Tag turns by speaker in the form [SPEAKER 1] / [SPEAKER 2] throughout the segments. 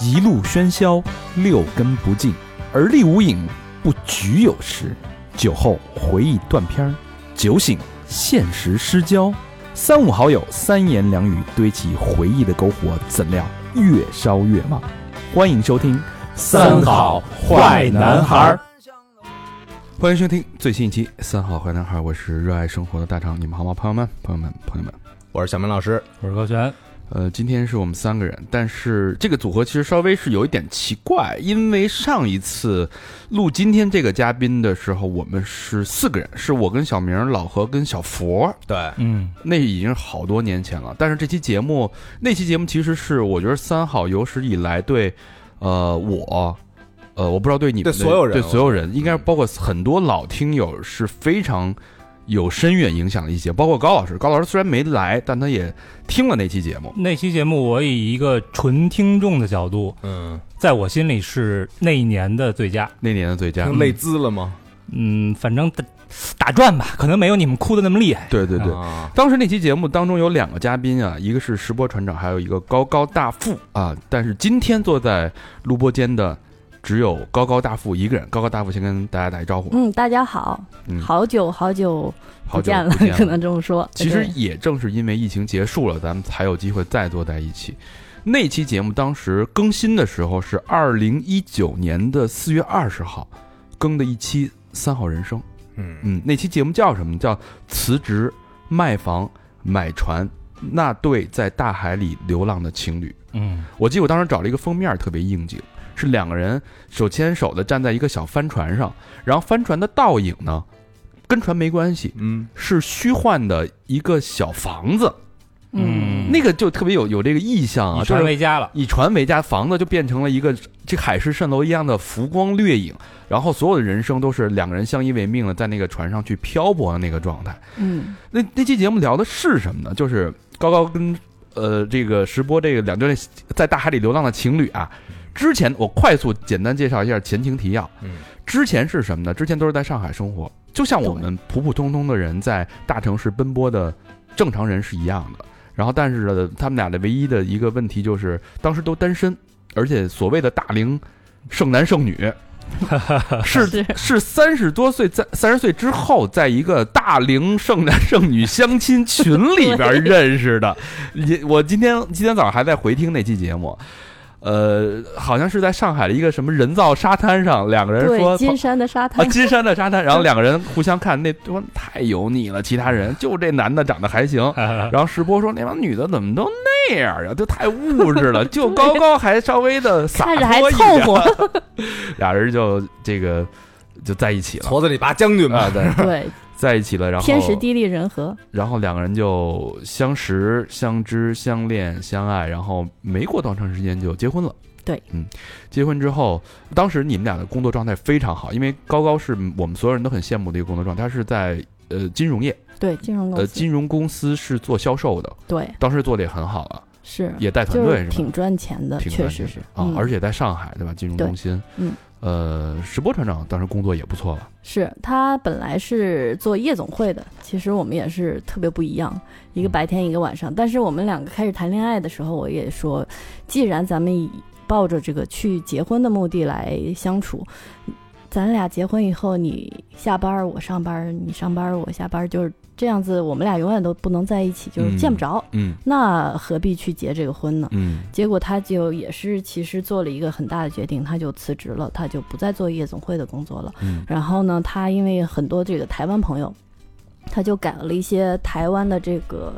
[SPEAKER 1] 一路喧嚣，六根不净，而立无影，不局有时。酒后回忆断片儿，酒醒现实失焦。三五好友，三言两语堆起回忆的篝火，怎料越烧越旺。欢迎收听《
[SPEAKER 2] 儿。
[SPEAKER 3] 欢迎收听最新一期《三好坏男孩》，我是热爱生活的大肠，你们好吗？朋友们，朋友们，朋友们。
[SPEAKER 2] 我是小明老师，
[SPEAKER 4] 我是高璇，
[SPEAKER 3] 呃，今天是我们三个人，但是这个组合其实稍微是有一点奇怪，因为上一次录今天这个嘉宾的时候，我们是四个人，是我跟小明、老何跟小佛，
[SPEAKER 2] 对，
[SPEAKER 4] 嗯，
[SPEAKER 3] 那已经是好多年前了。但是这期节目，那期节目其实是我觉得三好有史以来对，呃，我，呃，我不知道对你们
[SPEAKER 2] 对所有人
[SPEAKER 3] 对所有人，应该包括很多老听友是非常有深远影响的一节，包括高老师。高老师虽然没来，但他也听了那期节目。
[SPEAKER 4] 那期节目我以一个纯听众的角度，
[SPEAKER 2] 嗯，
[SPEAKER 4] 在我心里是那一年的最佳。
[SPEAKER 3] 那年的最佳，
[SPEAKER 2] 累滋了吗？
[SPEAKER 4] 嗯，反正打打转吧，可能没有你们哭的那么厉害。
[SPEAKER 3] 对对对，
[SPEAKER 2] 啊
[SPEAKER 3] 当时那期节目当中有两个嘉宾啊，一个是石波船长，还有一个高高大富啊。但是今天坐在录播间的只有高高大富一个人。高高大富先跟大家打一招呼，
[SPEAKER 5] 嗯，大家好，
[SPEAKER 3] 嗯，
[SPEAKER 5] 好久好久
[SPEAKER 3] 好
[SPEAKER 5] 不
[SPEAKER 3] 久
[SPEAKER 5] 见了，
[SPEAKER 3] 不见
[SPEAKER 5] 可能这么说。
[SPEAKER 3] 其实
[SPEAKER 5] 对
[SPEAKER 3] 也正是因为疫情结束了，咱们才有机会再坐在一起。那期节目当时更新的时候是二零一九年的四月二十号，更的一期《三好人生》。
[SPEAKER 2] 嗯，
[SPEAKER 3] 嗯，那期节目叫什么？叫辞职、卖房、买船，那对在大海里流浪的情侣。
[SPEAKER 4] 嗯，
[SPEAKER 3] 我记得我当时找了一个封面，特别应景，是两个人手牵手的站在一个小帆船上，然后帆船的倒影呢，跟船没关系，
[SPEAKER 2] 嗯，
[SPEAKER 3] 是虚幻的一个小房子，
[SPEAKER 5] 嗯，
[SPEAKER 4] 嗯
[SPEAKER 3] 那个就特别有有这个意象啊，
[SPEAKER 4] 以
[SPEAKER 3] 就
[SPEAKER 4] 船
[SPEAKER 3] 是
[SPEAKER 4] 为家 了。
[SPEAKER 3] 以船为家，房子就变成了一个这海市蜃楼一样的浮光掠影，然后所有的人生都是两个人相依为命的，在那个船上去漂泊的那个状态。
[SPEAKER 5] 嗯，
[SPEAKER 3] 那那期节目聊的是什么呢？就是高高跟呃这个石波这个两对在大海里流浪的情侣啊。之前我快速简单介绍一下前情提要。
[SPEAKER 2] 嗯，
[SPEAKER 3] 之前是什么呢？之前都是在上海生活，就像我们普普通通的人在大城市奔波的正常人是一样的。然后，但是呢，他们俩的唯一的一个问题就是，当时都单身，而且所谓的大龄剩男剩女，是
[SPEAKER 5] 嗯 是
[SPEAKER 3] 是三十多岁在三十岁之后，在一个大龄剩男剩女相亲群里边认识的。也我今天今天早上还在回听那期节目，呃，好像是在上海的一个什么人造沙滩上，两个人说
[SPEAKER 5] 对，金山的沙
[SPEAKER 3] 啊
[SPEAKER 5] 滩，
[SPEAKER 3] 金山的沙滩，然后两个人互相看，那说太油腻了，其他人就这男的长得还行。
[SPEAKER 4] 然
[SPEAKER 3] 然后石波说：“那帮女的怎么都那样啊？就太物质 了，就高高还稍微的洒脱
[SPEAKER 5] 看
[SPEAKER 3] 一
[SPEAKER 5] 着
[SPEAKER 3] 点。
[SPEAKER 5] 还凑合，
[SPEAKER 3] 俩人就这个就在一起了。
[SPEAKER 2] 矬子里拔将军
[SPEAKER 3] 啊，
[SPEAKER 2] 吧，
[SPEAKER 3] 对，
[SPEAKER 5] 对，
[SPEAKER 3] 在一起了，然后
[SPEAKER 5] 天时地利人和，
[SPEAKER 3] 然后两个人就相识、相知、相恋、相爱，然后没过多长时间就结婚了。
[SPEAKER 5] 对，
[SPEAKER 3] 嗯，结婚之后，当时你们俩的工作状态非常好，因为高高是我们所有人都很羡慕的一个工作状态，他是在呃金融业，
[SPEAKER 5] 对，金融公
[SPEAKER 3] 呃
[SPEAKER 5] 司，
[SPEAKER 3] 金融公司是做销售的，
[SPEAKER 5] 对，
[SPEAKER 3] 当时做的也很好啊，
[SPEAKER 5] 是，
[SPEAKER 3] 也带团
[SPEAKER 5] 就
[SPEAKER 3] 队
[SPEAKER 5] 是
[SPEAKER 3] 是吧？
[SPEAKER 5] 挺赚钱的，
[SPEAKER 3] 挺
[SPEAKER 5] 确
[SPEAKER 3] 赚
[SPEAKER 5] 实
[SPEAKER 3] 钱
[SPEAKER 5] 是
[SPEAKER 3] 啊
[SPEAKER 5] 嗯，
[SPEAKER 3] 而且在上海对吧？金融
[SPEAKER 5] 对
[SPEAKER 3] 中心，
[SPEAKER 5] 嗯，
[SPEAKER 3] 呃，石波船长当时工作也不错吧？
[SPEAKER 5] 是他本来是做夜总会的，其实我们也是特别不一样，一个白天一个晚上。但是我们两个开始谈恋爱的时候，我也说，既然咱们以抱着这个去结婚的目的来相处，咱俩结婚以后，你下班儿我上班儿，你上班儿我下班儿，就是这样子，我们俩永远都不能在一起，就是见不着，
[SPEAKER 3] 嗯
[SPEAKER 5] 那何必去结这个婚呢？
[SPEAKER 3] 嗯
[SPEAKER 5] 结果他就也是，其实做了一个很大的决定，他就辞职了，他就不再做夜总会的工作了。
[SPEAKER 3] 嗯
[SPEAKER 5] 然后呢，他因为很多这个台湾朋友，他就改了一些台湾的这个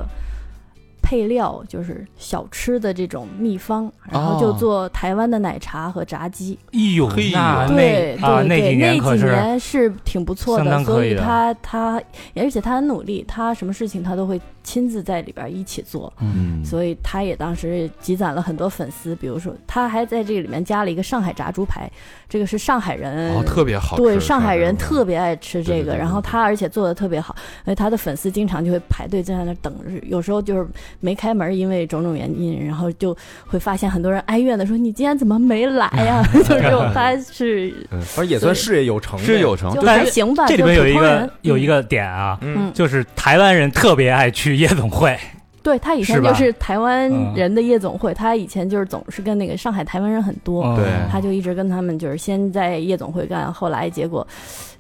[SPEAKER 5] 配料，就是小吃的这种秘方，然后
[SPEAKER 4] 哦
[SPEAKER 5] 就做台湾的奶茶和炸鸡。
[SPEAKER 4] 呦，
[SPEAKER 3] 嘿
[SPEAKER 4] 那
[SPEAKER 3] 呦
[SPEAKER 5] 对
[SPEAKER 4] 那
[SPEAKER 5] 对、
[SPEAKER 4] 啊，
[SPEAKER 5] 对，
[SPEAKER 4] 几年可
[SPEAKER 5] 几
[SPEAKER 4] 是
[SPEAKER 5] 年是挺不错
[SPEAKER 4] 相
[SPEAKER 5] 的，
[SPEAKER 4] 当可
[SPEAKER 5] 所以
[SPEAKER 4] 以的
[SPEAKER 5] 他他而且他很努力，他什么事情他都会亲自在里边一起做。
[SPEAKER 3] 嗯，
[SPEAKER 5] 所以他也当时积攒了很多粉丝，比如说他还在这个里面加了一个上海炸猪排，这个是上海人、
[SPEAKER 3] 哦，特别好吃，
[SPEAKER 5] 对，上海人
[SPEAKER 3] 特。
[SPEAKER 5] 特别爱吃
[SPEAKER 3] 对
[SPEAKER 5] 这
[SPEAKER 3] 对
[SPEAKER 5] 个，
[SPEAKER 3] 对
[SPEAKER 5] 然后
[SPEAKER 3] 对
[SPEAKER 5] 他而且做的特别好，所以他的粉丝经常就会排队在那儿等着，有时候就是没开门，因为种种原因，然后就会发现很多人哀怨的说：“你今天怎么没来呀？” 就是这种，他是
[SPEAKER 2] 反正也算事业有成，
[SPEAKER 3] 事业有，成，
[SPEAKER 5] 就
[SPEAKER 4] 但
[SPEAKER 5] 还
[SPEAKER 4] 是
[SPEAKER 5] 行吧。
[SPEAKER 4] 这里
[SPEAKER 5] 就
[SPEAKER 4] 面有
[SPEAKER 5] 普
[SPEAKER 4] 一
[SPEAKER 5] 通人
[SPEAKER 4] 个有一
[SPEAKER 5] 嗯
[SPEAKER 4] 个点啊，
[SPEAKER 2] 嗯
[SPEAKER 5] 嗯
[SPEAKER 4] 就是台湾人特别爱去夜总会，
[SPEAKER 5] 对他以
[SPEAKER 4] 是
[SPEAKER 5] 前
[SPEAKER 4] 吧嗯
[SPEAKER 5] 就是台湾人的夜总会，他以前就是总是跟那个上海台湾人很多，
[SPEAKER 4] 哦
[SPEAKER 3] 对
[SPEAKER 5] 他就一直跟他们就是先在夜总会干，后来结果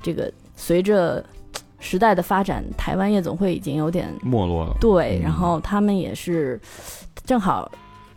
[SPEAKER 5] 这个随着时代的发展，台湾夜总会已经有点
[SPEAKER 3] 没落了。
[SPEAKER 5] 对，
[SPEAKER 3] 嗯
[SPEAKER 5] 然后他们也是正好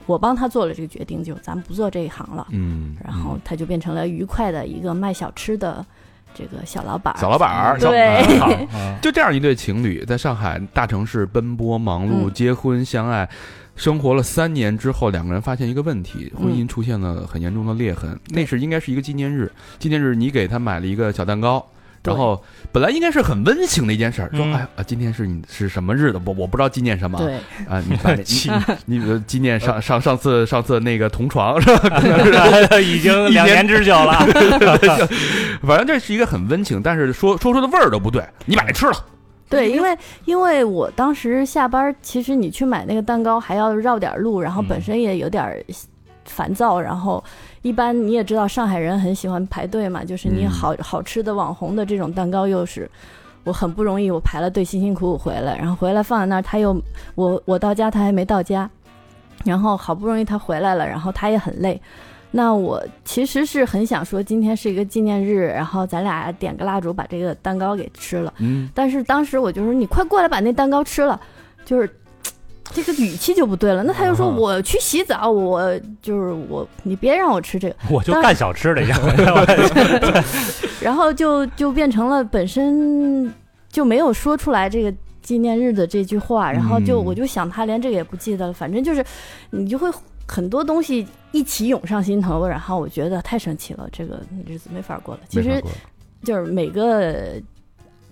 [SPEAKER 5] 我帮他做了这个决定，就咱们不做这一行了，
[SPEAKER 3] 嗯，
[SPEAKER 5] 然后他就变成了愉快的一个卖小吃的这个小老板儿，
[SPEAKER 3] 嗯小老板儿，小
[SPEAKER 5] 对
[SPEAKER 3] 老板儿好
[SPEAKER 4] 啊
[SPEAKER 3] 就这样一对情侣在上海大城市奔波忙碌，
[SPEAKER 5] 嗯
[SPEAKER 3] 结婚相爱，生活了三年之后，两个人发现一个问题，婚
[SPEAKER 5] 嗯
[SPEAKER 3] 姻出现了很严重的裂痕。那是应该是一个纪念日，纪念日你给他买了一个小蛋糕。
[SPEAKER 5] 对
[SPEAKER 3] 然后本来应该是很温情的一件事儿，说
[SPEAKER 4] 嗯
[SPEAKER 3] 哎啊，今天是你是什么日子？我我不知道纪念什么
[SPEAKER 5] 对，
[SPEAKER 3] 啊，你 把
[SPEAKER 4] 气
[SPEAKER 3] 你你纪念上上上次上次那个同 床是吧？
[SPEAKER 4] 已经两年之久了，
[SPEAKER 3] 反正这是一个很温情，但是说说出的味儿都不对，你买吃了，
[SPEAKER 5] 对，因为因为我当时下班儿，其实你去买那个蛋糕还要绕点儿路，然后本身也有点儿烦躁，然后一般你也知道上海人很喜欢排队嘛，就是你
[SPEAKER 3] 嗯
[SPEAKER 5] 好、好吃的网红的这种蛋糕又是。我很不容易，我排了队，辛辛苦苦回来，然后回来放在那儿，他又我我到家，他还没到家，然后好不容易他回来了，然后他也很累，那我其实是很想说今天是一个纪念日，然后咱俩点个蜡烛把这个蛋糕给吃了，
[SPEAKER 3] 嗯，
[SPEAKER 5] 但是当时我就说你快过来把那蛋糕吃了，就是这个语气就不对了。那他就说
[SPEAKER 4] 啊
[SPEAKER 5] 我去洗澡，我就是我，你别让我吃这个。
[SPEAKER 4] 我就干小吃的一样，我
[SPEAKER 5] 然后就就变成了本身就没有说出来这个纪念日的这句话，然后就
[SPEAKER 3] 嗯
[SPEAKER 5] 我就想他连这个也不记得了，反正就是你就会。很多东西一起涌上心头，然后我觉得太神奇了，这个日子没法过了。其
[SPEAKER 3] 没法
[SPEAKER 5] 实
[SPEAKER 3] 过
[SPEAKER 5] 就是每个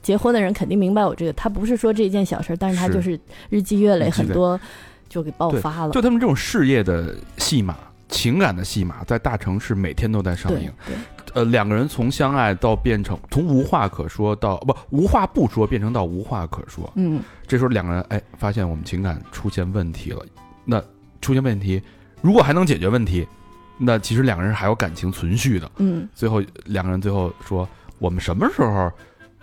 [SPEAKER 5] 结婚的人肯定明白我这个，他不是说这一件小事儿，但是他
[SPEAKER 3] 是
[SPEAKER 5] 就是日积月累，
[SPEAKER 3] 日积
[SPEAKER 5] 很
[SPEAKER 3] 累
[SPEAKER 5] 多就给爆
[SPEAKER 3] 对
[SPEAKER 5] 发了。
[SPEAKER 3] 就他们这种事业的戏码、情感的戏码，在大城市每天都在上
[SPEAKER 5] 对
[SPEAKER 3] 映。
[SPEAKER 5] 对
[SPEAKER 3] 呃，两个人从相爱到变成从无话可说到不无话不说，变成到无话可说。
[SPEAKER 5] 嗯，
[SPEAKER 3] 这时候两个人哎，发现我们情感出现问题了。那出现问题，如果还能解决问题，那其实两个人还有感情存续的。
[SPEAKER 5] 嗯，
[SPEAKER 3] 最后两个人最后说，我们什么时候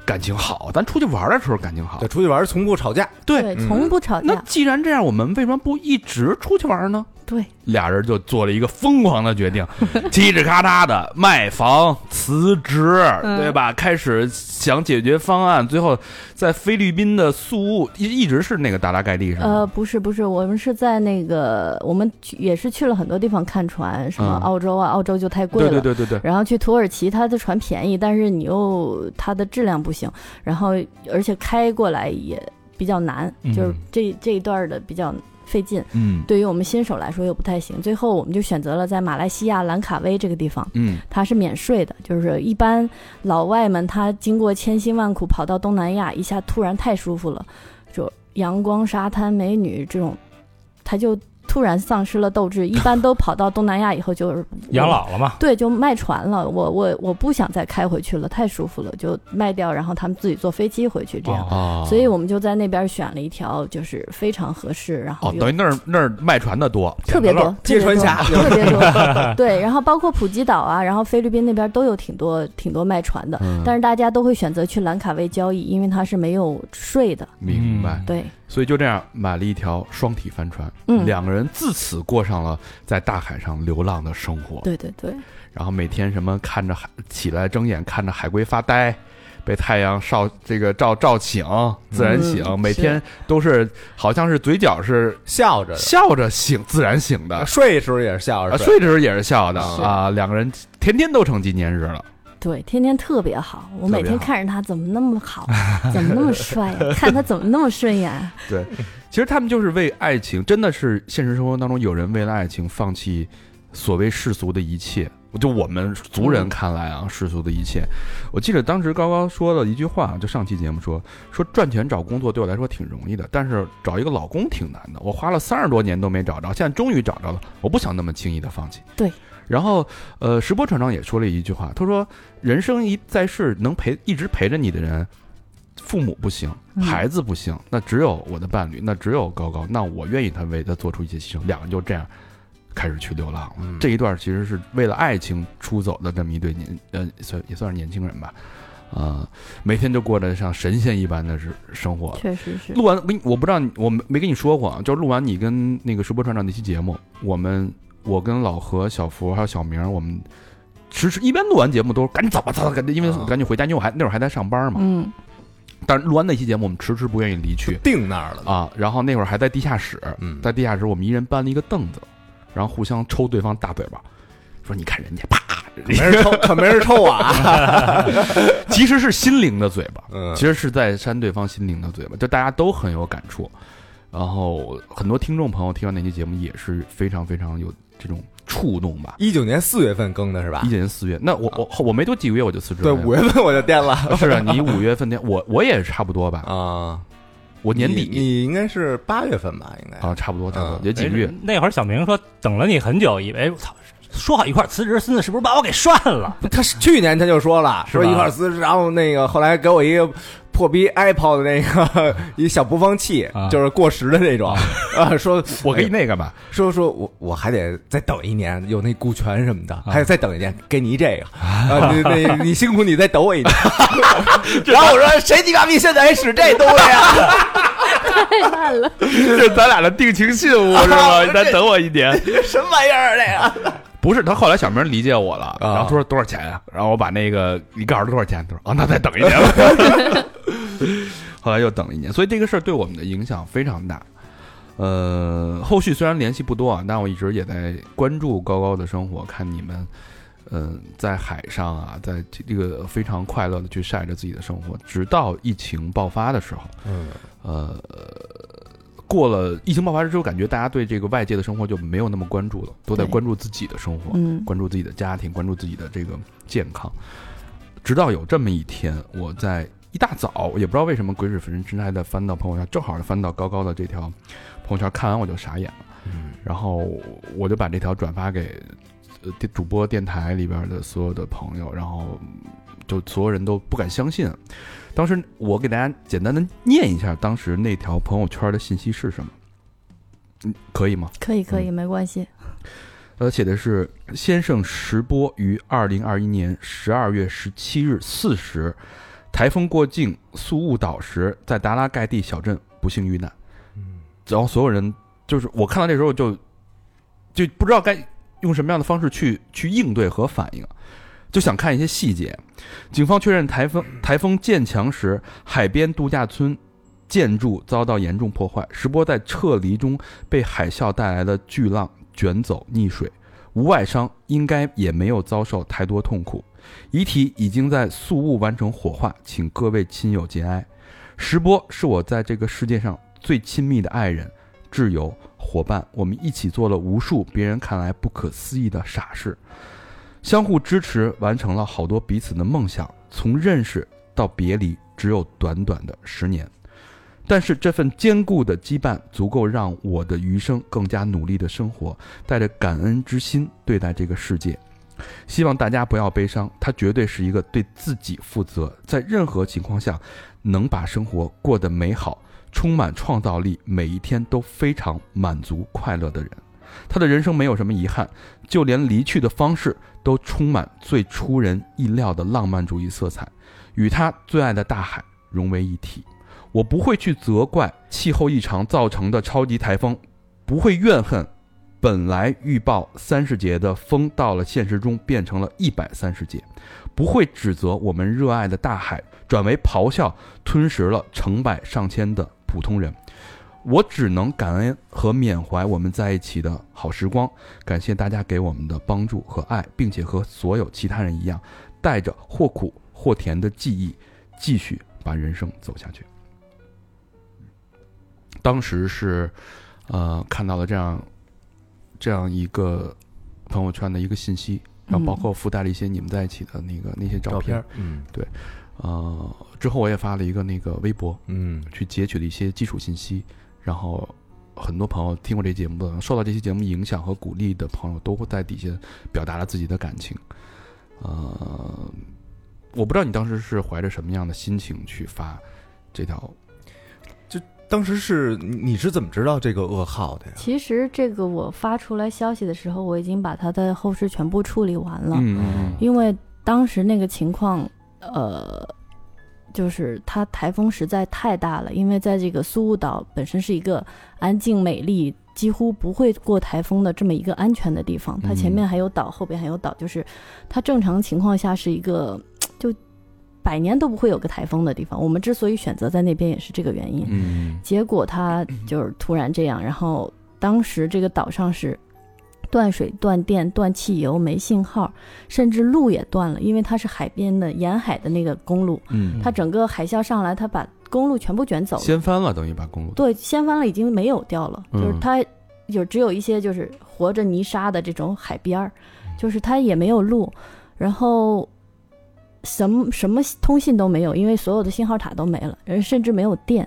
[SPEAKER 3] 感情好？咱出去玩的时候感情好
[SPEAKER 2] 对，。出去玩儿从不吵架，
[SPEAKER 3] 对
[SPEAKER 5] 对，
[SPEAKER 2] 嗯
[SPEAKER 5] 从不吵
[SPEAKER 3] 那
[SPEAKER 5] 架，
[SPEAKER 3] 既然这样，我们为什么不一直出去玩呢？
[SPEAKER 5] 对，
[SPEAKER 3] 俩人就做了一个疯狂的决定，嘁哧咔嚓的卖房、辞职，
[SPEAKER 5] 嗯
[SPEAKER 3] 对吧？开始想解决方案，最后在菲律宾的宿务一一直是那个达拉盖地上。
[SPEAKER 5] 呃，不是不是，我们是在那个，我们去也是去了很多地方看船，什么
[SPEAKER 3] 嗯
[SPEAKER 5] 澳洲啊，澳洲就太贵
[SPEAKER 3] 对
[SPEAKER 5] 了。
[SPEAKER 3] 对对对对，
[SPEAKER 5] 然后去土耳其，它的船便宜，但是你又它的质量不行，然后而且开过来也比较难，
[SPEAKER 4] 嗯
[SPEAKER 5] 就是这这一段儿的比较费劲，
[SPEAKER 3] 嗯
[SPEAKER 5] 对于我们新手来说又不太行。最后我们就选择了在马来西亚兰卡威这个地方，
[SPEAKER 3] 嗯，
[SPEAKER 5] 它是免税的，就是一般老外们他经过千辛万苦跑到东南亚，一下突然太舒服了，就阳光、沙滩、美女这种，他就突然丧失了斗志，一般都跑到东南亚以后就是
[SPEAKER 4] 养。老了嘛，
[SPEAKER 5] 对，就卖船了。我我我不想再开回去了，太舒服了，就卖掉，然后他们自己坐飞机回去这样。
[SPEAKER 3] 哦
[SPEAKER 5] 所以我们就在那边选了一条，就是非常合适，然后
[SPEAKER 3] 哦，
[SPEAKER 5] 又
[SPEAKER 3] 等于那儿那儿卖船的多，
[SPEAKER 5] 特别多，
[SPEAKER 2] 接船侠
[SPEAKER 5] 特别多，特别 多对，然后包括普吉岛啊，然后菲律宾那边都有挺多挺多卖船的，
[SPEAKER 3] 嗯
[SPEAKER 5] 但是大家都会选择去兰卡威交易，因为它是没有税的。
[SPEAKER 3] 明白。
[SPEAKER 5] 对，
[SPEAKER 3] 所以就这样买了一条双体帆船，
[SPEAKER 5] 嗯
[SPEAKER 3] 两个人自此过上了在大海上流浪的生活。
[SPEAKER 5] 对对对，
[SPEAKER 3] 然后每天什么看着海起来睁眼看着海龟发呆，被太阳照这个照照醒，自然醒，
[SPEAKER 5] 嗯
[SPEAKER 3] 每天都是好像是嘴角是
[SPEAKER 2] 笑着
[SPEAKER 3] 笑着醒，自然醒的，
[SPEAKER 2] 睡的时候也是笑
[SPEAKER 3] 啊，
[SPEAKER 2] 着
[SPEAKER 3] 睡的时候也是笑的
[SPEAKER 5] 是
[SPEAKER 3] 啊，两个人天天都成纪念日了，
[SPEAKER 5] 对，天天特别好，我
[SPEAKER 3] 特别
[SPEAKER 5] 每天
[SPEAKER 3] 好
[SPEAKER 5] 看着他怎么那么好，怎么那么帅呀、看他怎么那么顺 眼啊、
[SPEAKER 3] 对。其实他们就是为爱情，真的是现实生活当中有人为了爱情放弃所谓世俗的一切。就我们族
[SPEAKER 5] 嗯
[SPEAKER 3] 人看来啊，世俗的一切。我记得当时高高说了一句话，就上期节目说说赚钱找工作对我来说挺容易的，但是找一个老公挺难的。我花了三十多年都没找着，现在终于找着了。我不想那么轻易的放弃。
[SPEAKER 5] 对。
[SPEAKER 3] 然后，呃，石波船长也说了一句话，他说：“人生一在世，能陪一直陪着你的人，父母不行，
[SPEAKER 5] 嗯
[SPEAKER 3] 孩子不行，那只有我的伴侣，那只有高高，那我愿意他为他做出一些牺牲。”两人就这样开始去流浪了。
[SPEAKER 2] 嗯
[SPEAKER 3] 这一段其实是为了爱情出走的这么一对年，呃，算也算是年轻人吧，啊，每天就过着像神仙一般的是生活。
[SPEAKER 5] 确实是。
[SPEAKER 3] 录完没？我不知道你，我没没跟你说过啊，就录完你跟那个石波船长那期节目，我们我跟老何、小福还有小明，我们迟迟一般录完节目都是赶紧走吧，走吧，赶紧，因为
[SPEAKER 2] 啊
[SPEAKER 3] 赶紧回家，因为我还那会儿还在上班嘛。
[SPEAKER 5] 嗯，
[SPEAKER 3] 但是录完那期节目，我们迟迟不愿意离去
[SPEAKER 2] 定那儿了。
[SPEAKER 3] 啊。然后那会儿还在地下室，
[SPEAKER 2] 嗯，
[SPEAKER 3] 在地下室我们一人搬了一个凳子，然后互相抽对方大嘴巴，说你看人家啪，
[SPEAKER 2] 没人抽， 可没人抽我啊。
[SPEAKER 3] 其实是心灵的嘴巴。
[SPEAKER 2] 嗯
[SPEAKER 3] 其实是在扇对方心灵的嘴巴，就大家都很有感触。然后很多听众朋友听完那期节目也是非常非常有这种触动吧。
[SPEAKER 2] 一九年四月份更的是吧
[SPEAKER 3] 一？九年四月，那我我后我没多几个月我就辞职
[SPEAKER 2] 啊对，
[SPEAKER 3] 了。
[SPEAKER 2] 五月份我就颠了
[SPEAKER 3] 是啊，你五月份那我我也差不多吧，
[SPEAKER 2] 啊。
[SPEAKER 3] 我年
[SPEAKER 2] 你
[SPEAKER 3] 底
[SPEAKER 2] 你应该是八月份吧？应该
[SPEAKER 3] 啊，差不多差不多
[SPEAKER 2] 嗯
[SPEAKER 3] 也几个月。
[SPEAKER 4] 哎那会儿小明说等了你很久，以为我操，说好一块儿辞职，孙子是不是把我给涮了？
[SPEAKER 2] 他是去年他就说了，
[SPEAKER 4] 是吧
[SPEAKER 2] 说一块儿辞职，然后那个后来给我一个破逼 iPod 的那个 一小播放器
[SPEAKER 4] 啊，
[SPEAKER 2] 就是过时的那种啊， 说
[SPEAKER 3] 我给你那个 吧，
[SPEAKER 2] 说说我我还得再等一年，有那股权什么的，还得再等一年，给你这个，啊，你那你辛苦你再等我一年。 然后我说谁鸡巴逼现在还使这东西啊？
[SPEAKER 5] 太烂了。
[SPEAKER 3] 这是咱俩的定情信物
[SPEAKER 2] 是 吧这再等
[SPEAKER 3] 我一年。
[SPEAKER 2] 什么玩意儿啊这个？
[SPEAKER 3] 不是，他后来小明理解我了，
[SPEAKER 2] 啊
[SPEAKER 3] 然后他说多少钱啊？然后我把那个你告诉他多少钱，他说哦，那再等一年吧。后来又等了一年，所以这个事儿对我们的影响非常大。呃，后续虽然联系不多啊，但我一直也在关注高高的生活，看你们，呃，在海上啊，在这个非常快乐的去晒着自己的生活，直到疫情爆发的时候，
[SPEAKER 2] 嗯，
[SPEAKER 3] 呃，过了疫情爆发之后，感觉大家对这个外界的生活就没有那么关注了，都在
[SPEAKER 5] 对
[SPEAKER 3] 关注自己的生活。
[SPEAKER 5] 嗯
[SPEAKER 3] 关注自己的家庭，关注自己的这个健康。直到有这么一天，我在一大早，也不知道为什么鬼使神差的翻到朋友圈，正好翻到高高的这条朋友圈，看完我就傻眼了。
[SPEAKER 2] 嗯，
[SPEAKER 3] 然后我就把这条转发给呃电主播电台里边的所有的朋友，然后就所有人都不敢相信。当时我给大家简单的念一下当时那条朋友圈的信息是什么，嗯，可以吗？
[SPEAKER 5] 可以
[SPEAKER 3] 嗯
[SPEAKER 5] 可以，没关系。
[SPEAKER 3] 他呃写的是：先生石波于二零二一年十二月十七日四时，台风过境宿雾岛时，在达拉盖地小镇不幸遇难。然后所有人就是我看到这时候就就不知道该用什么样的方式去去应对和反应，就想看一些细节。警方确认台风台风建强时，海边度假村建筑遭到严重破坏，石波在撤离中被海啸带来的巨浪卷走溺水，无外伤，应该也没有遭受太多痛苦。遗体已经在宿雾完成火化，请各位亲友节哀。石波是我在这个世界上最亲密的爱人、挚友、伙伴，我们一起做了无数别人看来不可思议的傻事，相互支持，完成了好多彼此的梦想。从认识到别离，只有短短的十年。但是这份坚固的羁绊足够让我的余生更加努力的生活，带着感恩之心对待这个世界。希望大家不要悲伤，他绝对是一个对自己负责，在任何情况下能把生活过得美好、充满创造力，每一天都非常满足快乐的人。他的人生没有什么遗憾，就连离去的方式都充满最出人意料的浪漫主义色彩，与他最爱的大海融为一体。我不会去责怪气候异常造成的超级台风，不会怨恨本来预报三十节的风到了现实中变成了一百三十节，不会指责我们热爱的大海转为咆哮，吞食了成百上千的普通人。我只能感恩和缅怀我们在一起的好时光，感谢大家给我们的帮助和爱，并且和所有其他人一样，带着或苦或甜的记忆，继续把人生走下去。当时是，呃，看到了这样这样一个朋友圈的一个信息，
[SPEAKER 5] 嗯
[SPEAKER 3] 然后包括附带了一些你们在一起的那个那些照片。，
[SPEAKER 2] 嗯
[SPEAKER 3] 呃，之后我也发了一个那个微博，
[SPEAKER 2] 嗯
[SPEAKER 3] 去截取了一些基础信息，然后很多朋友听过这节目的，受到这期节目影响和鼓励的朋友，都会在底下表达了自己的感情。呃，我不知道你当时是怀着什么样的心情去发这条
[SPEAKER 2] 当时是你你是怎么知道这个噩耗的呀？
[SPEAKER 5] 其实这个我发出来消息的时候，我已经把它的后事全部处理完了，
[SPEAKER 3] 嗯嗯
[SPEAKER 5] 因为当时那个情况，呃，就是它台风实在太大了，因为在这个苏务岛本身是一个安静美丽。几乎不会过台风的这么一个安全的地方，它前面嗯还有岛，后边还有岛，就是它正常情况下是一个就百年都不会有个台风的地方。我们之所以选择在那边，也是这个原因。
[SPEAKER 3] 嗯
[SPEAKER 5] 结果它就是突然这样，然后当时这个岛上是断水、断电、断汽油，没信号，甚至路也断了，因为它是海边的沿海的那个公路，
[SPEAKER 3] 嗯，
[SPEAKER 5] 它整个海啸上来，它把公路全部卷走了。
[SPEAKER 3] 掀翻了，等于把公路
[SPEAKER 5] 对，掀翻了已经没有掉了，就是
[SPEAKER 3] 嗯
[SPEAKER 5] 它有只有一些就是活着泥沙的这种海边儿，
[SPEAKER 3] 嗯
[SPEAKER 5] 就是它也没有路，然后什么什么通信都没有，因为所有的信号塔都没了，人甚至没有电，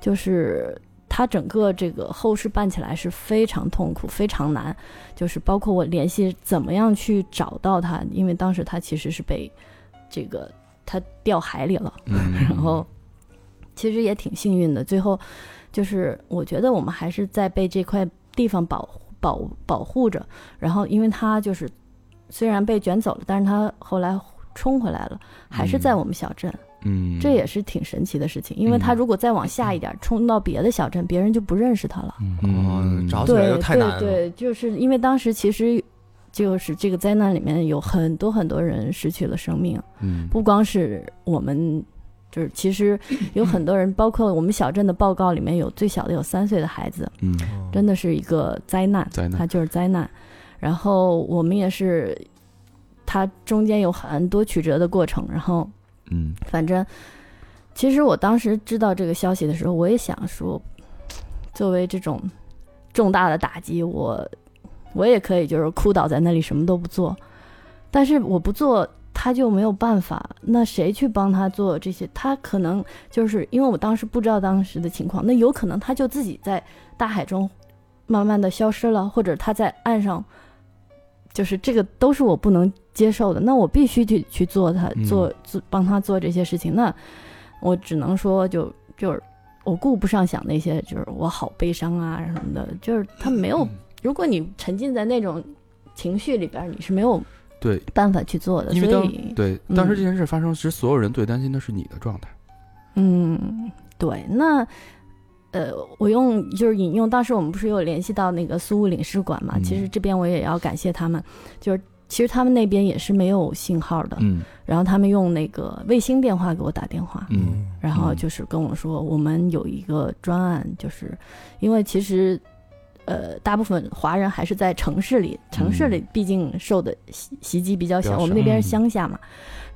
[SPEAKER 5] 就是。它整个这个后事办起来是非常痛苦、非常难，就是包括我联系怎么样去找到他，因为当时他其实是被这个他掉海里了，然
[SPEAKER 2] 嗯
[SPEAKER 3] 然
[SPEAKER 5] 后其实也挺幸运的。最后就是我觉得我们还是在被这块地方保护保保护着，然后因为它就是虽然被卷走了，但是它后来冲回来了，还是在我们小镇，
[SPEAKER 3] 嗯，
[SPEAKER 5] 这也是挺神奇的事情。因为它
[SPEAKER 3] 嗯
[SPEAKER 5] 如果再往下一点儿，冲到别的小镇，别人就不认识它了。
[SPEAKER 3] 嗯
[SPEAKER 2] 哦找起来
[SPEAKER 5] 对
[SPEAKER 2] 就太难
[SPEAKER 5] 对
[SPEAKER 2] 了。
[SPEAKER 5] 对，就是因为当时其实。就是这个灾难里面有很多很多人失去了生命，
[SPEAKER 3] 嗯
[SPEAKER 5] 不光是我们，就是其实有 很多人，包括我们小镇的报告里面有最小的有三岁的孩子，
[SPEAKER 3] 嗯
[SPEAKER 2] 哦
[SPEAKER 5] 真的是一个灾难，
[SPEAKER 3] 灾难
[SPEAKER 5] 它就是灾难。然后我们也是，它中间有很多曲折的过程。然后
[SPEAKER 3] 嗯
[SPEAKER 5] 反正，其实我当时知道这个消息的时候，我也想说，作为这种重大的打击，我我也可以就是哭倒在那里什么都不做，但是我不做。他就没有办法，那谁去帮他做这些？他可能就是因为我当时不知道当时的情况，那有可能他就自己在大海中慢慢的消失了，或者他在岸上，就是这个都是我不能接受的。那我必须去去做他
[SPEAKER 3] 嗯
[SPEAKER 5] 做做帮他做这些事情。那我只能说就就是我顾不上想那些，就是我好悲伤啊什么的，就是他没
[SPEAKER 3] 嗯
[SPEAKER 5] 有。如果你沉浸在那种情绪里边儿，你是没有
[SPEAKER 3] 对，
[SPEAKER 5] 办法去做的。
[SPEAKER 3] 因为
[SPEAKER 5] 所
[SPEAKER 3] 当
[SPEAKER 5] 以，
[SPEAKER 3] 对当时这件事发生时，所有人最担心的是你的状态。
[SPEAKER 5] 嗯，对，那。呃，我用就是引用，当时我们不是有联系到那个苏务领事馆嘛？
[SPEAKER 3] 嗯
[SPEAKER 5] 其实这边我也要感谢他们，就是其实他们那边也是没有信号的，
[SPEAKER 3] 嗯
[SPEAKER 5] 然后他们用那个卫星电话给我打电话，
[SPEAKER 3] 嗯
[SPEAKER 5] 然后
[SPEAKER 3] 嗯
[SPEAKER 5] 就是跟我说，我们有一个专案，就是因为其实，呃，大部分华人还是在城市里，城市里毕竟受的袭袭击比
[SPEAKER 3] 嗯
[SPEAKER 5] 较
[SPEAKER 3] 比
[SPEAKER 5] 小，
[SPEAKER 3] 较
[SPEAKER 5] 我们
[SPEAKER 3] 少
[SPEAKER 5] 那边是
[SPEAKER 4] 嗯
[SPEAKER 5] 乡下嘛。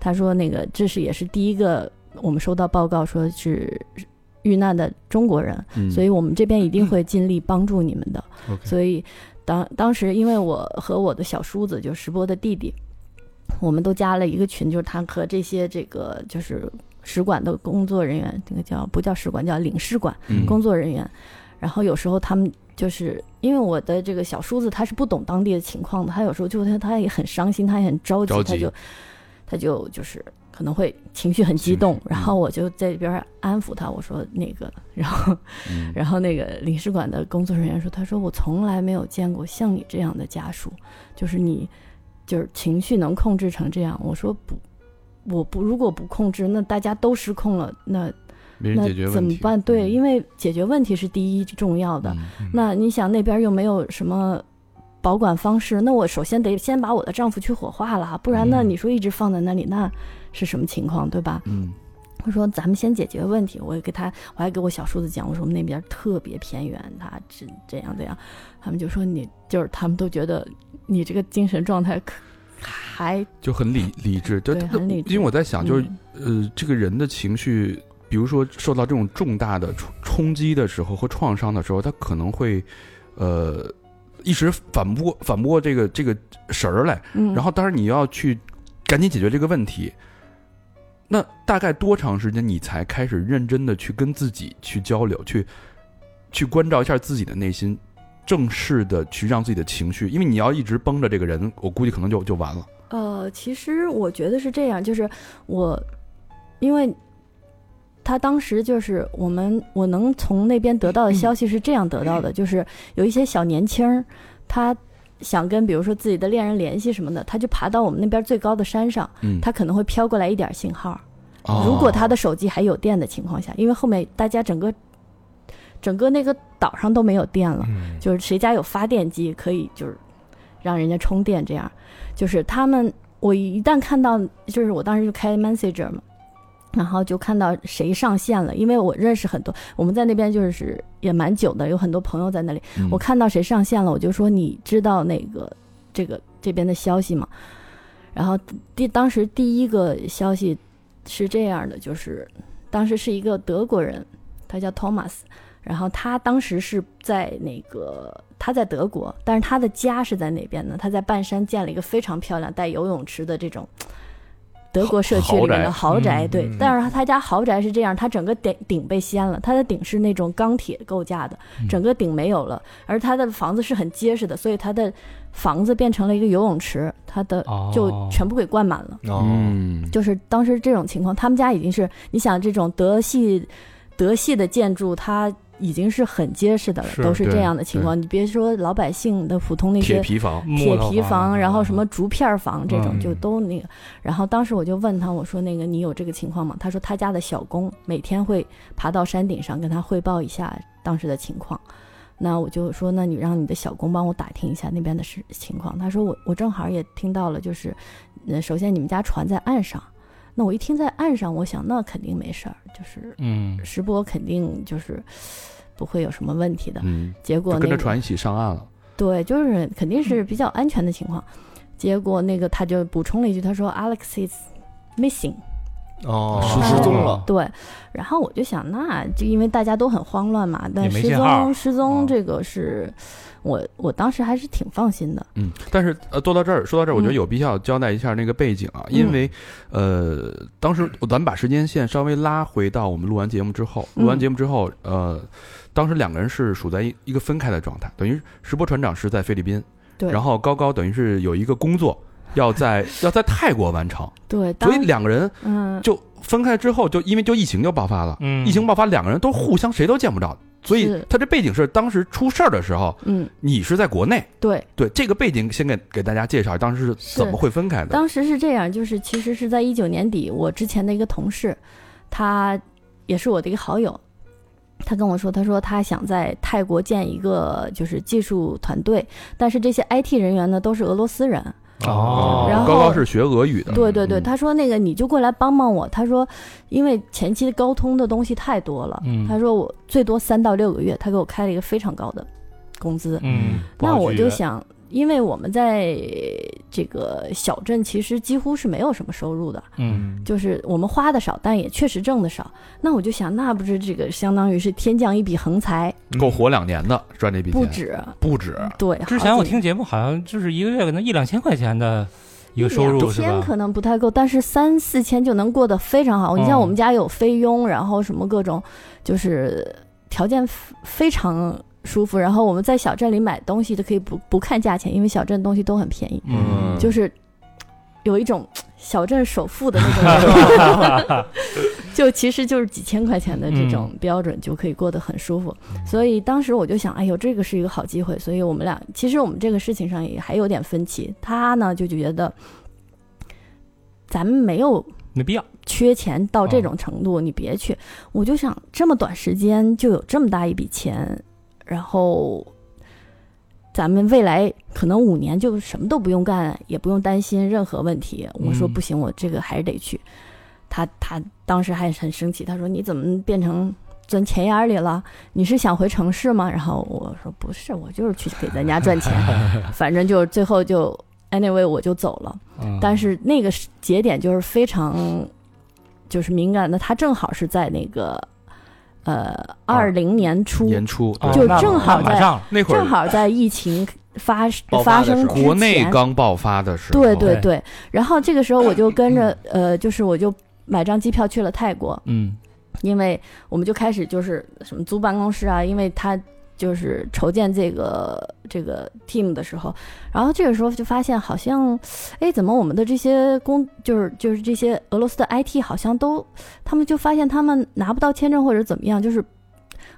[SPEAKER 5] 他说那个这是也是第一个我们收到报告说是遇难的中国人，
[SPEAKER 3] 嗯，
[SPEAKER 5] 所以我们这边一定会尽力帮助你们的。
[SPEAKER 3] OK
[SPEAKER 5] 所以当当时因为我和我的小叔子，就石波的弟弟，我们都加了一个群，就是他和这些这个就是使馆的工作人员，这个叫不叫使馆，叫领事馆
[SPEAKER 3] 嗯
[SPEAKER 5] 工作人员。然后有时候他们就是因为我的这个小叔子他是不懂当地的情况的，他有时候就他他也很伤心，他也很着急，
[SPEAKER 3] 着急
[SPEAKER 5] 他就他就就是可能会情绪很激动
[SPEAKER 3] 情绪，嗯
[SPEAKER 5] 然后我就在这边安抚他，我说那个， 然后
[SPEAKER 3] 嗯
[SPEAKER 5] 然后那个领事馆的工作人员说：“他说我从来没有见过像你这样的家属，就是你，就是情绪能控制成这样。”我说：“不，我不，如果不控制，那大家都失控了，那
[SPEAKER 3] 没人解决
[SPEAKER 5] 那
[SPEAKER 3] 问题嗯
[SPEAKER 5] 怎么办？对，因
[SPEAKER 3] 为
[SPEAKER 5] 为解决问题是第一重要的。那你想那边又没有什么保管方式，那我首先得先把我的丈夫去火化了，啊不然呢，
[SPEAKER 3] 嗯
[SPEAKER 5] 你说一直放在那里，那是什么情况，对吧？
[SPEAKER 3] 嗯
[SPEAKER 5] 他说：“咱们先解决问题。”我也给他，我还给我小叔子讲，我说我们那边特别偏远，他这这样这样，他们就说你就是他们都觉得你这个精神状态可还
[SPEAKER 3] 就很理理智，就
[SPEAKER 5] 对很理智
[SPEAKER 3] 因为我在想，就是
[SPEAKER 5] 嗯
[SPEAKER 3] 呃，这个人的情绪，比如说受到这种重大的冲冲击的时候和创伤的时候，他可能会，呃，一时反不过反不过这个这个神儿来，
[SPEAKER 5] 嗯，
[SPEAKER 3] 然后当然你要去赶紧解决这个问题。那大概多长时间你才开始认真的去跟自己去交流，去去关照一下自己的内心，正式的去让自己的情绪，因为你要一直绷着这个人，我估计可能就就完了。
[SPEAKER 5] 呃，其实我觉得是这样，就是我，因为他当时就是我们，我能从那边得到的消息是这样得到的，就是有一些小年轻儿，他想跟比如说自己的恋人联系什么的，他就爬到我们那边最高的山上，
[SPEAKER 3] 嗯
[SPEAKER 5] 他可能会飘过来一点信号，
[SPEAKER 3] 哦
[SPEAKER 5] 如果他的手机还有电的情况下，因为后面大家整个整个那个岛上都没有电了，
[SPEAKER 2] 嗯
[SPEAKER 5] 就是谁家有发电机可以就是让人家充电，这样就是他们我一旦看到，就是我当时就开 Messenger 嘛。然后就看到谁上线了，因为我认识很多，我们在那边就是也蛮久的，有很多朋友在那里。
[SPEAKER 3] 嗯
[SPEAKER 5] 我看到谁上线了，我就说你知道那个这个这边的消息吗？然后第当时第一个消息是这样的，就是当时是一个德国人，他叫 Thomas，然后他当时是在那个他在德国，但是他的家是在哪边呢？他在半山建了一个非常漂亮带游泳池的这种。德国社区里面的豪
[SPEAKER 2] 豪宅
[SPEAKER 5] 宅，
[SPEAKER 2] 嗯
[SPEAKER 5] 对，
[SPEAKER 2] 嗯
[SPEAKER 5] 但是他家豪宅是这样，他整个顶顶被掀了，他的顶是那种钢铁构架的，
[SPEAKER 2] 嗯
[SPEAKER 5] 整个顶没有了，而他的房子是很结实的，所以他的房子变成了一个游泳池，他的
[SPEAKER 4] 哦
[SPEAKER 5] 就全部给灌满了。
[SPEAKER 2] 哦，
[SPEAKER 3] 嗯，
[SPEAKER 5] 就是当时这种情况，他们家已经是你想这种德系德系的建筑，它已经是很结实的了，
[SPEAKER 4] 是
[SPEAKER 5] 都是这
[SPEAKER 3] 对
[SPEAKER 5] 样的情况。你别说老百姓的普通那
[SPEAKER 3] 铁
[SPEAKER 5] 些
[SPEAKER 3] 皮房，
[SPEAKER 5] 铁
[SPEAKER 4] 木头
[SPEAKER 5] 皮房，然后什么
[SPEAKER 4] 嗯
[SPEAKER 5] 竹片房这种
[SPEAKER 2] 嗯
[SPEAKER 5] 就都那个。然后当时我就问他，我说那个你有这个情况吗？他说他家的小工每天会爬到山顶上跟他汇报一下当时的情况。那我就说，那你让你的小工帮我打听一下那边的事情况。他说我我正好也听到了，就是，呃，首先你们家船在岸上，那我一听在岸上，我想那肯定没事儿，就是
[SPEAKER 4] 嗯，
[SPEAKER 5] 石波肯定就是不会有什么问题的。
[SPEAKER 3] 嗯，
[SPEAKER 5] 结果
[SPEAKER 3] 就
[SPEAKER 5] 那
[SPEAKER 3] 跟着
[SPEAKER 5] 个
[SPEAKER 3] 船一起上岸了。
[SPEAKER 5] 对，就是肯定
[SPEAKER 4] 嗯
[SPEAKER 5] 是比较安全的情况。结果那个他就补充了一句，他说 Alex is missing。
[SPEAKER 4] 哦
[SPEAKER 2] 哦，失失踪了，
[SPEAKER 5] 对，然后我就想，那就因为大家都很慌乱嘛，但
[SPEAKER 4] 也没
[SPEAKER 5] 失
[SPEAKER 4] 信号
[SPEAKER 5] 踪失踪
[SPEAKER 4] 嗯
[SPEAKER 5] 这个是，我我当时还是挺放心的。
[SPEAKER 3] 嗯，但是呃，做到这儿，说到这儿，我觉得
[SPEAKER 5] 嗯
[SPEAKER 3] 有必要交代一下那个背景啊，因为呃，当时咱们把时间线稍微拉回到我们录完节目之后，
[SPEAKER 5] 嗯
[SPEAKER 3] 录完节目之后，呃，当时两个人是处在一一个分开的状态，等于石波船长是在菲律宾，
[SPEAKER 5] 对
[SPEAKER 3] 然后高高等于是有一个工作要在要在泰国完成，
[SPEAKER 5] 对，当
[SPEAKER 3] 所以两个人
[SPEAKER 5] 嗯，
[SPEAKER 3] 就分开之后，就因为就疫情就爆发了，
[SPEAKER 4] 嗯
[SPEAKER 3] 疫情爆发，两个人都互相谁都见不着，所以
[SPEAKER 5] 是
[SPEAKER 3] 他这背景是当时出事儿的时候，
[SPEAKER 5] 嗯，
[SPEAKER 3] 你是在国内。
[SPEAKER 5] 对，
[SPEAKER 3] 对这个背景，先给给大家介绍当时是怎么会分开的。
[SPEAKER 5] 当时是这样，就是其实是在一九年底，我之前的一个同事，他也是我的一个好友，他跟我说，他说他想在泰国建一个就是技术团队，但是这些 IT 人员呢都是俄罗斯人。
[SPEAKER 4] 哦
[SPEAKER 5] 然后
[SPEAKER 3] 高高是学俄语的，
[SPEAKER 5] 对对对，
[SPEAKER 3] 嗯
[SPEAKER 5] 他说那个你就过来帮帮我。他说，因为前期沟通的东西太多了，
[SPEAKER 4] 嗯
[SPEAKER 5] 他说我最多三到六个月，他给我开了一个非常高的工资。
[SPEAKER 4] 嗯，不
[SPEAKER 5] 那
[SPEAKER 4] 好
[SPEAKER 5] 我
[SPEAKER 4] 拒
[SPEAKER 5] 就
[SPEAKER 4] 绝，
[SPEAKER 5] 想，因为我们在这个小镇其实几乎是没有什么收入的，
[SPEAKER 4] 嗯，
[SPEAKER 5] 就是我们花的少，但也确实挣的少。那我就想，那不是这个相当于是天降一笔横财，
[SPEAKER 3] 够活两年的赚这笔钱，
[SPEAKER 5] 不止。
[SPEAKER 3] 不止，
[SPEAKER 5] 对，
[SPEAKER 4] 之
[SPEAKER 5] 好
[SPEAKER 4] 前我
[SPEAKER 5] 几
[SPEAKER 4] 听节目好像就是一个月可能一两千块钱的一个收
[SPEAKER 5] 一
[SPEAKER 4] 入
[SPEAKER 5] 两
[SPEAKER 4] 是
[SPEAKER 5] 千
[SPEAKER 4] 吧？
[SPEAKER 5] 可能不太够，但是三四千就能过得非常好。你像
[SPEAKER 4] 嗯
[SPEAKER 5] 我们家有菲佣，然后什么各种，就是条件非非常舒服。然后我们在小镇里买东西都可以不不看价钱，因为小镇东西都很便宜，
[SPEAKER 4] 嗯，
[SPEAKER 5] 就是有一种小镇首富的那种感觉，就其实就是几千块钱的这种标准就可以过得很舒服。所以当时我就想，哎呦，这个是一个好机会。所以我们俩其实我们这个事情上也还有点分歧，他呢就觉得咱们没有
[SPEAKER 4] 没必要，
[SPEAKER 5] 缺钱到这种程度，你别去。我就想这么短时间就有这么大一笔钱，然后咱们未来可能五年就什么都不用干，也不用担心任何问题。我说
[SPEAKER 4] 嗯
[SPEAKER 5] 不行，我这个还是得去。他他当时还很生气，他说你怎么变成钻钱眼儿里了？你是想回城市吗？然后我说不是，我就是去给咱家赚钱，反正就最后就 anyway 我就走了。
[SPEAKER 4] 嗯
[SPEAKER 5] 但是那个时节点就是非常就是敏感的，他正好是在那个呃二零年初，
[SPEAKER 3] 年初
[SPEAKER 4] 哦
[SPEAKER 5] 嗯就
[SPEAKER 4] 那
[SPEAKER 5] 正
[SPEAKER 4] 那
[SPEAKER 5] 好
[SPEAKER 4] 马
[SPEAKER 5] 在
[SPEAKER 4] 上了，
[SPEAKER 3] 那会
[SPEAKER 5] 正
[SPEAKER 3] 儿
[SPEAKER 5] 好在疫情发
[SPEAKER 2] 爆发
[SPEAKER 5] 发
[SPEAKER 2] 的时
[SPEAKER 5] 生
[SPEAKER 2] 候
[SPEAKER 5] 之前，
[SPEAKER 3] 国内刚爆发的时候，
[SPEAKER 5] 对对
[SPEAKER 4] 对
[SPEAKER 5] 对。然后这个时候我就跟着呃，就是我就买张机票去了泰国，
[SPEAKER 4] 嗯
[SPEAKER 5] 因为我们就开始就是什么租办公室啊，因为他就是筹建这个这个 team 的时候，然后这个时候就发现好像，哎，怎么我们的这些工就是就是这些俄罗斯的 IT 好像都，他们就发现他们拿不到签证或者怎么样，就是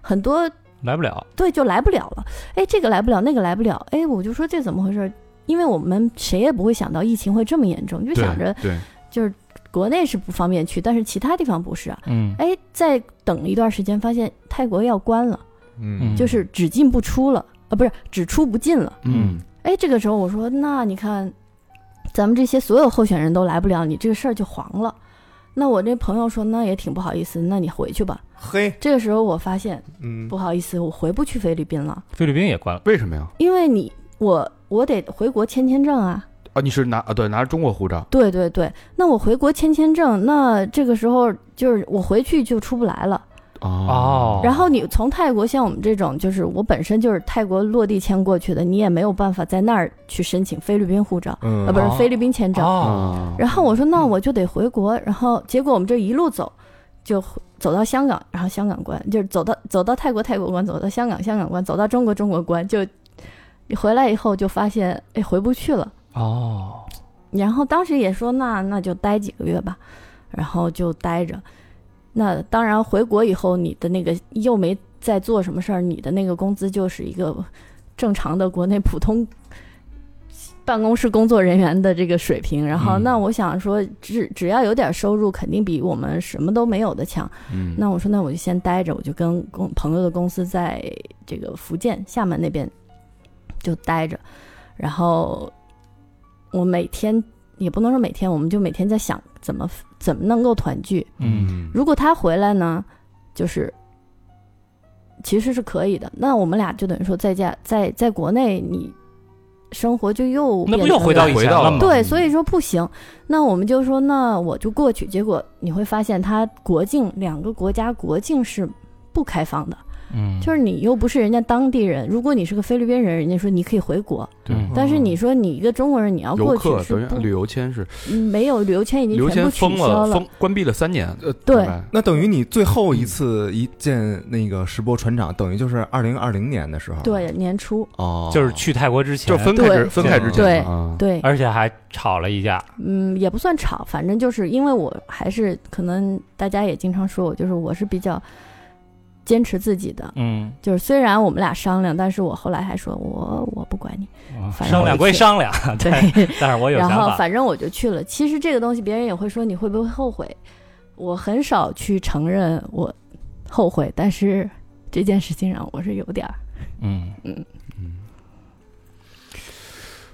[SPEAKER 5] 很多
[SPEAKER 4] 来不了，
[SPEAKER 5] 对，就来不了了。哎，这个来不了，那个来不了。哎，我就说这怎么回事？因为我们谁也不会想到疫情会这么严重，就想着
[SPEAKER 3] 对，
[SPEAKER 5] 就是国内是不方便去，但是其他地方不是啊。
[SPEAKER 4] 嗯
[SPEAKER 5] 哎，再等一段时间，发现泰国要关了，
[SPEAKER 2] 嗯
[SPEAKER 5] 就是只进不出了，啊，不是只出不进了。
[SPEAKER 3] 嗯
[SPEAKER 5] 哎，这个时候我说，那你看，咱们这些所有候选人都来不了，你这个事儿就黄了。那我这朋友说，那也挺不好意思，那你回去吧。
[SPEAKER 2] 嘿，
[SPEAKER 5] 这个时候我发现，
[SPEAKER 2] 嗯
[SPEAKER 5] 不好意思，我回不去菲律宾了，
[SPEAKER 4] 菲律宾也关了，
[SPEAKER 3] 为什么呀？
[SPEAKER 5] 因为你我我得回国签签证啊。
[SPEAKER 3] 啊，你是拿啊对拿着中国护照，
[SPEAKER 5] 对对对，那我回国签签证，那这个时候就是我回去就出不来了。
[SPEAKER 4] 哦
[SPEAKER 5] 然后你从泰国像我们这种，就是我本身就是泰国落地签过去的，你也没有办法在那儿去申请菲律宾护照，
[SPEAKER 2] 嗯
[SPEAKER 5] 啊，不是
[SPEAKER 4] 哦
[SPEAKER 5] 菲律宾签证。
[SPEAKER 4] 哦，
[SPEAKER 3] 啊，
[SPEAKER 5] 然后我说那我就得回国，然后结果我们这一路走，就走到香港，然后香港关，就是走到走到泰国泰国关，走到香港香港关，走到中国中国关，就你回来以后就发现哎回不去了。
[SPEAKER 4] 哦，
[SPEAKER 5] 然后当时也说那那就待几个月吧，然后就待着。那当然回国以后，你的那个又没在做什么事儿，你的那个工资就是一个正常的国内普通办公室工作人员的这个水平。然后
[SPEAKER 4] 嗯
[SPEAKER 5] 那我想说，只只要有点收入，肯定比我们什么都没有的强。
[SPEAKER 3] 嗯
[SPEAKER 5] 那我说那我就先待着，我就跟公朋友的公司在这个福建厦门那边就待着，然后我每天也不能说每天，我们就每天在想怎么怎么能够团聚。
[SPEAKER 4] 嗯，
[SPEAKER 5] 如果他回来呢，就是其实是可以的。那我们俩就等于说在家在在国内你生活就又
[SPEAKER 4] 那不
[SPEAKER 5] 变
[SPEAKER 4] 又
[SPEAKER 5] 成
[SPEAKER 4] 回
[SPEAKER 5] 了
[SPEAKER 4] 到以前了吗？
[SPEAKER 5] 对，所以说不行。那我们就说，那我就过去。结果你会发现，它国境两个国家国境是不开放的，
[SPEAKER 4] 嗯，
[SPEAKER 5] 就是你又不是人家当地人。如果你是个菲律宾人，人家说你可以回国，
[SPEAKER 3] 对
[SPEAKER 4] 嗯
[SPEAKER 5] 但是你说你一个中国人，你要
[SPEAKER 3] 游
[SPEAKER 5] 过
[SPEAKER 3] 客
[SPEAKER 5] 去
[SPEAKER 3] 等
[SPEAKER 5] 是
[SPEAKER 3] 于
[SPEAKER 5] 不
[SPEAKER 3] 旅游签是
[SPEAKER 5] 嗯没有旅游签已
[SPEAKER 3] 旅游
[SPEAKER 5] 经全
[SPEAKER 3] 签
[SPEAKER 5] 部取
[SPEAKER 3] 封
[SPEAKER 5] 消了
[SPEAKER 4] 嗯
[SPEAKER 3] 封。关闭了三年，呃，
[SPEAKER 5] 对
[SPEAKER 3] 明白
[SPEAKER 2] 那等于你最后一次一见那个石波船长，等于就是二零二零年的时候。，
[SPEAKER 5] 对，年初
[SPEAKER 2] 哦，
[SPEAKER 4] 就是去泰国之前
[SPEAKER 3] 就分开
[SPEAKER 5] 对
[SPEAKER 3] 之分开之前
[SPEAKER 5] 对
[SPEAKER 3] 啊，
[SPEAKER 5] 对，
[SPEAKER 4] 而且还吵了一架，
[SPEAKER 5] 嗯，也不算吵，反正就是因为我还是可能大家也经常说我，就是我是比较坚持自己的，
[SPEAKER 4] 嗯，
[SPEAKER 5] 就是虽然我们俩商量，但是我后来还说我我不管你，
[SPEAKER 3] 啊
[SPEAKER 5] 反正
[SPEAKER 4] 商量归商 量，
[SPEAKER 5] 对，
[SPEAKER 4] 但是我有
[SPEAKER 5] 然
[SPEAKER 4] 想
[SPEAKER 5] 后
[SPEAKER 4] 法，
[SPEAKER 5] 反正我就去了。其实这个东西别人也会说你会不会后悔，我很少去承认我后悔，但是这件事情让我是有点儿，
[SPEAKER 4] 嗯，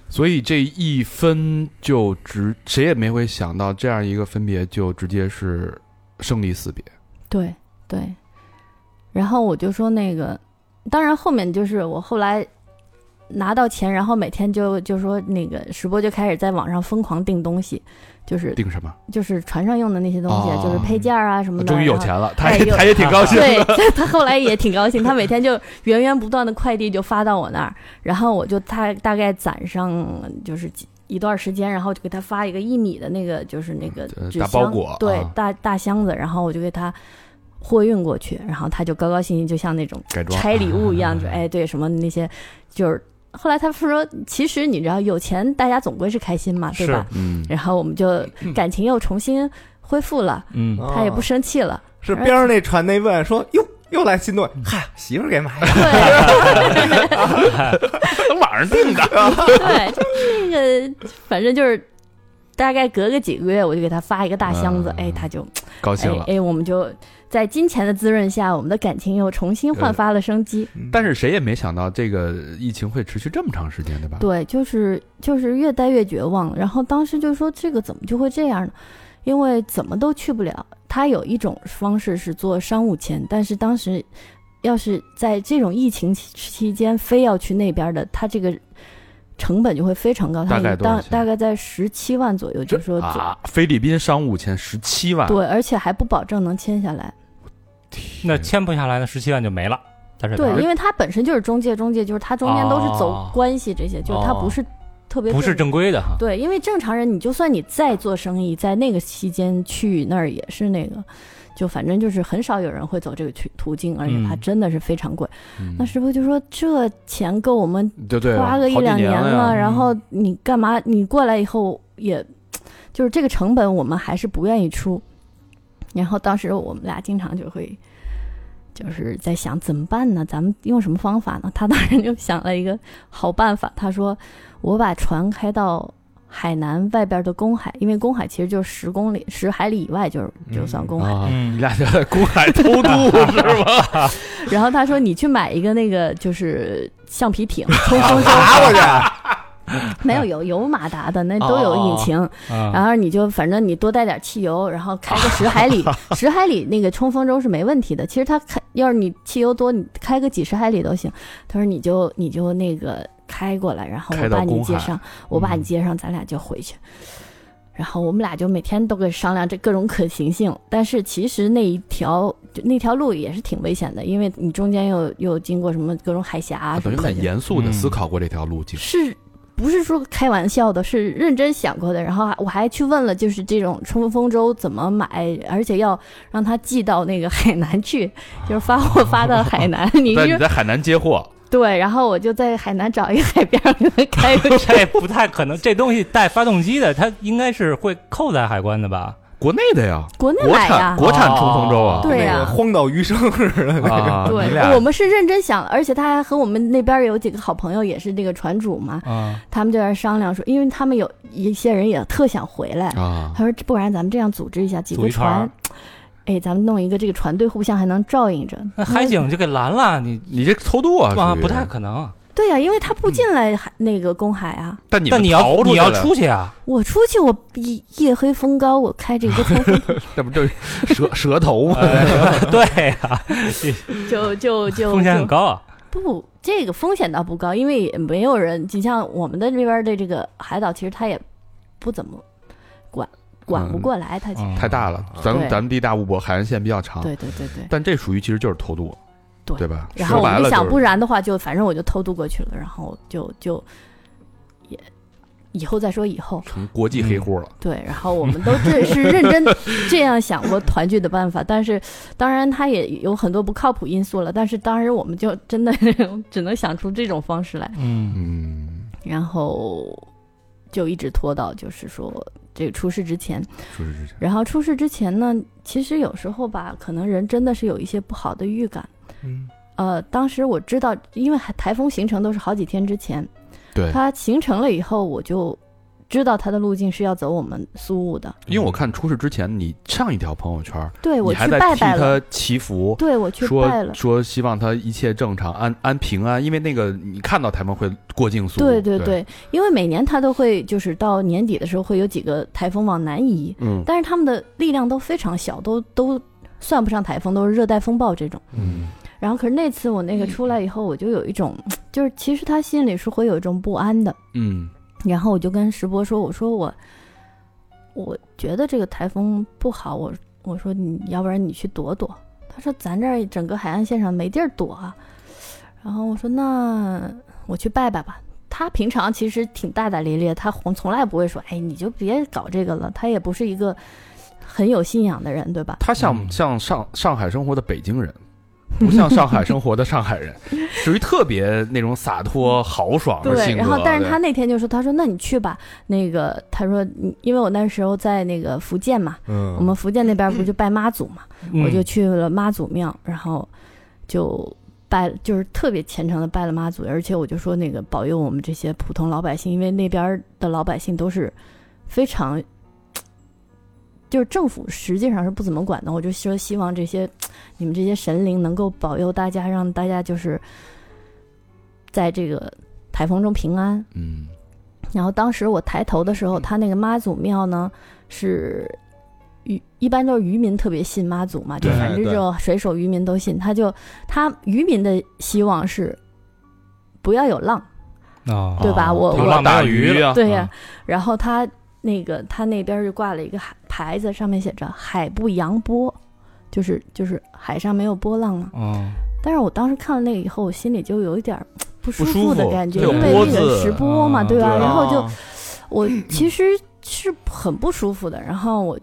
[SPEAKER 3] 所以这一分就直，谁也没会想到这样一个分别就直接是生离死别。
[SPEAKER 5] 对对。然后我就说那个，当然后面就是我后来拿到钱，然后每天就就说那个石波就开始在网上疯狂订东西，就是
[SPEAKER 3] 定什么？
[SPEAKER 5] 就是船上用的那些东西，
[SPEAKER 3] 哦
[SPEAKER 5] 就是配件儿啊什么的。
[SPEAKER 3] 终于有
[SPEAKER 5] 然后
[SPEAKER 3] 钱了，他
[SPEAKER 5] 哎
[SPEAKER 3] 也
[SPEAKER 5] 呦
[SPEAKER 3] 他也挺高 兴
[SPEAKER 5] 对
[SPEAKER 3] 的。
[SPEAKER 5] 他后来也挺高兴，他每天就源源不断的快递就发到我那儿，然后我就他大概攒上就是几一段时间，然后就给他发一个一米的那个就是那个
[SPEAKER 3] 呃
[SPEAKER 5] 纸
[SPEAKER 3] 大
[SPEAKER 5] 箱，
[SPEAKER 3] 包裹
[SPEAKER 5] 对
[SPEAKER 3] 啊，
[SPEAKER 5] 大大箱子，然后我就给他。货运过去，然后他就高高兴兴，就像那种
[SPEAKER 3] 改装
[SPEAKER 5] 拆礼物一 样，就哎，对什么那些，就是后来他说，其实你知道，有钱大家总归是开心嘛，对
[SPEAKER 4] 是
[SPEAKER 5] 吧？
[SPEAKER 3] 嗯，
[SPEAKER 5] 然后我们 就感情又重新恢复了，
[SPEAKER 4] 嗯，
[SPEAKER 3] 哦
[SPEAKER 5] 他也不生 气了，
[SPEAKER 2] 哦是边上那船那问说哟。又来新
[SPEAKER 5] 嗯
[SPEAKER 2] 东西，嗨，媳妇儿给买 的，
[SPEAKER 3] 网上定的。
[SPEAKER 5] 对，就是那个，反正就是大概隔个几个月，我就给他发一个大箱子，
[SPEAKER 3] 嗯
[SPEAKER 5] 哎，他就
[SPEAKER 3] 高兴
[SPEAKER 5] 哎
[SPEAKER 3] 了。
[SPEAKER 5] 哎，我们就在金钱的滋润下，我们的感情又重新焕发了生机。
[SPEAKER 3] 但
[SPEAKER 2] 嗯
[SPEAKER 3] 是谁也没想到这个疫情会持续这么长时间，对吧？
[SPEAKER 5] 对，就是就是越待越绝望。然后当时就说这个怎么就会这样呢？因为怎么都去不了。他有一种方式是做商务签，但是当时要是在这种疫情期期间非要去那边的，他这个成本就会非常高。他
[SPEAKER 3] 大概
[SPEAKER 5] 一
[SPEAKER 3] 多少
[SPEAKER 5] 当
[SPEAKER 3] 钱
[SPEAKER 5] 大概在十七万左右，就
[SPEAKER 3] 这
[SPEAKER 5] 是说左、
[SPEAKER 3] 啊，菲律宾商务签十七万，
[SPEAKER 5] 对，而且还不保证能签下来。
[SPEAKER 4] 那签不下来的十七万就没了，但
[SPEAKER 3] 哎
[SPEAKER 4] 是
[SPEAKER 5] 对，因为他本身就是中介，中介就是他中间都是走
[SPEAKER 4] 哦
[SPEAKER 5] 关系这些，就是他
[SPEAKER 3] 哦
[SPEAKER 5] 不是特别
[SPEAKER 4] 不是
[SPEAKER 5] 正
[SPEAKER 4] 正规的哈，
[SPEAKER 5] 对，因为正常人，你就算你再做生意，在那个期间去那儿也是那个，就反正就是很少有人会走这个途途径，而且它
[SPEAKER 4] 嗯
[SPEAKER 5] 真的是非常贵。
[SPEAKER 3] 嗯
[SPEAKER 5] 那师傅就说：“这钱够我们
[SPEAKER 3] 对对，
[SPEAKER 5] 花个一
[SPEAKER 3] 好几
[SPEAKER 5] 两
[SPEAKER 3] 年
[SPEAKER 5] 了，
[SPEAKER 3] 了呀。嗯
[SPEAKER 5] 然后你干嘛？你过来以后也，就是这个成本我们还是不愿意出。”然后当时我们俩经常就会。就是在想怎么办呢？咱们用什么方 法呢？他当时就想了一个好办法，他说：“我把船开到海南外边的公海，因为公海其实就是十公里、十海里以外就是就算公海。
[SPEAKER 3] 啊，
[SPEAKER 4] 嗯
[SPEAKER 3] 你俩就在公海偷渡是吧？
[SPEAKER 5] 然后他说你去买一个那个就是橡皮艇冲锋舟，
[SPEAKER 2] 爬过去，
[SPEAKER 5] 没有有有马达的，那都有引擎。
[SPEAKER 3] 啊
[SPEAKER 5] 然后你就反正你多带点汽油，然后开个十 海里，十海里那个冲锋舟是没问题的。其实他开，要是你汽油多，你开个几十海里都行。他说你就你就那个开过来，然后
[SPEAKER 3] 开
[SPEAKER 5] 我
[SPEAKER 3] 到
[SPEAKER 5] 把你
[SPEAKER 3] 公
[SPEAKER 5] 接
[SPEAKER 3] 海嗯
[SPEAKER 5] 上，我把你接上，咱俩就回去。然后我们俩就每天都给商量这各种可行性，但是其实那一条就那条路也是挺危险的，因为你中间又又经过什么各种海峡啊什
[SPEAKER 3] 等于
[SPEAKER 5] 么的
[SPEAKER 3] 很，严肃的
[SPEAKER 5] 嗯
[SPEAKER 3] 思考过这条路径，
[SPEAKER 5] 是不是说开玩笑的？是认真想过的。然后还我还去问了，就是这种冲锋舟怎么买，而且要让他寄到那个海南去，就是发货发到 海南。你
[SPEAKER 3] 但你
[SPEAKER 5] 是
[SPEAKER 3] 在海南接货，
[SPEAKER 5] 对，然后我就在海南找一个海边儿给他开个车。
[SPEAKER 4] 这不太可能，这东西带发动机的，它应该是会扣在海关的吧？
[SPEAKER 3] 国内的呀，
[SPEAKER 5] 国内
[SPEAKER 3] 国
[SPEAKER 5] 买
[SPEAKER 3] 产，
[SPEAKER 5] 呀
[SPEAKER 3] 国产冲锋舟
[SPEAKER 4] 哦
[SPEAKER 3] 啊，
[SPEAKER 5] 对呀
[SPEAKER 2] 那个荒岛余生似的 那个。
[SPEAKER 3] 啊，你
[SPEAKER 5] 对，
[SPEAKER 3] 俩
[SPEAKER 5] 我们是认真想，而且他还和我们那边有几个好朋友，也是这个船主嘛，
[SPEAKER 4] 啊，
[SPEAKER 5] 他们就在商量说，因为他们有一些人也特想回来，
[SPEAKER 3] 啊，
[SPEAKER 5] 他说：“不然咱们这样组织一下，几
[SPEAKER 4] 组
[SPEAKER 5] 个
[SPEAKER 4] 一圈儿
[SPEAKER 5] 船，哎，咱们弄一个这个船队，互相还能照应着。
[SPEAKER 4] 那海警就给拦了，你
[SPEAKER 3] 你这偷渡啊，
[SPEAKER 4] 啊
[SPEAKER 3] 属于
[SPEAKER 4] 不太，可能。
[SPEAKER 5] 对呀、因为他
[SPEAKER 4] 嗯
[SPEAKER 5] 不进来海、那个公海啊。
[SPEAKER 3] 但你
[SPEAKER 4] 但
[SPEAKER 3] 们
[SPEAKER 4] 你要
[SPEAKER 3] 逃
[SPEAKER 4] 你
[SPEAKER 3] 去
[SPEAKER 4] 要
[SPEAKER 3] 了，
[SPEAKER 4] 出去 啊，
[SPEAKER 5] 我出去，我夜夜黑风高，我开这个冲 锋
[SPEAKER 3] 那不就是蛇蛇头吗？
[SPEAKER 4] 对呀，
[SPEAKER 5] 就就就
[SPEAKER 4] 风险很
[SPEAKER 5] 就
[SPEAKER 4] 高 啊。
[SPEAKER 5] 不，这个风险倒不高，因为也没有人。你像我们的这边的这个海岛，其实他也不怎么管管不
[SPEAKER 3] 嗯
[SPEAKER 5] 过来，他其实、
[SPEAKER 3] 太大了，咱们
[SPEAKER 5] 对
[SPEAKER 3] 咱们地大物博，海岸线比较
[SPEAKER 4] 哦
[SPEAKER 3] 长，
[SPEAKER 5] 对对对对。
[SPEAKER 3] 但这属于其实就是偷渡，
[SPEAKER 5] 对
[SPEAKER 3] 对吧？
[SPEAKER 5] 然后
[SPEAKER 3] 说
[SPEAKER 5] 我
[SPEAKER 3] 白
[SPEAKER 5] 们
[SPEAKER 3] 了
[SPEAKER 5] 想，
[SPEAKER 3] 就是
[SPEAKER 5] 不然的话就反正我就偷渡过去了，然后就就也以后再说以后。
[SPEAKER 3] 成国际黑户了，
[SPEAKER 5] 对，然后我们都这是认 真这样想过团聚的办法，但是当然它也有很多不靠谱因素了。但是当时我们就真的 只能想出这种方式来，
[SPEAKER 4] 嗯
[SPEAKER 3] 嗯，
[SPEAKER 5] 然后就一直拖到就是说这个出事之前。
[SPEAKER 3] 说是之前
[SPEAKER 5] 然后出事之前呢，其实有时候吧，可能人真的是有一些不好的预感。
[SPEAKER 2] 嗯
[SPEAKER 5] 呃，当时我知道，因为台风形成都是好几天之前，
[SPEAKER 3] 对，
[SPEAKER 5] 它形成了以后，我就知道它的路径是要走我们苏雾的。
[SPEAKER 3] 因为我看出事之前，你上一条朋友圈，
[SPEAKER 5] 对我
[SPEAKER 3] 你还
[SPEAKER 5] 去
[SPEAKER 3] 在
[SPEAKER 5] 拜
[SPEAKER 3] 替
[SPEAKER 5] 拜了
[SPEAKER 3] 他，祈福，
[SPEAKER 5] 对我去拜
[SPEAKER 3] 说
[SPEAKER 5] 了。
[SPEAKER 3] 说希望他一切正常，安安平安，因为那个你看到台风会过境速，
[SPEAKER 5] 对
[SPEAKER 3] 对
[SPEAKER 5] 对，对，因为每年它都会就是到年底的时候会有几个台风往南移，
[SPEAKER 3] 嗯
[SPEAKER 5] 但是它们的力量都非常小，都都算不上台风，都是热带风暴这种。
[SPEAKER 3] 嗯，
[SPEAKER 5] 然后可是那次我那个出来以后，我就有一种，就是其实他心里是会有一种不安的。
[SPEAKER 3] 嗯
[SPEAKER 5] 然后我就跟石波说：“我说我，我觉得这个台风不好，我我说你要不然你去躲躲。”他说：“咱这儿整个海岸线上没地儿躲啊。”然后我说：“那我去拜拜吧。”他平常其实挺大大咧咧，他从从来不会说：“哎，你就别搞这个了。”他也不是一个很有信仰的人，对吧？
[SPEAKER 3] 他像像上上海生活的北京 人，不像上海生活的上海人，属于特别那种洒脱豪爽的
[SPEAKER 5] 对，
[SPEAKER 3] 性格。
[SPEAKER 5] 然后但是他
[SPEAKER 3] 对
[SPEAKER 5] 那天就说：“他说那你去吧。”那个他说嗯：“因为我那时候在那个福建嘛，
[SPEAKER 2] 嗯
[SPEAKER 5] 我们福建那边不就拜妈祖嘛。”我就
[SPEAKER 4] 嗯
[SPEAKER 5] 去了妈祖庙，然后就拜，就是特别虔诚的拜了妈祖，而且我就说那个保佑我们这些普通老百姓，因为那边儿的老百姓都是非常，就是政府实际上是不怎么管的。我就说希望这些你们这些神灵能够保佑大家，让大家就是在这个台风中平安。
[SPEAKER 3] 嗯
[SPEAKER 5] 然后当时我抬头的时候，他那个妈祖庙呢是渔，一般都是渔民特别信妈祖嘛，就
[SPEAKER 2] 对
[SPEAKER 5] 反正这种水手渔民都信。他就他渔民的希望是不要有浪，
[SPEAKER 4] 哦
[SPEAKER 5] 对吧？
[SPEAKER 3] 哦
[SPEAKER 5] 我
[SPEAKER 4] 流
[SPEAKER 5] 我
[SPEAKER 4] 浪
[SPEAKER 3] 大
[SPEAKER 4] 没有鱼
[SPEAKER 3] 鱼啊，
[SPEAKER 5] 对呀、然后他那个他那边就挂了一个海牌子，上面写着“海不扬波”，就是就是海上没有波浪了。
[SPEAKER 4] 嗯，
[SPEAKER 5] 但是我当时看了那个以后，我心里就有一点儿不舒
[SPEAKER 3] 不舒
[SPEAKER 5] 服的
[SPEAKER 3] 服
[SPEAKER 5] 感觉，
[SPEAKER 3] 有
[SPEAKER 5] 因
[SPEAKER 3] 波
[SPEAKER 5] 为那个
[SPEAKER 3] 子
[SPEAKER 5] 直播嘛，
[SPEAKER 4] 嗯
[SPEAKER 5] 对吧？
[SPEAKER 3] 对
[SPEAKER 5] 然后就
[SPEAKER 3] 啊
[SPEAKER 5] 我其实是很不舒服的，然后我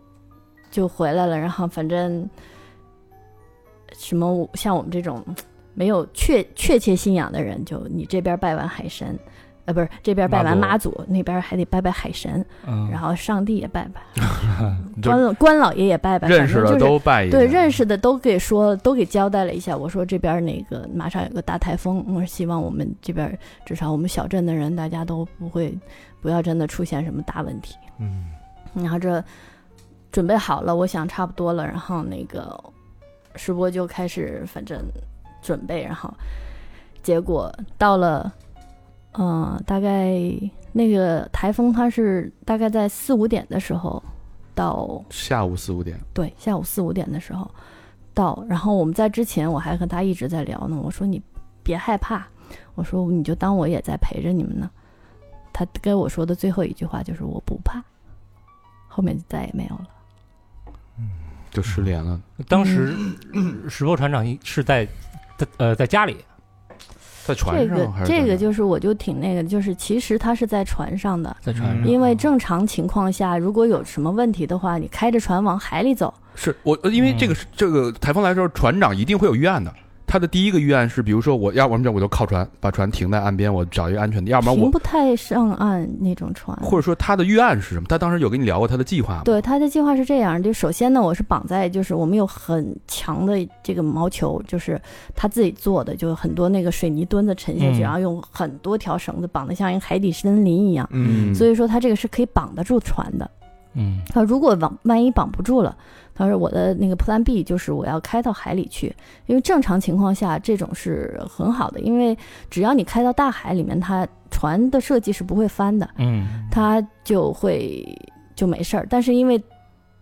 [SPEAKER 5] 就回来了，然后反正什么像我们这种没有确确切信仰的人，就你这边拜完海神，呃，不是这边拜完
[SPEAKER 4] 妈
[SPEAKER 5] 妈祖，那边还得拜拜海神，
[SPEAKER 4] 嗯
[SPEAKER 5] 然后上帝也拜拜，
[SPEAKER 3] 就
[SPEAKER 5] 关关老爷也拜拜，
[SPEAKER 3] 认识
[SPEAKER 5] 反正
[SPEAKER 3] 的
[SPEAKER 5] 就是
[SPEAKER 3] 都拜一下。
[SPEAKER 5] 对认识的都给说，都给交代了一下。我说这边那个马上有个大台风，我说希望我们这边至少我们小镇的人大家都不会不要真的出现什么大问题。
[SPEAKER 2] 嗯，
[SPEAKER 5] 然后这准备好了，我想差不多了，然后那个石波就开始反正准备，然后结果到了，嗯、大概那个台风它是大概在四五点的时候到
[SPEAKER 3] 下午四五点，
[SPEAKER 5] 对，下午四五点的时候到。然后我们在之前我还和他一直在聊呢，我说你别害怕，我说你就当我也在陪着你们呢。他跟我说的最后一句话就是我不怕，后面就再也没有了。
[SPEAKER 3] 就失联了。
[SPEAKER 4] 当时
[SPEAKER 5] 嗯
[SPEAKER 4] 石波船长是在在呃在家里，
[SPEAKER 3] 在船
[SPEAKER 5] 这
[SPEAKER 3] 上
[SPEAKER 5] 个
[SPEAKER 3] 还是在
[SPEAKER 5] 这
[SPEAKER 3] 哪
[SPEAKER 5] 个
[SPEAKER 3] 儿
[SPEAKER 5] 就是我就挺那个的，就是其实他是在船上的，
[SPEAKER 4] 在船上
[SPEAKER 5] 因为
[SPEAKER 4] 嗯
[SPEAKER 5] 正常情况下如果有什么问题的话，你开着船往海里走，
[SPEAKER 3] 是我，呃因为
[SPEAKER 5] 嗯
[SPEAKER 3] 这个是这个台风来的时候，船长一定会有预案的。他的第一个预案是，比如说我要不然我就靠船，把船停在岸边，我找一个安全的；要不然
[SPEAKER 5] 停
[SPEAKER 3] 我
[SPEAKER 5] 不太上岸那种船。
[SPEAKER 3] 或者说他的预案是什么？他当时有跟你聊过他的计划吗？
[SPEAKER 5] 对，他的计划是这样，就首先呢，我是绑在就是我们有很强的这个毛球，就是他自己做的，就是很多那个水泥墩子沉下
[SPEAKER 4] 嗯
[SPEAKER 5] 去，然后用很多条绳子绑得像一个海底森林一样，
[SPEAKER 2] 嗯
[SPEAKER 5] 所以说他这个是可以绑得住船的。
[SPEAKER 4] 嗯
[SPEAKER 5] 他说如果绑万一绑不住了，他说我的那个 Plan B 就是我要开到海里去，因为正常情况下这种是很好的，因为只要你开到大海里面，它船的设计是不会翻的，
[SPEAKER 4] 嗯，
[SPEAKER 5] 他就会就没事儿。但是因为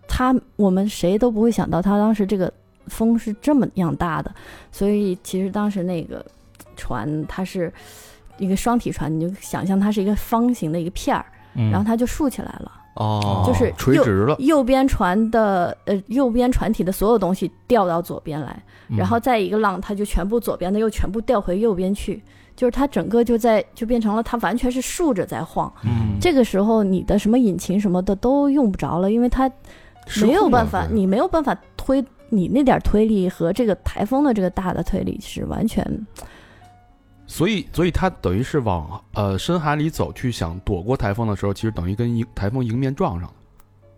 [SPEAKER 5] 他我们谁都不会想到他当时这个风是这么样大的，所以其实当时那个船它是一个双体船，你就想象它是一个方形的一个片儿，
[SPEAKER 4] 嗯
[SPEAKER 5] 然后它就竖起来了。
[SPEAKER 3] 哦
[SPEAKER 5] 就是
[SPEAKER 3] 垂
[SPEAKER 5] 又
[SPEAKER 3] 直了，
[SPEAKER 5] 右边船的呃，右边船体的所有东西掉到左边来，
[SPEAKER 4] 嗯
[SPEAKER 5] 然后再一个浪，它就全部左边的又全部掉回右边去，就是它整个就在就变成了它完全是竖着在晃。
[SPEAKER 4] 嗯
[SPEAKER 5] 这个时候你的什么引擎什么的都用不着了，因为它
[SPEAKER 3] 失
[SPEAKER 5] 没有
[SPEAKER 3] 控
[SPEAKER 5] 办
[SPEAKER 3] 了
[SPEAKER 5] 法，
[SPEAKER 3] 会
[SPEAKER 5] 你没有办法推你那点推力和这个台风的这个大的推力是完全
[SPEAKER 3] 所以，所以他等于是往呃深海里走去，想躲过台风的时候，其实等于跟迎台风迎面撞上了。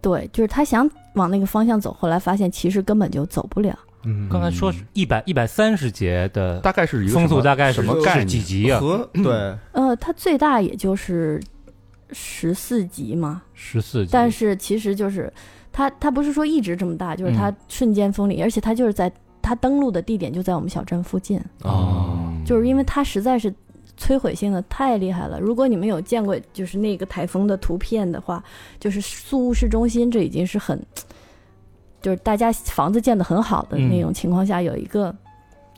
[SPEAKER 5] 对，就是他想往那个方向走，后来发现其实根本就走不了。
[SPEAKER 2] 嗯
[SPEAKER 4] 刚才说一百一百三十节的
[SPEAKER 3] 大概是一个
[SPEAKER 4] 风
[SPEAKER 3] 什么
[SPEAKER 4] 速大概是
[SPEAKER 3] 什么
[SPEAKER 4] 是
[SPEAKER 3] 概念？
[SPEAKER 4] 几级啊？
[SPEAKER 2] 和对
[SPEAKER 5] 呃，它最大也就是十四级嘛，
[SPEAKER 4] 十四级，
[SPEAKER 5] 但是其实就是它它不是说一直这么大，
[SPEAKER 3] 嗯
[SPEAKER 5] 就是它瞬间风力，而且它就是在它登陆的地点就在我们小镇附近。
[SPEAKER 3] 啊
[SPEAKER 2] 哦，
[SPEAKER 4] 嗯
[SPEAKER 5] 就是因为它实在是摧毁性的太厉害了。如果你们有见过就是那个台风的图片的话，就是宿务市中心，这已经是很，就是大家房子建得很好的
[SPEAKER 4] 嗯
[SPEAKER 5] 那种情况下，有一个。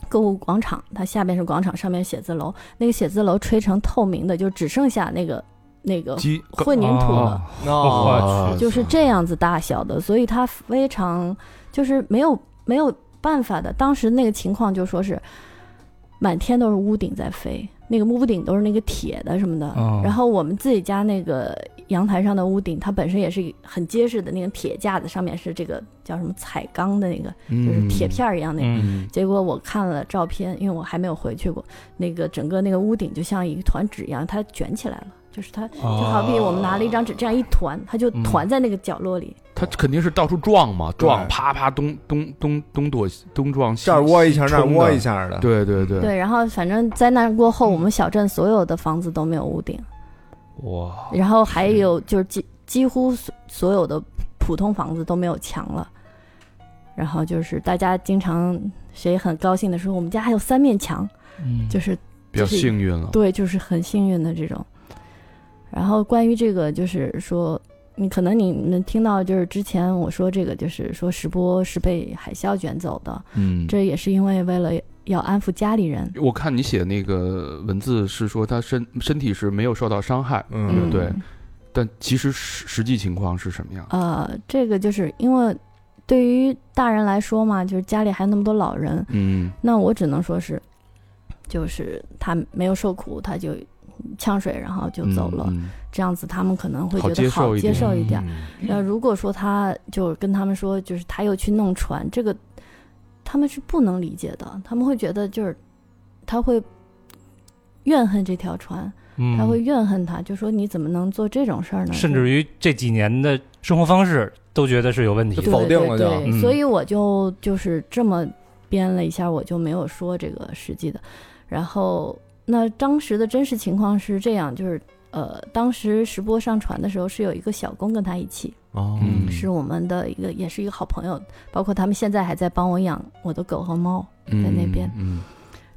[SPEAKER 5] 购物广场，它下面是广场，上面写字楼。那个写字楼吹成透明的，就只剩下那个那个
[SPEAKER 3] 鸡
[SPEAKER 5] 混凝土了。
[SPEAKER 4] 哦
[SPEAKER 2] 哦
[SPEAKER 4] 我
[SPEAKER 3] 嗯
[SPEAKER 5] 就是这样子大小的，所以它非常就是没有没有办法的。当时那个情况就说是满天都是屋顶在飞，那个屋顶都是那个铁的什么的。
[SPEAKER 4] 哦
[SPEAKER 5] 然后我们自己家那个阳台上的屋顶，它本身也是很结实的那个铁架子，上面是这个叫什么彩钢的那个，就是铁片儿一样那个。
[SPEAKER 4] 嗯
[SPEAKER 3] 嗯
[SPEAKER 5] 结果我看了照片，因为我还没有回去过，那个整个那个屋顶就像一团纸一样，它卷起来了，就是它就好比我们拿了一张纸这样一团，它就团在那个角落里。
[SPEAKER 3] 它肯定是到处撞嘛，撞
[SPEAKER 2] 对
[SPEAKER 3] 啪啪东东东东躲东撞西
[SPEAKER 2] 这儿窝一下，那儿
[SPEAKER 3] 冲的
[SPEAKER 2] 窝一下的，
[SPEAKER 3] 对对对，
[SPEAKER 5] 对，然后反正灾难过后，我们小镇所有的房子都没有屋顶，
[SPEAKER 3] 哇，
[SPEAKER 5] 然后还有就是几几乎所所有的普通房子都没有墙了。然后就是大家经常谁很高兴的说，我们家还有三面墙，
[SPEAKER 4] 嗯
[SPEAKER 5] 就是
[SPEAKER 3] 比较
[SPEAKER 5] 就是
[SPEAKER 3] 幸运了。
[SPEAKER 5] 对，就是很幸运的这种。然后关于这个，就是说，你可能你们听到就是之前我说这个，就是说石波是被海啸卷走的，
[SPEAKER 3] 嗯，
[SPEAKER 5] 这也是因为为了要安抚家里人。
[SPEAKER 3] 我看你写那个文字是说他身身体是没有受到伤害，
[SPEAKER 2] 嗯，
[SPEAKER 3] 对但其实实实际情况是什么样？
[SPEAKER 5] 呃，这个就是因为呃对于大人来说嘛，就是家里还有那么多老人，
[SPEAKER 3] 嗯，
[SPEAKER 5] 那我只能说是，就是他没有受苦，他就呛水，然后就走了。
[SPEAKER 3] 嗯嗯
[SPEAKER 5] 这样子他们可能会
[SPEAKER 3] 好
[SPEAKER 5] 觉
[SPEAKER 3] 接
[SPEAKER 5] 得好
[SPEAKER 3] 受一
[SPEAKER 5] 接
[SPEAKER 3] 点
[SPEAKER 5] 受一点。
[SPEAKER 2] 嗯
[SPEAKER 5] 那如果说他就跟他们说，就是他又去弄船，这个他们是不能理解的，他们会觉得就是他会怨恨这条船，
[SPEAKER 4] 嗯，
[SPEAKER 5] 他会怨恨他，就说你怎么能做这种事儿呢？
[SPEAKER 4] 甚至于这几年的生活方式都觉得是有问题
[SPEAKER 2] 就
[SPEAKER 5] 对
[SPEAKER 4] 的。
[SPEAKER 2] 否定了
[SPEAKER 5] 对
[SPEAKER 2] 就
[SPEAKER 5] 对
[SPEAKER 4] 嗯
[SPEAKER 5] 所以我就就是这么编了一下，我就没有说这个实际的。然后那当时的真实情况是这样，就是呃，当时石波上传的时候是有一个小工跟他一起，
[SPEAKER 2] 哦
[SPEAKER 3] 嗯
[SPEAKER 5] 是我们的一个也是一个好朋友，包括他们现在还在帮我养我的狗和猫。在那边
[SPEAKER 3] 嗯，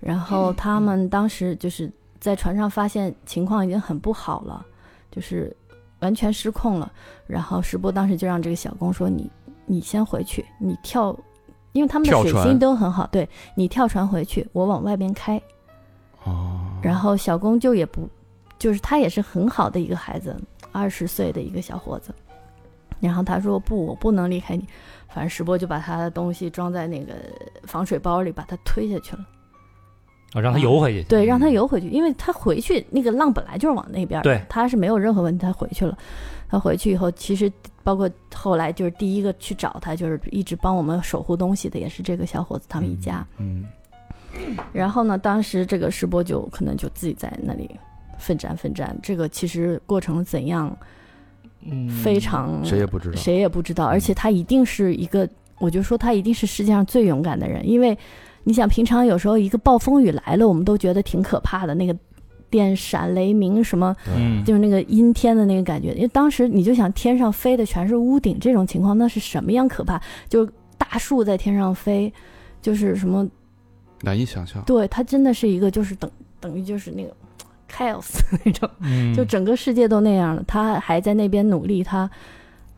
[SPEAKER 5] 然后他们当时就是在船上发现情况已经很不好了，就是完全失控了。然后石波当时就让这个小工说：“你你先回去，你跳，因为他们的
[SPEAKER 3] 跳
[SPEAKER 5] 水
[SPEAKER 3] 船
[SPEAKER 5] 性都很好，对你跳船回去，我往外边开。”
[SPEAKER 3] 哦，
[SPEAKER 5] 然后小公就也不，就是他也是很好的一个孩子，二十岁的一个小伙子。然后他说不，我不能离开你。反正石波就把他的东西装在那个防水包里，把他推下去了。
[SPEAKER 4] 啊，让他游回去。
[SPEAKER 5] 对，让他游回去，因为他回去那个浪本来就是往那边儿的，
[SPEAKER 4] 对
[SPEAKER 5] 他是没有任何问题，他回去了。他回去以后，其实包括后来就是第一个去找他，就是一直帮我们守护东西的，也是这个小伙子他们一家。
[SPEAKER 3] 嗯，
[SPEAKER 5] 然后呢，当时这个石波就可能就自己在那里奋战奋战。这个其实过程怎样，
[SPEAKER 4] 嗯
[SPEAKER 5] 非常
[SPEAKER 3] 谁也不知道，
[SPEAKER 5] 谁也不知道，嗯而且他一定是一个，我就说他一定是世界上最勇敢的人，因为你想，平常有时候一个暴风雨来了，我们都觉得挺可怕的，那个电闪雷鸣什么，
[SPEAKER 4] 嗯
[SPEAKER 5] 就是那个阴天的那个感觉。因为当时你就想，天上飞的全是屋顶，这种情况那是什么样可怕？就是大树在天上飞，就是什么
[SPEAKER 3] 难以想象，
[SPEAKER 5] 对，它真的是一个就是等等于就是那个 chaos 那种，
[SPEAKER 4] 嗯
[SPEAKER 5] 就整个世界都那样了，他还在那边努力，他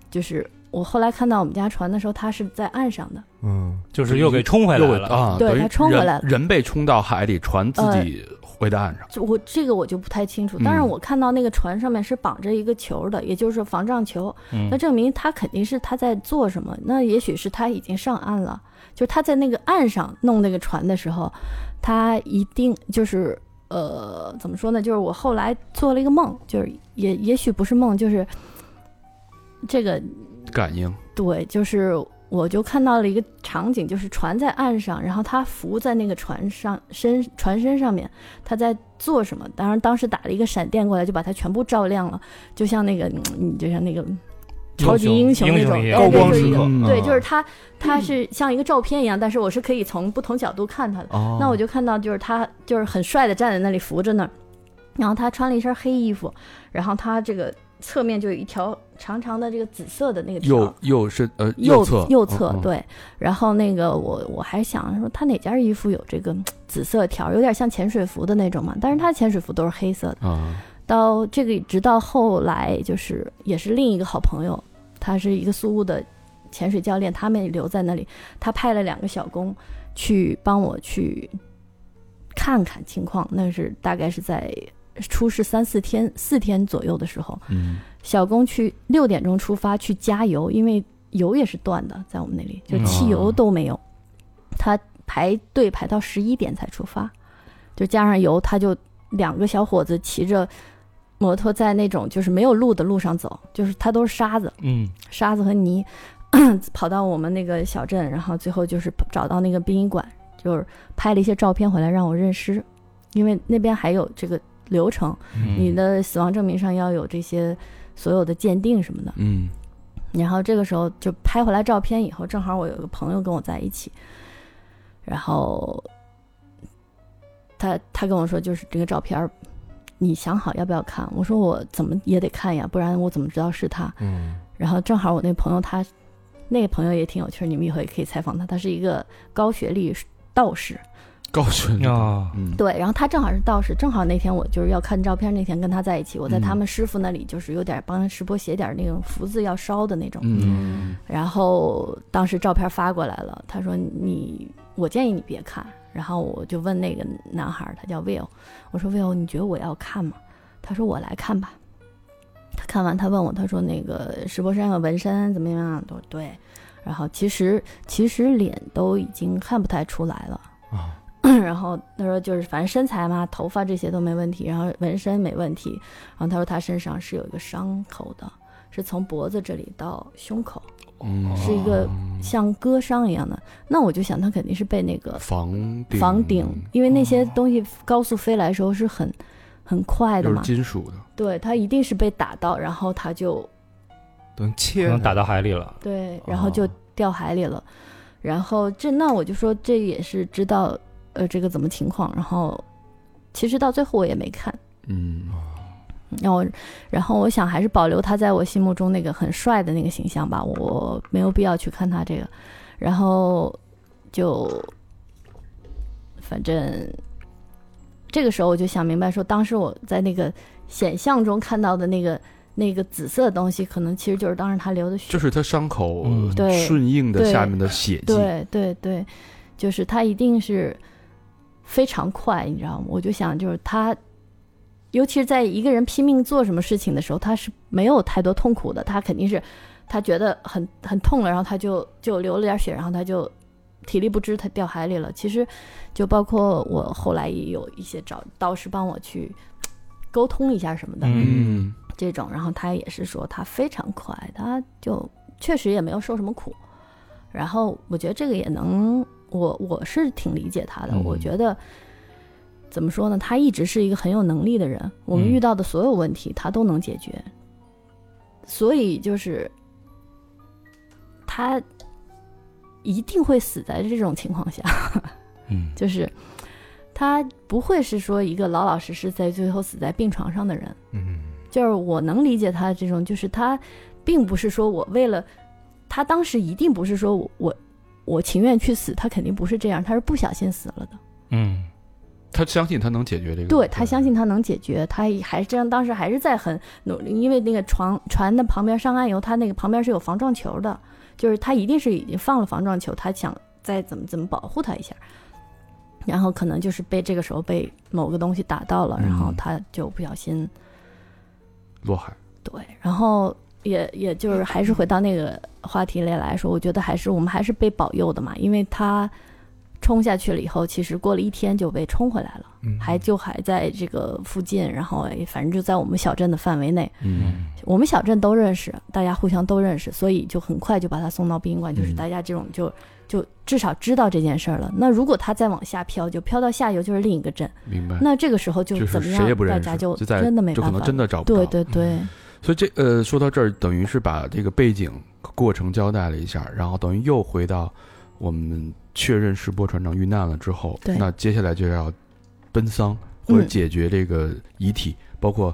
[SPEAKER 5] 就是。我后来看到我们家船的时候，他是在岸上的，
[SPEAKER 2] 嗯，
[SPEAKER 4] 就是又给冲回来
[SPEAKER 3] 又
[SPEAKER 4] 了。
[SPEAKER 3] 啊，
[SPEAKER 5] 对
[SPEAKER 3] 等于
[SPEAKER 5] 他冲回
[SPEAKER 3] 人
[SPEAKER 5] 来了
[SPEAKER 3] 人被冲到海里，船自己回到岸上，
[SPEAKER 5] 就我这个我就不太清楚。但是
[SPEAKER 3] 嗯
[SPEAKER 5] 我看到那个船上面是绑着一个球的，也就是防撞球，
[SPEAKER 4] 嗯
[SPEAKER 5] 那证明他肯定是他在做什么。那也许是他已经上岸了，就是他在那个岸上弄那个船的时候，他一定就是呃，怎么说呢？就是我后来做了一个梦，就是也也许不是梦，就是这个
[SPEAKER 3] 感应，
[SPEAKER 5] 对，就是我就看到了一个场景，就是船在岸上，然后他浮在那个船上身船身上面，他在做什么？当然，当时打了一个闪电过来，就把它全部照亮了，就像那个嗯你就像那个。超级英雄那种
[SPEAKER 4] 英雄一
[SPEAKER 5] 哎
[SPEAKER 4] 样
[SPEAKER 2] 高
[SPEAKER 5] 对
[SPEAKER 2] 光
[SPEAKER 5] 就
[SPEAKER 2] 时
[SPEAKER 5] 是一个
[SPEAKER 2] 刻，
[SPEAKER 5] 对，
[SPEAKER 2] 嗯
[SPEAKER 5] 就是它，它是像一个照片一样，但是我是可以从不同角度看它的。
[SPEAKER 3] 哦
[SPEAKER 5] 那我就看到就是他就是很帅的站在那里扶着那儿，然后他穿了一身黑衣服，然后他这个侧面就有一条长长的这个紫色的那个条。
[SPEAKER 3] 右右是呃
[SPEAKER 5] 右
[SPEAKER 3] 侧
[SPEAKER 5] 右侧
[SPEAKER 3] 嗯嗯
[SPEAKER 5] 对，然后那个我我还想说他哪件衣服有这个嗯紫色条，有点像潜水服的那种嘛，但是他潜水服都是黑色的。
[SPEAKER 3] 啊，
[SPEAKER 5] 到这个直到后来就是也是另一个好朋友，他是一个苏雾的潜水教练，他们也留在那里，他派了两个小工去帮我去看看情况，那是大概是在出事三四天四天左右的时候，
[SPEAKER 3] 嗯，
[SPEAKER 5] 小工去六点钟出发去加油，因为油也是断的，在我们那里就汽油都没有，他排队排到十一点才出发，就加上油，他就两个小伙子骑着摩托在那种就是没有路的路上走，就是他都是沙子，
[SPEAKER 4] 嗯，
[SPEAKER 5] 沙子和泥， 跑到我们那个小镇，然后最后就是找到那个殡仪馆，就是拍了一些照片回来让我认尸，因为那边还有这个流程，
[SPEAKER 3] 嗯
[SPEAKER 5] 你的死亡证明上要有这些所有的鉴定什么的。
[SPEAKER 3] 嗯
[SPEAKER 5] 然后这个时候就拍回来照片以后，正好我有个朋友跟我在一起，然后他他跟我说，就是这个照片儿，你想好要不要看？我说我怎么也得看呀，不然我怎么知道是他？
[SPEAKER 2] 嗯
[SPEAKER 5] 然后正好我那朋友他那个朋友也挺有趣儿，你们以后也可以采访他，他是一个高学历道士，
[SPEAKER 3] 高悬
[SPEAKER 4] 嗯啊，
[SPEAKER 3] 嗯
[SPEAKER 5] 对，然后他正好是道士，正好那天我就是要看照片那天跟他在一起，我在他
[SPEAKER 3] 嗯
[SPEAKER 5] 们师傅那里就是有点帮石波写点那种福字要烧的那种，
[SPEAKER 3] 嗯
[SPEAKER 5] 然后当时照片发过来了，他说你，我建议你别看。然后我就问那个男孩儿，他叫 Will，我说 Will，你觉得我要看吗？他说我来看吧。他看完，他问我，他说那个石博山有纹身怎么样？我说对。然后其实其实脸都已经看不太出来了。
[SPEAKER 2] 啊
[SPEAKER 5] 然后他说就是反正身材嘛，头发这些都没问题，然后纹身没问题。然后他说他身上是有一个伤口的，是从脖子这里到胸口。
[SPEAKER 3] 嗯，
[SPEAKER 5] 是一个像割伤一样的。那我就想，他肯定是被那个
[SPEAKER 3] 哦房嗯
[SPEAKER 5] 房顶，因为那些东西高速飞来的时候是很、很快的
[SPEAKER 3] 哦就是
[SPEAKER 5] 嘛，
[SPEAKER 3] 金属的，
[SPEAKER 5] 对他一定是被打到，然后他就
[SPEAKER 2] 都
[SPEAKER 4] 可
[SPEAKER 2] 切
[SPEAKER 4] 能打到海里了。
[SPEAKER 5] 对，然后
[SPEAKER 3] 哦
[SPEAKER 5] 就掉海里了。然后这那我就说这也是知道呃这个怎么情况，然后其实到最后我也没看，
[SPEAKER 3] 嗯，
[SPEAKER 5] 哦然后然后我想还是保留他在我心目中那个很帅的那个形象吧，我没有必要去看他这个，然后就反正这个时候我就想明白说，当时我在那个显像中看到的那个那个紫色的东西，可能其实就是当时他流的血，
[SPEAKER 3] 就是它伤口
[SPEAKER 4] 嗯
[SPEAKER 5] 对
[SPEAKER 3] 顺应的
[SPEAKER 5] 对
[SPEAKER 3] 下面的血迹，
[SPEAKER 5] 对对对，就是他一定是非常快，你知道吗？我就想，就是他，尤其是在一个人拼命做什么事情的时候，他是没有太多痛苦的，他肯定是他觉得很很痛了，然后他就就流了点血，然后他就体力不支，他掉海里了。其实就包括我后来也有一些找导师帮我去沟通一下什么的，
[SPEAKER 3] 嗯，
[SPEAKER 5] 这种，然后他也是说他非常快，他就确实也没有受什么苦。然后我觉得这个也能，我我是挺理解他的。
[SPEAKER 4] 嗯
[SPEAKER 5] 我觉得怎么说呢，他一直是一个很有能力的人，我
[SPEAKER 4] 嗯
[SPEAKER 5] 们遇到的所有问题他都能解决，所以就是他一定会死在这种情况下。
[SPEAKER 4] 嗯，
[SPEAKER 5] 就是他不会是说一个老老实实在最后死在病床上的人。
[SPEAKER 2] 嗯，
[SPEAKER 5] 就是我能理解他这种，就是他并不是说我为了他当时一定不是说我我我情愿去死，他肯定不是这样，他是不小心死了的。
[SPEAKER 4] 嗯，
[SPEAKER 3] 他相信他能解决这个，
[SPEAKER 5] 对他相信他能解决，他也还是这样，当时还是在很努力，因为那个船船的旁边上岸以后，他那个旁边是有防撞球的，就是他一定是已经放了防撞球，他想再怎么怎么保护他一下，然后可能就是被这个时候被某个东西打到了，然后
[SPEAKER 3] 嗯
[SPEAKER 5] 他就不小心
[SPEAKER 3] 落海，
[SPEAKER 5] 对，然后也也就是还是回到那个话题里来说，我觉得还是我们还是被保佑的嘛，因为他冲下去了以后，其实过了一天就被冲回来了，
[SPEAKER 2] 嗯
[SPEAKER 5] 还就还在这个附近，然后也反正就在我们小镇的范围内，
[SPEAKER 3] 嗯，
[SPEAKER 5] 我们小镇都认识，大家互相都认识，所以就很快就把他送到殡仪馆，就是
[SPEAKER 3] 嗯
[SPEAKER 5] 大家这种就就至少知道这件事儿了。那如果他再往下飘，就飘到下游就是另一个镇，
[SPEAKER 3] 明白，
[SPEAKER 5] 那这个时候就
[SPEAKER 3] 嗯就
[SPEAKER 5] 怎
[SPEAKER 3] 是
[SPEAKER 5] 么
[SPEAKER 3] 谁也不
[SPEAKER 5] 样，大
[SPEAKER 3] 认
[SPEAKER 5] 家
[SPEAKER 3] 识，
[SPEAKER 5] 就
[SPEAKER 3] 就在
[SPEAKER 5] 真的没
[SPEAKER 3] 就可
[SPEAKER 5] 办法
[SPEAKER 3] 能真
[SPEAKER 5] 了。
[SPEAKER 3] 的找不到，嗯
[SPEAKER 5] 对对对，
[SPEAKER 3] 所以这呃，说到这儿，等于是把这个背景过程交代了一下，然后等于又回到我们确认石波船长遇难了之后，
[SPEAKER 5] 对
[SPEAKER 3] 那接下来就要奔丧或者
[SPEAKER 5] 嗯
[SPEAKER 3] 解决这个遗体，包括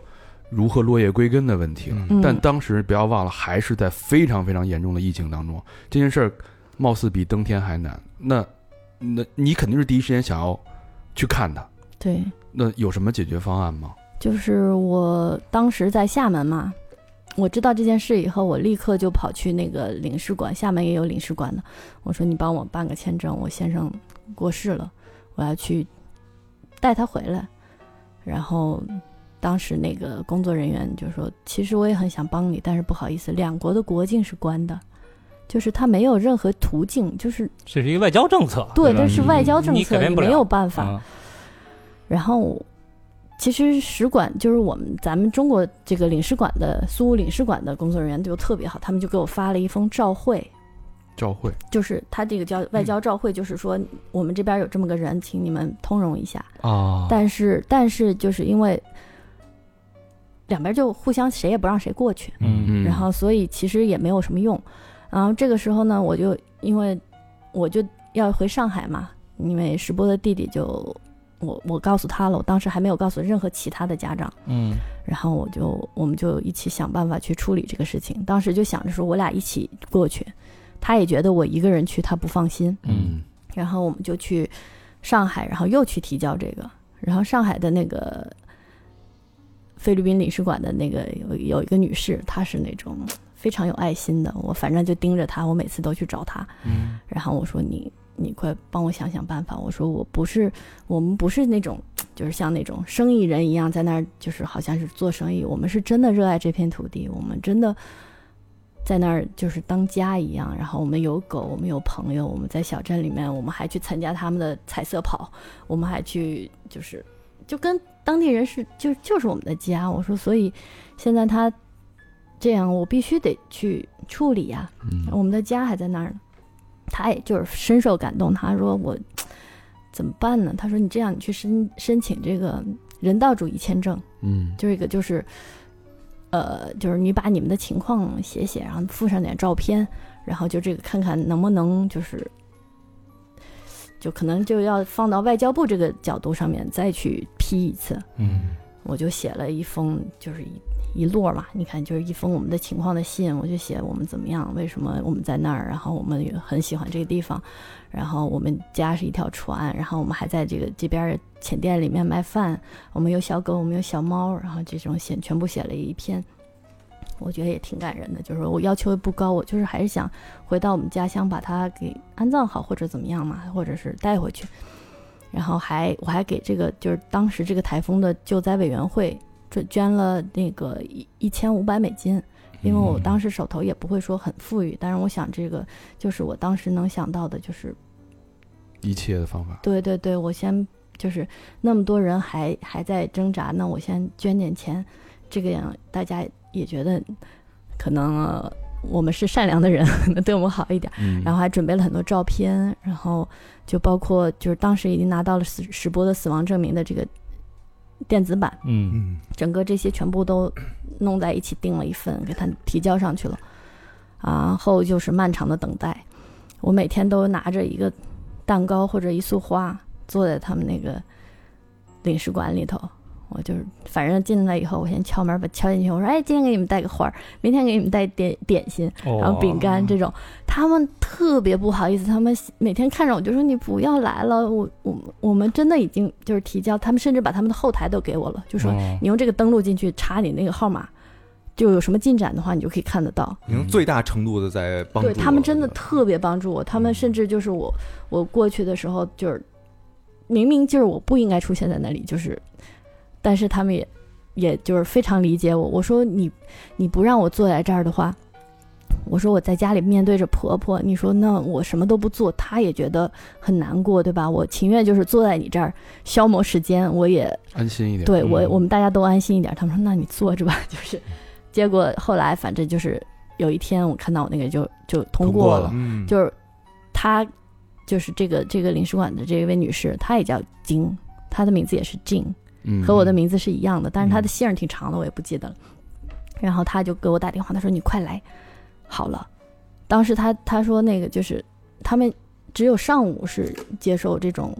[SPEAKER 3] 如何落叶归根的问题了。
[SPEAKER 5] 嗯
[SPEAKER 3] 但当时不要忘了，还是在非常非常严重的疫情当中，这件事儿貌似比登天还难。那那你肯定是第一时间想要去看它，
[SPEAKER 5] 对。
[SPEAKER 3] 那有什么解决方案吗？
[SPEAKER 5] 就是我当时在厦门嘛，我知道这件事以后，我立刻就跑去那个领事馆，厦门也有领事馆的。我说你帮我办个签证，我先生过世了，我要去带他回来。然后当时那个工作人员就说，其实我也很想帮你，但是不好意思，两国的国境是关的，就是他没有任何途径，就是
[SPEAKER 4] 这是一个外交政策，
[SPEAKER 5] 对，
[SPEAKER 4] 吧
[SPEAKER 5] 这是外交政
[SPEAKER 4] 啊你
[SPEAKER 5] 策，
[SPEAKER 4] 改变
[SPEAKER 5] 你
[SPEAKER 4] 不了
[SPEAKER 5] 没有办法。
[SPEAKER 4] 嗯
[SPEAKER 5] 然后，其实使馆就是我们咱们中国这个领事馆的苏领事馆的工作人员就特别好，他们就给我发了一封照会，
[SPEAKER 3] 教会，
[SPEAKER 5] 就是他这个叫外交照会，就是说我们这边有这么个人，请你们通融一下。
[SPEAKER 4] 啊，
[SPEAKER 5] 但是，但是就是因为两边就互相谁也不让谁过去，
[SPEAKER 4] 嗯
[SPEAKER 3] 嗯
[SPEAKER 5] 然后所以其实也没有什么用。然后这个时候呢，我就因为我就要回上海嘛，因为石波的弟弟就我我告诉他了，我当时还没有告诉任何其他的家长，
[SPEAKER 4] 嗯
[SPEAKER 5] 然后我就我们就一起想办法去处理这个事情。当时就想着说我俩一起过去，他也觉得我一个人去他不放心，
[SPEAKER 4] 嗯
[SPEAKER 5] 然后我们就去上海，然后又去提交这个，然后上海的那个菲律宾领事馆的那个有有一个女士，她是那种非常有爱心的，我反正就盯着她，我每次都去找她，
[SPEAKER 3] 嗯
[SPEAKER 5] 然后我说你你快帮我想想办法，我说我不是我们不是那种就是像那种生意人一样在那儿就是好像是做生意，我们是真的热爱这片土地，我们真的。在那儿就是当家一样，然后我们有狗，我们有朋友，我们在小镇里面，我们还去参加他们的彩色跑，我们还去就是就跟当地人是就就是我们的家。我说，所以现在他这样，我必须得去处理呀、
[SPEAKER 3] 嗯
[SPEAKER 5] 我们的家还在那儿呢。他也就是深受感动，他说我怎么办呢？他说你这样，你去申申请这个人道主义签证，
[SPEAKER 3] 嗯
[SPEAKER 5] 就是一个就是，呃，就是你把你们的情况写写，然后附上点照片，然后就这个看看能不能就是，就可能就要放到外交部这个角度上面再去批一次。
[SPEAKER 2] 嗯，
[SPEAKER 5] 我就写了一封，就是一一摞嘛，你看就是一封我们的情况的信，我就写我们怎么样，为什么我们在那儿，然后我们也很喜欢这个地方，然后我们家是一条船，然后我们还在这个这边儿浅店里面买饭，我们有小狗，我们有小猫，然后这种写全部写了一篇。我觉得也挺感人的，就是说我要求也不高，我就是还是想回到我们家乡，把它给安葬好，或者怎么样嘛，或者是带回去。然后还我还给这个就是当时这个台风的救灾委员会捐捐了那个一一千五百美金，因为我当时手头也不会说很富裕，但是我想这个就是我当时能想到的，就是
[SPEAKER 3] 一切的方法，
[SPEAKER 5] 对对对，我先就是那么多人还还在挣扎，那我先捐点钱，这个样大家也觉得可能、呃我们是善良的人， 可能对我们好一点。
[SPEAKER 3] 嗯
[SPEAKER 5] 然后还准备了很多照片，然后就包括就是当时已经拿到了死史波的死亡证明的这个电子版，
[SPEAKER 4] 嗯，
[SPEAKER 2] 嗯
[SPEAKER 5] 整个这些全部都弄在一起订了一份，给他提交上去了。然后就是漫长的等待，我每天都拿着一个蛋糕或者一束花，坐在他们那个领事馆里头。我就是反正进来以后，我先敲门把敲进去，我说：“哎，今天给你们带个花儿，明天给你们带点点心。”
[SPEAKER 4] 嗯
[SPEAKER 5] 然后饼干这种，他们特别不好意思，他们每天看着我就说你不要来了，我我我们真的已经就是提交，他们甚至把他们的后台都给我了，就说
[SPEAKER 4] 哦
[SPEAKER 5] 你用这个登录进去查你那个号码，就有什么进展的话，你就可以看得到。
[SPEAKER 2] 已经最大程度的在帮助
[SPEAKER 5] 对他们真的
[SPEAKER 2] 我
[SPEAKER 5] 特别帮助我，他
[SPEAKER 2] 嗯
[SPEAKER 5] 们甚至就是我我过去的时候就是明明就是我不应该出现在那里，就是但是他们也也就是非常理解我。我说你你不让我坐在这儿的话，我说我在家里面对着婆婆，你说那我什么都不做，她也觉得很难过，对吧？我情愿就是坐在你这儿消磨时间，我也
[SPEAKER 3] 安心一点，
[SPEAKER 5] 对我，
[SPEAKER 4] 嗯
[SPEAKER 5] 我们大家都安心一点。他们说：“那你坐着吧。” 就是，结果后来反正就是有一天，我看到我那个就就通
[SPEAKER 3] 通过
[SPEAKER 5] 了，
[SPEAKER 3] 了
[SPEAKER 2] 嗯
[SPEAKER 5] 就是她就是这个这个领事馆的这位女士，她也叫金，她的名字也是静，
[SPEAKER 3] 嗯，
[SPEAKER 5] 和我的名字是一样的，但是她的姓儿挺长的，我也不记得了。然后她就给我打电话，她说：“你快来，好了。”当时她她说那个就是他们只有上午是接受这种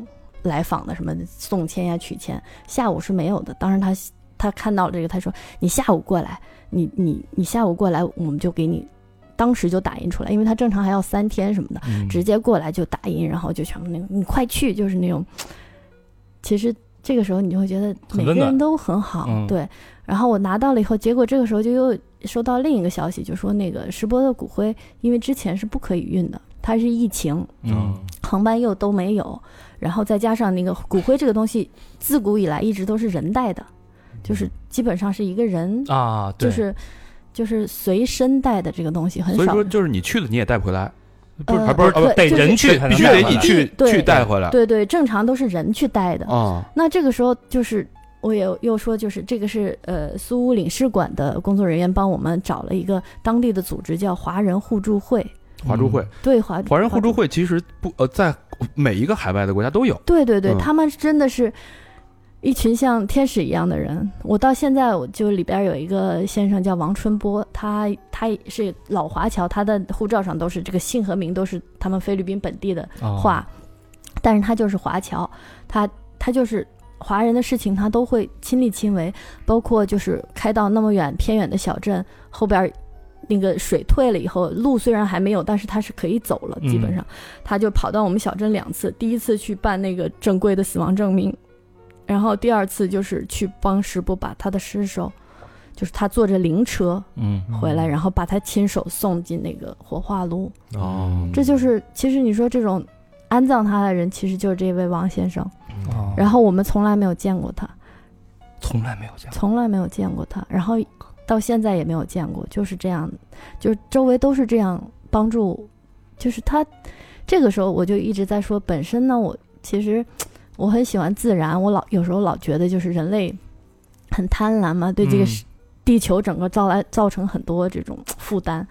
[SPEAKER 5] 来访的，什么送签呀、取签，下午是没有的。当时她她看到了这个，她说：“你下午过来，你你你下午过来，我们就给你。”当时就打印出来，因为她正常还要三天什么的，
[SPEAKER 4] 嗯
[SPEAKER 5] 直接过来就打印，然后就全部那个，你快去，就是那种。其实这个时候你就会觉得
[SPEAKER 4] 很
[SPEAKER 5] 每个
[SPEAKER 4] 温暖
[SPEAKER 5] 人都很好，
[SPEAKER 4] 嗯
[SPEAKER 5] 对。然后我拿到了以后，结果这个时候就又收到另一个消息，就说那个石波的骨灰，因为之前是不可以运的，它是疫情，
[SPEAKER 4] 嗯
[SPEAKER 5] 航班又都没有，然后再加上那个骨灰这个东西，自古以来一直都是人带的，就是基本上是一个人，
[SPEAKER 4] 啊，对
[SPEAKER 5] 就是就是随身带的这个东西很
[SPEAKER 3] 所以
[SPEAKER 5] 少
[SPEAKER 3] 说，就是你去了你也带不回来，
[SPEAKER 4] 不是
[SPEAKER 5] 呃
[SPEAKER 4] 还不是
[SPEAKER 5] 对
[SPEAKER 4] 啊不是得
[SPEAKER 5] 就是
[SPEAKER 4] 人去才
[SPEAKER 3] 必
[SPEAKER 4] 能
[SPEAKER 3] 须
[SPEAKER 4] 带
[SPEAKER 3] 得
[SPEAKER 4] 回
[SPEAKER 3] 你
[SPEAKER 4] 来
[SPEAKER 3] 去
[SPEAKER 5] 对
[SPEAKER 3] 去带回来
[SPEAKER 5] 对对，正常都是人去带的。
[SPEAKER 3] 啊，
[SPEAKER 5] 那这个时候就是我也又说，就是这个是呃苏乌领事馆的工作人员帮我们找了一个当地的组织，叫华人互助会。
[SPEAKER 3] 华住会，
[SPEAKER 5] 对华
[SPEAKER 3] 华人互助，会其实不呃，在每一个海外的国家都有，
[SPEAKER 5] 对对对，
[SPEAKER 3] 嗯
[SPEAKER 5] 他们真的是。一群像天使一样的人，我到现在我就里边有一个先生叫王春波，他他是老华侨，他的护照上都是这个姓和名都是他们菲律宾本地的
[SPEAKER 4] 哦
[SPEAKER 5] 话，但是他就是华侨，他他就是华人的事情，他都会亲力亲为，包括就是开到那么远偏远的小镇后边儿。那个水退了以后，路虽然还没有，但是他是可以走了。
[SPEAKER 4] 嗯
[SPEAKER 5] 基本上，他就跑到我们小镇两次，第一次去办那个正规的死亡证明，然后第二次就是去帮石伯把他的尸首，就是他坐着灵车
[SPEAKER 4] 嗯
[SPEAKER 5] 回来，然后把他亲手送进那个火化炉。
[SPEAKER 2] 哦，
[SPEAKER 5] 这就是其实你说这种安葬他的人，其实就是这位王先生。
[SPEAKER 4] 哦
[SPEAKER 5] 然后我们从来没有见过他，
[SPEAKER 4] 从来没有见过，
[SPEAKER 5] 从来没有见过他，然后到现在也没有见过，就是这样，就是周围都是这样帮助，就是他这个时候我就一直在说，本身呢，我其实我很喜欢自然，我老有时候老觉得就是人类很贪婪嘛，对这个
[SPEAKER 4] 嗯
[SPEAKER 5] 世地球整个造来造成很多这种负担。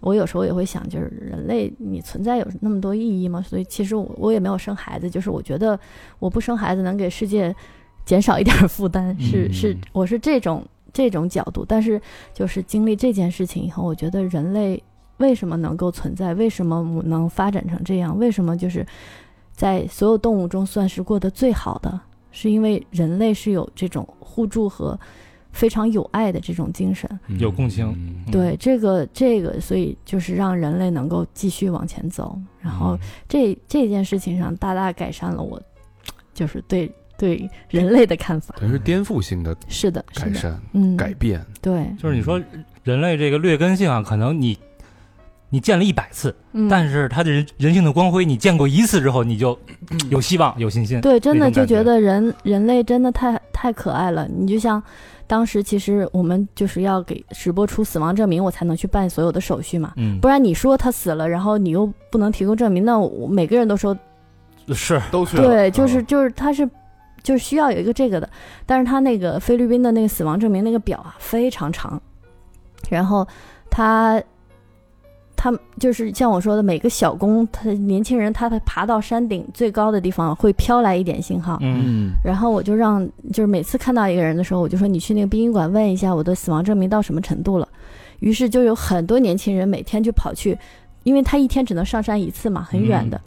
[SPEAKER 5] 我有时候也会想，就是人类你存在有那么多意义吗？所以其实我我也没有生孩子，就是我觉得我不生孩子能给世界减少一点儿负担，是是
[SPEAKER 3] 嗯，
[SPEAKER 5] 我是这种这种角度。但是就是经历这件事情以后，我觉得人类为什么能够存在，为什么能发展成这样，为什么就是在所有动物中算是过得最好的，是因为人类是有这种互助和非常有爱的这种精神。
[SPEAKER 4] 有共情
[SPEAKER 3] 嗯
[SPEAKER 5] 对这个这个，所以就是让人类能够继续往前走。然后这这件事情上，大大改善了我，就是对对人类的看法。
[SPEAKER 3] 等于是颠覆性的
[SPEAKER 5] 是的，是
[SPEAKER 3] 改
[SPEAKER 5] 的，
[SPEAKER 3] 善、
[SPEAKER 5] 嗯，
[SPEAKER 3] 改变。
[SPEAKER 5] 对，
[SPEAKER 4] 就是你说人类这个劣根性啊，可能你你见了一百次，
[SPEAKER 5] 嗯，
[SPEAKER 4] 但是他的人人性的光辉，你见过一次之后，你就有希望、有信心。
[SPEAKER 5] 对，真的
[SPEAKER 4] 那种
[SPEAKER 5] 就
[SPEAKER 4] 感
[SPEAKER 5] 觉
[SPEAKER 4] 觉
[SPEAKER 5] 得人人类真的太太可爱了。你就像当时，其实我们就是要给直播出死亡证明，我才能去办所有的手续嘛。
[SPEAKER 4] 嗯
[SPEAKER 5] 不，然你说他死了，然后你又不能提供证明，那我每个人都说
[SPEAKER 4] 是
[SPEAKER 2] 都啊去了嗯
[SPEAKER 5] 对，就是就是他是就是需要有一个这个的，但是他那个菲律宾的那个死亡证明那个表啊非常长，然后他他就是像我说的，每个小工他年轻人他他爬到山顶最高的地方会飘来一点信号。
[SPEAKER 4] 嗯，
[SPEAKER 3] 嗯，
[SPEAKER 5] 然后我就让，就是每次看到一个人的时候，我就说你去那个殡仪馆问一下我的死亡证明到什么程度了。于是就有很多年轻人每天就跑去，因为他一天只能上山一次嘛，很远的，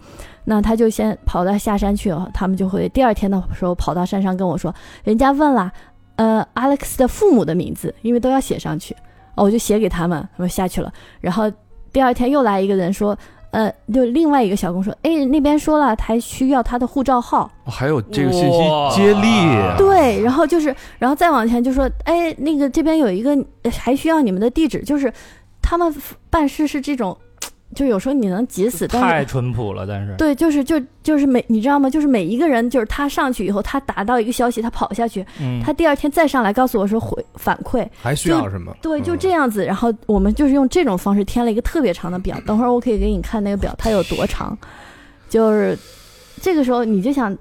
[SPEAKER 5] 那他就先跑到下山去，他们就会第二天的时候跑到山上跟我说，人家问了，呃，Alex 的父母的名字，因为都要写上去，哦，我就写给他们，他们下去了，然后第二天又来一个人说。呃，就另外一个小工说，哎，那边说了，还需要他的护照号，
[SPEAKER 3] 哦还有这个信息
[SPEAKER 4] 哇
[SPEAKER 3] 接力啊，
[SPEAKER 5] 对，然后就是，然后再往前就说，哎，那个这边有一个，呃还需要你们的地址，就是他们办事是这种，就有时候你能急死，但
[SPEAKER 4] 太
[SPEAKER 5] 是
[SPEAKER 4] 淳朴了，但是
[SPEAKER 5] 对，就是就就是每你知道吗？就是每一个人，就是他上去以后，他达到一个消息，他跑下去，
[SPEAKER 4] 嗯
[SPEAKER 5] 他第二天再上来告诉我说回反馈，
[SPEAKER 2] 还需要什么？
[SPEAKER 5] 对，就这
[SPEAKER 2] 样。
[SPEAKER 4] 嗯
[SPEAKER 5] 样子。然后我们就是用这种方式填了一个特别长的表，等会儿我可以给你看那个表它有多长。就是这个时候你就想，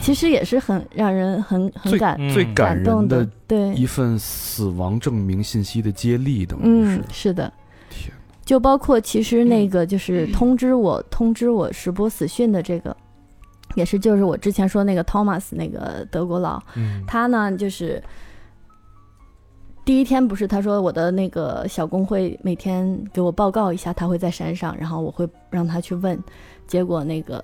[SPEAKER 5] 其实也是很让人很很
[SPEAKER 3] 最
[SPEAKER 5] 感
[SPEAKER 4] 嗯
[SPEAKER 3] 最感
[SPEAKER 5] 感
[SPEAKER 3] 人
[SPEAKER 5] 动
[SPEAKER 3] 的
[SPEAKER 5] 对，
[SPEAKER 3] 一份死亡证明信息的接力，等于是
[SPEAKER 5] 嗯，是的。
[SPEAKER 3] 天
[SPEAKER 5] 就包括其实那个就是通知我、通知我实播死讯的这个，也是就是我之前说那个 Thomas 那个德国佬，
[SPEAKER 2] 嗯
[SPEAKER 5] 他呢就是第一天不是他说我的那个小工会每天给我报告一下，他会在山上，然后我会让他去问，结果那个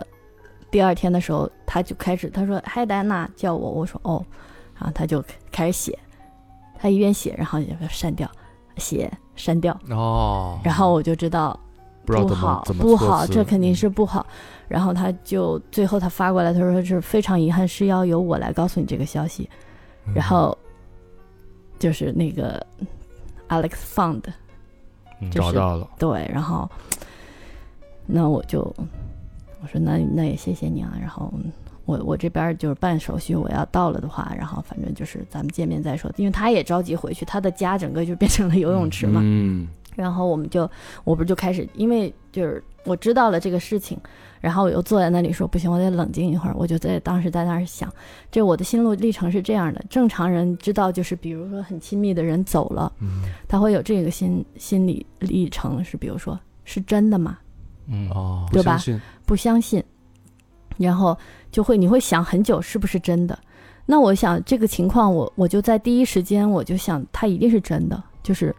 [SPEAKER 5] 第二天的时候他就开始他说嗨戴安娜叫我，我说哦，然后他就开始写，他一边写然后也删掉，写删
[SPEAKER 3] 嗯
[SPEAKER 5] 掉，
[SPEAKER 2] 哦，
[SPEAKER 5] 然后我就知道
[SPEAKER 3] 不知道
[SPEAKER 5] 不
[SPEAKER 3] 怎么
[SPEAKER 5] 好
[SPEAKER 3] 怎么
[SPEAKER 5] 不
[SPEAKER 3] 措
[SPEAKER 5] 好，
[SPEAKER 3] 辞嗯
[SPEAKER 5] 这肯定是不好。然后他就最后他发过来，他说是非常遗憾，是要由我来告诉你这个消息。
[SPEAKER 2] 嗯
[SPEAKER 5] 然后就是那个 Alex Fund
[SPEAKER 4] 嗯
[SPEAKER 5] 就
[SPEAKER 3] 找
[SPEAKER 5] 是
[SPEAKER 3] 到了，
[SPEAKER 5] 对，然后那我就我说那那也谢谢你啊，然后。我我这边儿就是办手续，我要到了的话，然后反正就是咱们见面再说，因为他也着急回去，他的家整个就变成了游泳池嘛。
[SPEAKER 3] 嗯，
[SPEAKER 5] 然后我们就，我不是就开始，因为就是我知道了这个事情，然后我又坐在那里说不行，我得冷静一会儿。我就在当时在那儿想，这我的心路历程是这样的：正常人知道就是，比如说很亲密的人走了，他会有这个心心理历程是，比如说是真的吗？
[SPEAKER 4] 嗯
[SPEAKER 2] 哦，
[SPEAKER 3] 不
[SPEAKER 5] 对吧
[SPEAKER 3] 相信
[SPEAKER 5] 不相信，然后就会你会想很久是不是真的。那我想这个情况我，我就在第一时间我就想它一定是真的，就是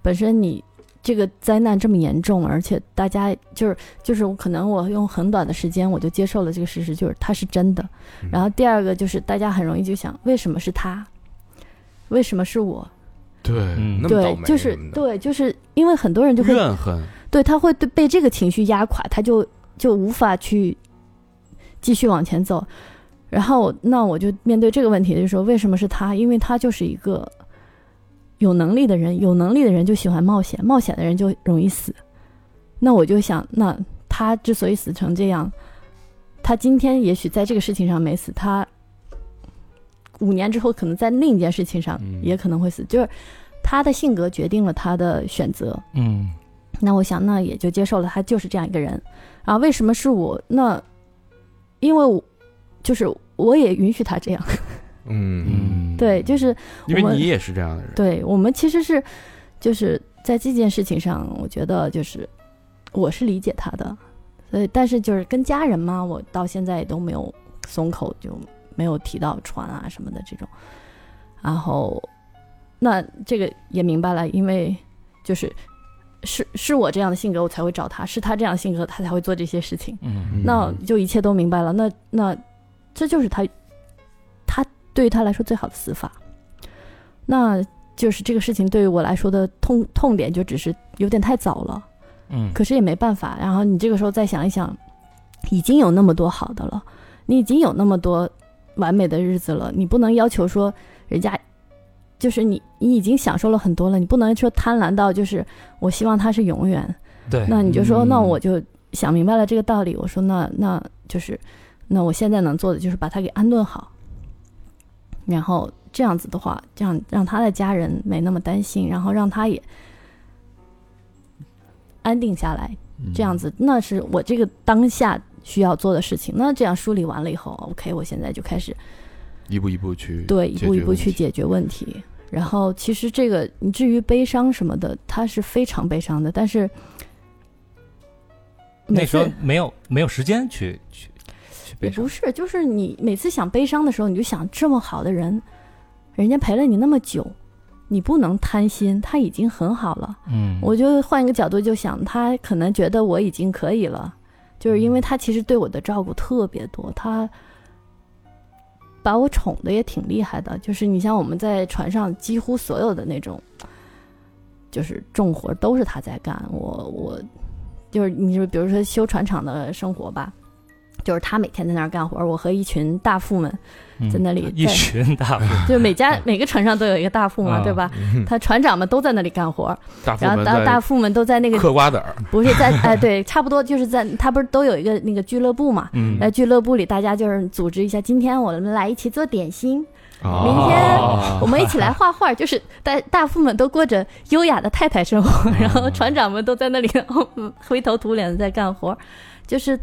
[SPEAKER 5] 本身你这个灾难这么严重，而且大家就是就是我可能我用很短的时间我就接受了这个事实，就是它是真的。
[SPEAKER 2] 嗯
[SPEAKER 5] 然后第二个就是大家很容易就想为什么是他，为什么是我？
[SPEAKER 3] 对
[SPEAKER 4] 嗯
[SPEAKER 2] 那么倒
[SPEAKER 5] 对，
[SPEAKER 2] 霉
[SPEAKER 5] 就是
[SPEAKER 2] 什么的
[SPEAKER 5] 对，就是因为很多人就会
[SPEAKER 3] 怨恨，
[SPEAKER 5] 对他会对被这个情绪压垮，他就就无法去继续往前走。然后，那我就面对这个问题，就说为什么是他？因为他就是一个有能力的人，有能力的人就喜欢冒险，冒险的人就容易死。那我就想，那他之所以死成这样，他今天也许在这个事情上没死，他五年之后可能在另一件事情上
[SPEAKER 3] 嗯
[SPEAKER 5] 也可能会死，就是他的性格决定了他的选择。
[SPEAKER 4] 嗯
[SPEAKER 5] 那我想，那也就接受了，他就是这样一个人。啊，为什么是我？那因为我就是我也允许他这样。
[SPEAKER 2] 嗯，
[SPEAKER 3] 嗯，
[SPEAKER 5] 对，就是
[SPEAKER 3] 因为
[SPEAKER 5] 我
[SPEAKER 3] 你也是这样的人，
[SPEAKER 5] 对我们其实是就是在这件事情上，我觉得就是我是理解他的，所以但是就是跟家人嘛，我到现在也都没有松口，就没有提到船啊什么的这种。然后，那这个也明白了，因为就是是是我这样的性格，我才会找他；是他这样的性格，他才会做这些事情。
[SPEAKER 4] 嗯
[SPEAKER 5] 那就一切都明白了。那那这就是他，他对于他来说最好的死法。那就是这个事情对于我来说的痛痛点，就只是有点太早了，
[SPEAKER 4] 嗯
[SPEAKER 5] 可是也没办法。然后你这个时候再想一想，已经有那么多好的了，你已经有那么多完美的日子了，你不能要求说人家。就是你，你已经享受了很多了，你不能说贪婪到就是我希望他是永远，
[SPEAKER 4] 对，
[SPEAKER 5] 那你就说，那
[SPEAKER 2] 嗯
[SPEAKER 5] 我就想明白了这个道理。我说那，那就是，那我现在能做的就是把他给安顿好，然后这样子的话，这样让他的家人没那么担心，然后让他也安定下来。这样子，那是我这个当下需要做的事情。那这样梳理完了以后，OK，我现在就开始
[SPEAKER 3] 一步一步去
[SPEAKER 5] 对，一
[SPEAKER 3] 解
[SPEAKER 5] 步一
[SPEAKER 3] 决
[SPEAKER 5] 步
[SPEAKER 3] 问
[SPEAKER 5] 去
[SPEAKER 3] 题
[SPEAKER 5] 解决问题。然后，其实这个你至于悲伤什么的，它是非常悲伤的，但是每
[SPEAKER 4] 那时候
[SPEAKER 5] 次
[SPEAKER 4] 没有没有时间去去去
[SPEAKER 5] 也
[SPEAKER 4] 悲伤
[SPEAKER 5] 不，是，就是你每次想悲伤的时候，你就想这么好的人，人家陪了你那么久，你不能贪心，他已经很好了。
[SPEAKER 4] 嗯，
[SPEAKER 5] 我就换一个角度就想，他可能觉得我已经可以了，就是
[SPEAKER 4] 嗯
[SPEAKER 5] 因为他其实对我的照顾特别多，他把我宠的也挺厉害的。就是你像我们在船上，几乎所有的那种，就是重活都是他在干。我我就是你就比如说修船厂的生活吧，就是他每天在那儿干活，我和一群大副们
[SPEAKER 4] 嗯
[SPEAKER 5] 在那里
[SPEAKER 4] 一
[SPEAKER 5] 在
[SPEAKER 4] 群大夫，
[SPEAKER 5] 就 每家每个船上都有一个大副嘛，
[SPEAKER 4] 啊
[SPEAKER 5] 对吧？他船长们都在那里干活，
[SPEAKER 3] 大部
[SPEAKER 5] 然后
[SPEAKER 3] 分
[SPEAKER 5] 大
[SPEAKER 3] 在
[SPEAKER 5] 大副们都在那个
[SPEAKER 3] 嗑瓜子儿，
[SPEAKER 5] 不是在哎，对，差不多就是在他不是都有一个那个俱乐部嘛？
[SPEAKER 4] 嗯
[SPEAKER 5] 在俱乐部里，大家就是组织一下，今天我们来一起做点心，明天
[SPEAKER 3] 啊
[SPEAKER 4] 哦
[SPEAKER 5] 我们一起来画画，就是大大副们都过着优雅的太太生活，然
[SPEAKER 3] 嗯
[SPEAKER 5] 后船长们都在那里 然后嗯灰头土脸的在干活，就是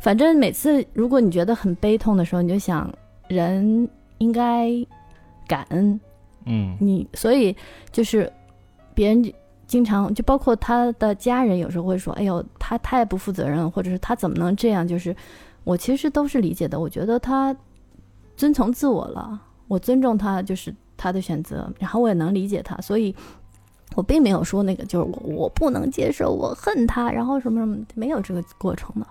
[SPEAKER 5] 反正每次如果你觉得很悲痛的时候，你就想人应该感恩，
[SPEAKER 4] 嗯
[SPEAKER 5] 你所以就是别人就经常就包括他的家人，有时候会说：“哎呦，他太不负责任了，或者是他怎么能这样？”就是我其实都是理解的，我觉得他遵从自我了，我尊重他，就是他的选择，然后我也能理解他，所以。我并没有说那个，就是我我不能接受，我恨他，然后什么什么，没有这个过程的。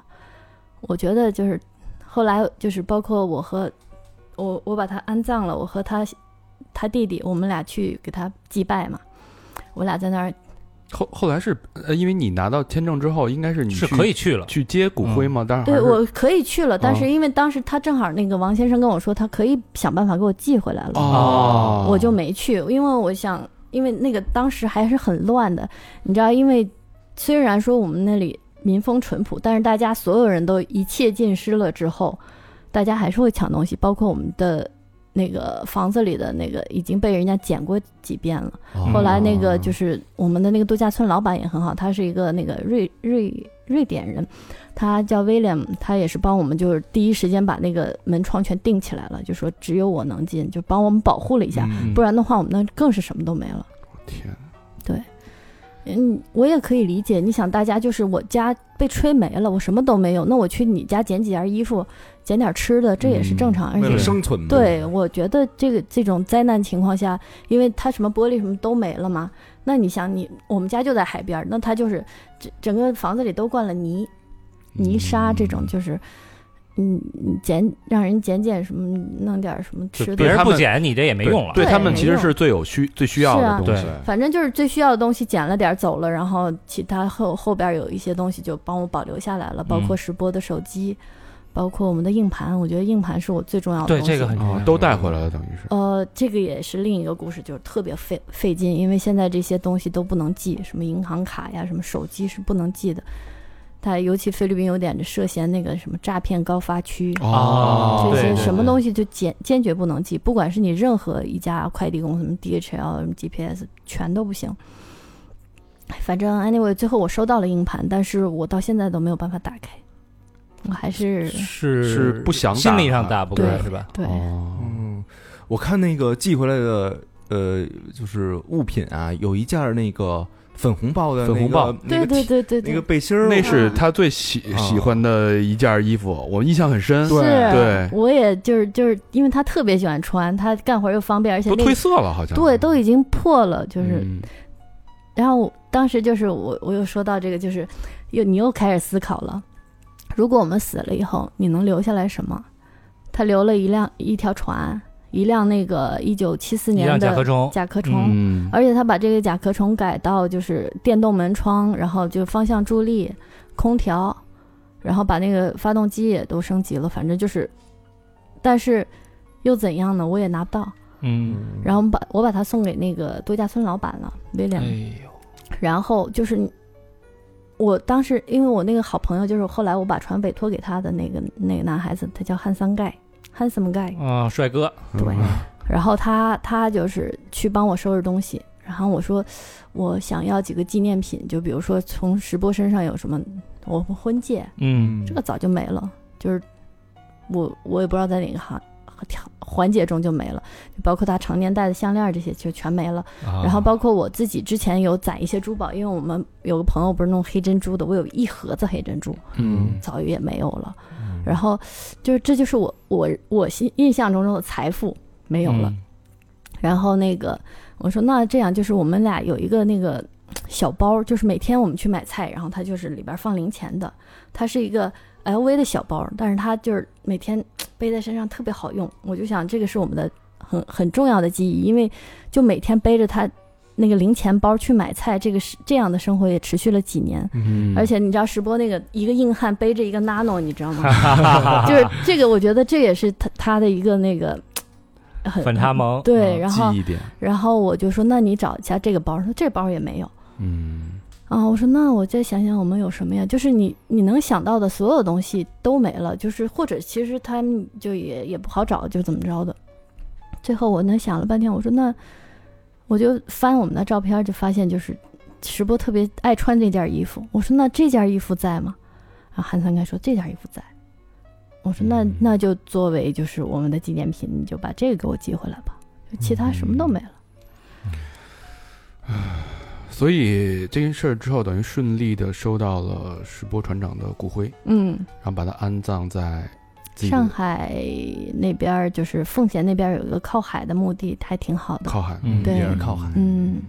[SPEAKER 5] 我觉得就是后来就是包括我和我我把他安葬了，我和他他弟弟，我们俩去给他祭拜嘛。我俩在那
[SPEAKER 3] 啊
[SPEAKER 5] 儿，
[SPEAKER 3] 后后来是呃，因为你拿到签证之后，应该是你
[SPEAKER 4] 是
[SPEAKER 3] 去
[SPEAKER 4] 可以去了，
[SPEAKER 3] 去接骨灰吗？当然还
[SPEAKER 5] 嗯对
[SPEAKER 3] 是
[SPEAKER 5] 我可以去了，但
[SPEAKER 3] 哦
[SPEAKER 5] 是因为当时他正好那个王先生跟我说，他可以想办法给我寄回来了，
[SPEAKER 3] 哦，
[SPEAKER 5] 我就没去，因为我想，因为那个当时还是很乱的，你知道，因为虽然说我们那里民风淳朴，但是大家所有人都一切尽失了之后，大家还是会抢东西，包括我们的那个房子里的那个已经被人家捡过几遍了。
[SPEAKER 3] 哦
[SPEAKER 5] 后来那
[SPEAKER 2] 哦
[SPEAKER 5] 个就是我们的那个度假村老板也很好，他是一个那个瑞瑞瑞典人，他叫 William，他也是帮我们就是第一时间把那个门窗全定起来了，就说只有我能进，就帮我们保护了一下，
[SPEAKER 2] 嗯
[SPEAKER 5] 不然的话我们那更是什么都没了。
[SPEAKER 3] 天，
[SPEAKER 5] 嗯，我也可以理解，你想大家就是我家被吹没了，我什么都没有，那我去你家捡几件衣服，捡点吃的，这也是正常，而
[SPEAKER 2] 嗯为
[SPEAKER 5] 且
[SPEAKER 2] 了生
[SPEAKER 4] 嗯
[SPEAKER 2] 存嘛，
[SPEAKER 5] 对，我觉得这个这种灾难情况下，因为它什么玻璃什么都没了嘛，那你想你我们家就在海边儿，那它就是整整个房子里都灌了泥、泥沙这种，就是嗯，你捡让人捡捡什么，弄点儿什么
[SPEAKER 4] 就
[SPEAKER 5] 吃
[SPEAKER 4] 别
[SPEAKER 5] 的，
[SPEAKER 4] 人
[SPEAKER 3] 他
[SPEAKER 4] 不
[SPEAKER 3] 们
[SPEAKER 4] 捡你这也没用了，
[SPEAKER 3] 对
[SPEAKER 5] 对
[SPEAKER 3] 他们
[SPEAKER 5] 没
[SPEAKER 3] 其实
[SPEAKER 5] 用
[SPEAKER 3] 是最有需最需要
[SPEAKER 5] 是啊
[SPEAKER 3] 的东西。
[SPEAKER 5] 反正就是最需要的东西捡了点儿走了，然后其他后后边儿有一些东西就帮我保留下来了，包括
[SPEAKER 4] 嗯
[SPEAKER 5] 石波的手机，包括我们的硬盘，我觉得硬盘是我最重要的东
[SPEAKER 4] 对
[SPEAKER 5] 西。
[SPEAKER 4] 这个很重
[SPEAKER 3] 哦
[SPEAKER 4] 要，
[SPEAKER 3] 都带回来了，等于是。
[SPEAKER 5] 呃，这个也是另一个故事，就是特别费费劲，因为现在这些东西都不能寄，什么银行卡呀，什么手机是不能寄的。它尤其菲律宾有点涉嫌那个什么诈骗高发区，
[SPEAKER 4] 哦
[SPEAKER 5] 这
[SPEAKER 4] 对
[SPEAKER 5] 些
[SPEAKER 4] 对
[SPEAKER 5] 什么
[SPEAKER 4] 对
[SPEAKER 5] 东西就坚坚决不能寄，不管是你任何一家快递公司，什么 DHL、什么 GPS，全都不行。反正 anyway，最后我收到了硬盘，但是我到现在都没有办法打开，我还是
[SPEAKER 4] 是
[SPEAKER 3] 是不想打
[SPEAKER 4] 心理上打不开
[SPEAKER 5] 对
[SPEAKER 4] 是吧？
[SPEAKER 5] 对，
[SPEAKER 3] 哦，
[SPEAKER 2] 嗯，我看那个寄回来的呃，就是物品啊，有一件儿那个粉红豹的
[SPEAKER 3] 粉红豹
[SPEAKER 2] 那
[SPEAKER 5] 对
[SPEAKER 2] 个
[SPEAKER 5] 对对对
[SPEAKER 2] 那
[SPEAKER 5] 对
[SPEAKER 2] 个，背心儿，
[SPEAKER 3] 那是他最喜
[SPEAKER 4] 嗯
[SPEAKER 2] 啊
[SPEAKER 3] 喜欢的一件衣服，我印象很深。
[SPEAKER 2] 对
[SPEAKER 3] 对
[SPEAKER 5] 是，我也就是就是因为他特别喜欢穿，他干活又方便，而且
[SPEAKER 3] 都
[SPEAKER 5] 那
[SPEAKER 3] 褪色了，好像
[SPEAKER 5] 对都已经破了，就是
[SPEAKER 3] 嗯
[SPEAKER 5] 然后我当时就是我，我又说到这个，就是又你又开始思考了。如果我们死了以后，你能留下来什么？他留了一辆一条船，一辆那个一九七四
[SPEAKER 4] 一
[SPEAKER 5] 年
[SPEAKER 4] 辆甲壳
[SPEAKER 5] 的
[SPEAKER 4] 虫，
[SPEAKER 5] 甲壳虫，
[SPEAKER 3] 嗯，
[SPEAKER 5] 而且他把这个甲壳虫改到就是电动门窗，然后就方向助力、空调，然后把那个发动机也都升级了，反正就是，但是又怎样呢？我也拿不到。
[SPEAKER 4] 嗯，
[SPEAKER 5] 然后我们把我把它送给那个度假村老板了，威廉。
[SPEAKER 3] 哎
[SPEAKER 4] 呦，
[SPEAKER 5] 然后就是你我当时因为我那个好朋友，就是后来我把船委托给他的那个那个男孩子，他叫汉桑盖，handsome guy，
[SPEAKER 4] 啊，帅哥，
[SPEAKER 5] 对。然后他他就是去帮我收拾东西，然后我说我想要几个纪念品，就比如说从石波身上有什么，我婚戒，
[SPEAKER 4] 嗯，
[SPEAKER 5] 这个早就没了，就是我我也不知道在哪个行。环节中就没了，就包括他常年戴的项链这些就全没了。
[SPEAKER 4] 然
[SPEAKER 5] 然后包括我自己之前有攒一些珠宝，因为我们有个朋友不是弄黑珍珠的，我有一盒子黑珍珠，
[SPEAKER 3] 嗯
[SPEAKER 5] 早也没有了。然后就是这就是我我我心印象中的财富没有了。，
[SPEAKER 4] 嗯
[SPEAKER 5] 然后那个我说那这样就是我们俩有一个那个小包，就是每天我们去买菜，然后它就是里边放零钱的，它是一个 LV 的小包，但是它就是每天背在身上特别好用。我就想这个是我们的很很重要的记忆，因为就每天背着它那个零钱包去买菜，这个是这样的生活也持续了几年。
[SPEAKER 3] 嗯
[SPEAKER 5] 而且你知道石波那个一个硬汉背着一个 nano，你知道吗？就是这个，我觉得这也是他他的一个那个很
[SPEAKER 4] 反差萌，嗯啊
[SPEAKER 5] 对，然后
[SPEAKER 3] 啊记忆点，
[SPEAKER 5] 然后我就说，那你找一下这个包。他说这包也没有
[SPEAKER 3] 嗯
[SPEAKER 5] 啊。我说那我再想想我们有什么呀？就是你你能想到的所有东西都没了，就是或者其实他们就也也不好找，就怎么着的。最后我呢想了半天，我说那我就翻我们的照片，就发现就是石波特别爱穿这件衣服。我说那这件衣服在吗？啊，韩三该说这件衣服在。我说那
[SPEAKER 3] 嗯
[SPEAKER 5] 那就作为就是我们的纪念品，你就把这个给我寄回来吧。就其他什么都没了。
[SPEAKER 3] 所以这件事儿之后，等于顺利的收到了石波船长的骨灰，
[SPEAKER 5] 嗯，
[SPEAKER 3] 然后把它安葬在自己的
[SPEAKER 5] 上海那边儿就是奉贤那边儿有一个靠海的墓地，还挺好的。
[SPEAKER 3] 靠海，
[SPEAKER 4] 嗯
[SPEAKER 5] 对
[SPEAKER 2] 也是靠海，
[SPEAKER 5] 嗯，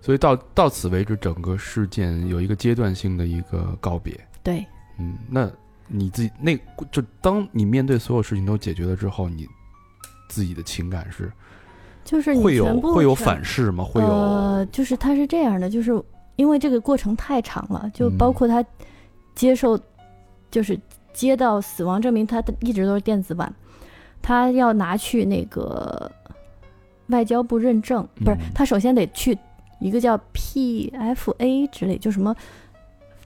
[SPEAKER 3] 所以到到此为止，整个事件有一个阶段性的一个告别。
[SPEAKER 5] 对，
[SPEAKER 3] 嗯，那你自己那就当你面对所有事情都解决了之后，你自己的情感是
[SPEAKER 5] 就是你
[SPEAKER 3] 会有
[SPEAKER 5] 全部
[SPEAKER 3] 会有
[SPEAKER 5] 是
[SPEAKER 3] 反噬吗？会有、
[SPEAKER 5] 呃，就是它是这样的，就是因为这个过程太长了，就包
[SPEAKER 3] 嗯
[SPEAKER 5] 括他接受，就是接到死亡证明，他的一直都是电子版，他要拿去那个外交部认证，不是
[SPEAKER 3] 嗯，
[SPEAKER 5] 他首先得去一个叫 PFA 之类，就什么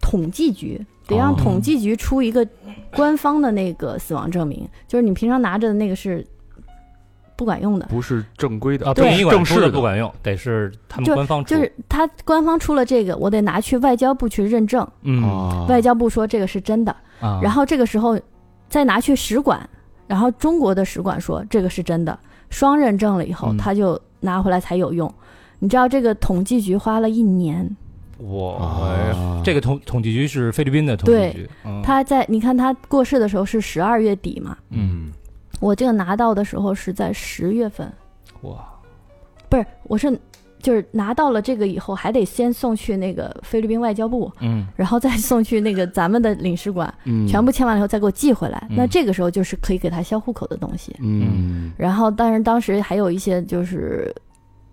[SPEAKER 5] 统计局。得让
[SPEAKER 3] 哦
[SPEAKER 5] 统计局出一个官方的那个死亡证明，就是你平常拿着的那个是不管用的，
[SPEAKER 3] 不是正规的
[SPEAKER 4] 啊，
[SPEAKER 5] 对
[SPEAKER 4] 殡仪馆
[SPEAKER 3] 正
[SPEAKER 4] 出
[SPEAKER 3] 式
[SPEAKER 4] 的
[SPEAKER 3] 的
[SPEAKER 4] 不管用，得是他们官方出，
[SPEAKER 5] 就是他官方出了这个，我得拿去外交部去认证，
[SPEAKER 4] 嗯
[SPEAKER 3] 啊，
[SPEAKER 5] 外交部说这个是真的，
[SPEAKER 4] 啊，
[SPEAKER 5] 然后这个时候再拿去使馆，然后中国的使馆说这个是真的，双认证了以后，
[SPEAKER 4] 嗯
[SPEAKER 5] 他就拿回来才有用。你知道这个统计局花了一年，
[SPEAKER 4] 我哎呀
[SPEAKER 3] 啊，
[SPEAKER 4] 这个统统计局是菲律宾的统计局，嗯
[SPEAKER 5] 他在你看他过世的时候是十二月底嘛，
[SPEAKER 3] 嗯
[SPEAKER 5] 我这个拿到的时候是在十月份，
[SPEAKER 4] 哇，
[SPEAKER 5] 不是，我是就是拿到了这个以后，还得先送去那个菲律宾外交部，
[SPEAKER 4] 嗯
[SPEAKER 5] 然后再送去那个咱们的领事馆，
[SPEAKER 3] 嗯
[SPEAKER 5] 全部签完了以后再给我寄回来。
[SPEAKER 4] 嗯
[SPEAKER 5] 那这个时候就是可以给他销户口的东西。
[SPEAKER 3] 嗯
[SPEAKER 5] 然后，但是当时还有一些就是，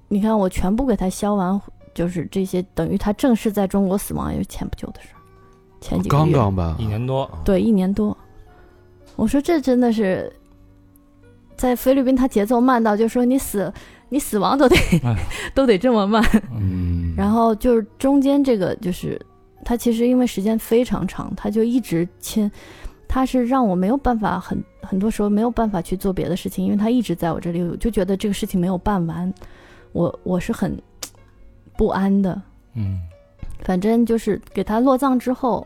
[SPEAKER 5] 你看我全部给他销完，就是这些等于他正式在中国死亡也是前不久的事儿，前几个
[SPEAKER 3] 刚
[SPEAKER 5] 月
[SPEAKER 3] 刚吧
[SPEAKER 4] 一，年多，
[SPEAKER 5] 对一年多。我说这真的是，在菲律宾他节奏慢到就说你死你死亡都得
[SPEAKER 3] 哎
[SPEAKER 5] 都得这么慢。
[SPEAKER 3] 嗯，
[SPEAKER 5] 然后就是中间这个，就是他其实因为时间非常长，他就一直签，他是让我没有办法很很多时候没有办法去做别的事情，因为他一直在我这里，我就觉得这个事情没有办完，我我是很不安的。
[SPEAKER 4] 嗯
[SPEAKER 5] 反正就是给他落葬之后，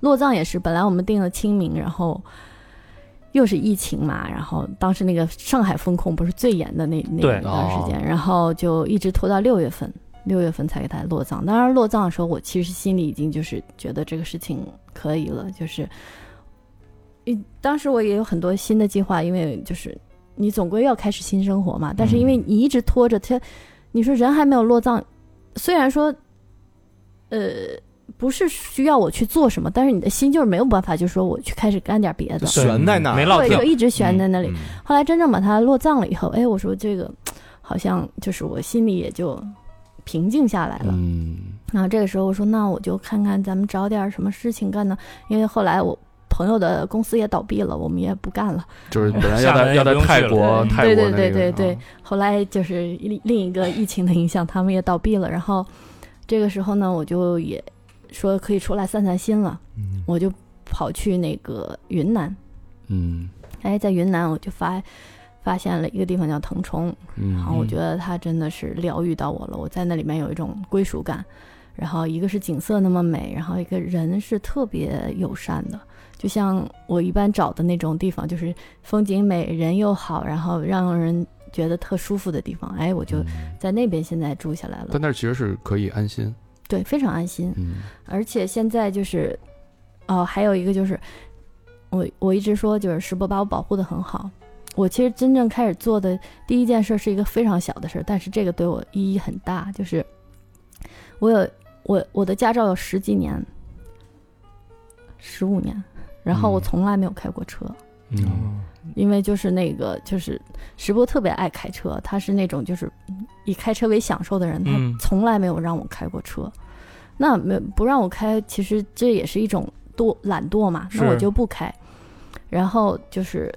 [SPEAKER 5] 落葬也是本来我们定了清明，然后又是疫情嘛，然后当时那个上海封控不是最严的那那
[SPEAKER 4] 对
[SPEAKER 5] 那段时间，然后就一直拖到六月份，六月份才给他落葬。当然落葬的时候，我其实心里已经就是觉得这个事情可以了，就是，嗯，当时我也有很多新的计划，因为就是你总归要开始新生活嘛。但是因为你一直拖着他，你说人还没有落葬，虽然说，呃。不是需要我去做什么，但是你的心就是没有办法，就说我去开始干点别的，
[SPEAKER 2] 悬在
[SPEAKER 3] 啊
[SPEAKER 2] 那儿
[SPEAKER 4] 没落
[SPEAKER 5] 对，
[SPEAKER 4] 定
[SPEAKER 5] 就，一直悬在那里。
[SPEAKER 2] 嗯
[SPEAKER 5] 后来真正把它落葬了以后，哎，我说这个好像就是我心里也就平静下来了。
[SPEAKER 3] 嗯，
[SPEAKER 5] 然后这个时候我说，那我就看看咱们找点什么事情干呢？因为后来我朋友的公司也倒闭了，我们也不干了。
[SPEAKER 3] 就是本来
[SPEAKER 4] 厦
[SPEAKER 3] 要
[SPEAKER 4] 门
[SPEAKER 3] 在
[SPEAKER 4] 也
[SPEAKER 3] 要在
[SPEAKER 4] 不用去
[SPEAKER 3] 泰
[SPEAKER 4] 了嗯
[SPEAKER 3] 国，
[SPEAKER 5] 嗯对
[SPEAKER 3] 泰国
[SPEAKER 5] 对
[SPEAKER 3] 那
[SPEAKER 5] 对
[SPEAKER 3] 个
[SPEAKER 5] 对
[SPEAKER 3] 啊
[SPEAKER 5] 对后来就是另另一个疫情的影响，他们也倒闭了。然后这个时候呢，我就也说可以出来散散心了，
[SPEAKER 2] 嗯
[SPEAKER 5] 我就跑去那个云南。
[SPEAKER 3] 嗯
[SPEAKER 5] 哎，在云南我就发发现了一个地方叫腾冲，然
[SPEAKER 3] 嗯
[SPEAKER 5] 后我觉得它真的是疗愈到我了，我在那里面有一种归属感。然后一个是景色那么美，然后一个人是特别友善的，就像我一般找的那种地方，就是风景美、人又好，然后让人觉得特舒服的地方。哎，我就在那边现在住下来了，
[SPEAKER 3] 嗯但那儿其实是可以安心，
[SPEAKER 5] 对，非常安心。
[SPEAKER 3] 嗯
[SPEAKER 5] 而且现在就是，哦，还有一个就是，我我一直说就是石博把我保护的很好。我其实真正开始做的第一件事是一个非常小的事儿，但是这个对我意义很大，就是我有我我的驾照有十几年，十五年，然后我
[SPEAKER 3] 嗯
[SPEAKER 5] 从来没有开过车。
[SPEAKER 2] 哦
[SPEAKER 3] 嗯
[SPEAKER 5] 因为就是那个就是石波特别爱开车，他是那种就是以开车为享受的人，他
[SPEAKER 4] 嗯
[SPEAKER 5] 从来没有让我开过车。那没不让我开，其实这也是一种惰懒惰嘛，那
[SPEAKER 4] 是
[SPEAKER 5] 我就不开。然后就是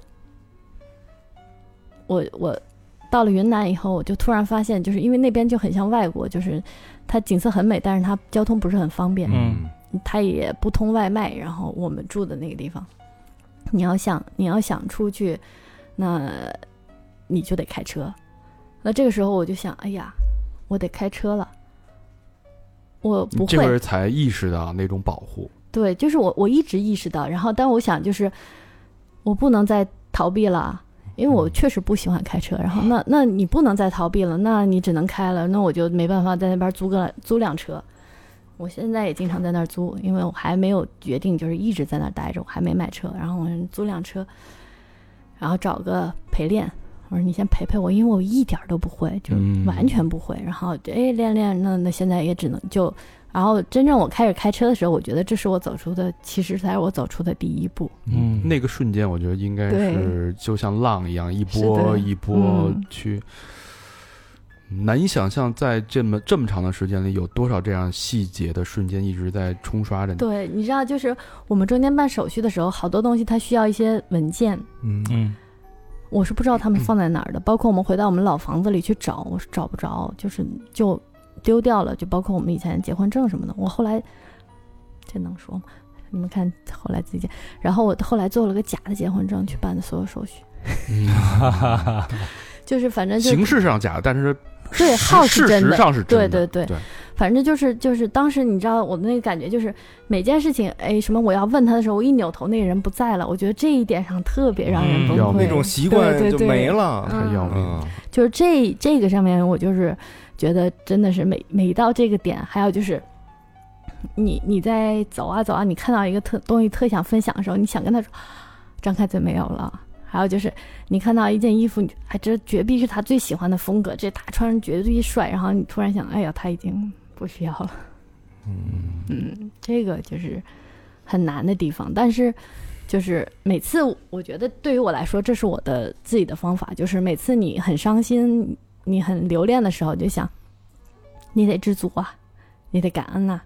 [SPEAKER 5] 我我到了云南以后，我就突然发现，就是因为那边就很像外国，就是它景色很美，但是它交通不是很方便。
[SPEAKER 4] 嗯
[SPEAKER 5] 他也不通外卖，然后我们住的那个地方，你要想你要想出去，那你就得开车。那这个时候我就想，哎呀，我得开车了。我不
[SPEAKER 3] 这会
[SPEAKER 5] 会，
[SPEAKER 3] 儿才意识到那种保护，
[SPEAKER 5] 对，就是我我一直意识到，然后但我想就是我不能再逃避了。因为我确实不喜欢开车，然后那那你不能再逃避了，那你只能开了，那我就没办法在那边租个租辆车。我现在也经常在那儿租，因为我还没有决定，就是一直在那儿待着，我还没买车。然后我说租辆车，然后找个陪练。我说你先陪陪我，因为我一点儿都不会，就是
[SPEAKER 3] 嗯
[SPEAKER 5] 完全不会。然后就哎练练，那那现在也只能就，然后真正我开始开车的时候，我觉得这是我走出的，其实才是我走出的第一步。
[SPEAKER 4] 嗯
[SPEAKER 3] 那个瞬间我觉得应该
[SPEAKER 5] 对
[SPEAKER 3] 是就像浪一样一
[SPEAKER 5] 是
[SPEAKER 3] 波
[SPEAKER 5] 的
[SPEAKER 3] 一波
[SPEAKER 5] 嗯
[SPEAKER 3] 去，难以想象在这么这么长的时间里有多少这样细节的瞬间一直在冲刷着你。
[SPEAKER 5] 对，你知道，就是我们中间办手续的时候，好多东西它需要一些文件，
[SPEAKER 2] 嗯
[SPEAKER 4] 嗯
[SPEAKER 5] 我是不知道他们放在哪儿的。包括我们回到我们老房子里去找，我是找不着，就是就丢掉了。就包括我们以前结婚证什么的，我后来这能说吗？你们看后来自己，然后我后来做了个假的结婚证去办的所有手续，就是反正就
[SPEAKER 3] 形式上假的，但是
[SPEAKER 5] 对
[SPEAKER 3] 事
[SPEAKER 5] 号是
[SPEAKER 3] 事
[SPEAKER 5] 真的
[SPEAKER 3] 实上是真的。
[SPEAKER 5] 对对对反正就是就是当时你知道我的那个感觉就是每件事情，哎，什么我要问他的时候，我一扭头那个人不在了，我觉得这一点上特别让人
[SPEAKER 4] 嗯
[SPEAKER 5] 崩
[SPEAKER 3] 要
[SPEAKER 5] 溃，
[SPEAKER 3] 命
[SPEAKER 2] 那种习惯
[SPEAKER 5] 对对
[SPEAKER 2] 就
[SPEAKER 5] 对
[SPEAKER 2] 没了。
[SPEAKER 3] 太
[SPEAKER 5] 嗯
[SPEAKER 3] 要命。
[SPEAKER 2] 嗯，
[SPEAKER 5] 就是这这个上面，我就是觉得真的是每每到这个点，还有就是你你在走啊走啊，你看到一个特东西特想分享的时候，你想跟他说，张开嘴没有了。还有就是，你看到一件衣服，你哎，这绝壁是他最喜欢的风格，这他穿上绝对帅。然后你突然想，哎呀，他已经不需要了。嗯嗯，这个就是很难的地方。但是，就是每次我觉得对于我来说，这是我的自己的方法，就是每次你很伤心、你很留恋的时候，就想，你得知足啊，你得感恩呐、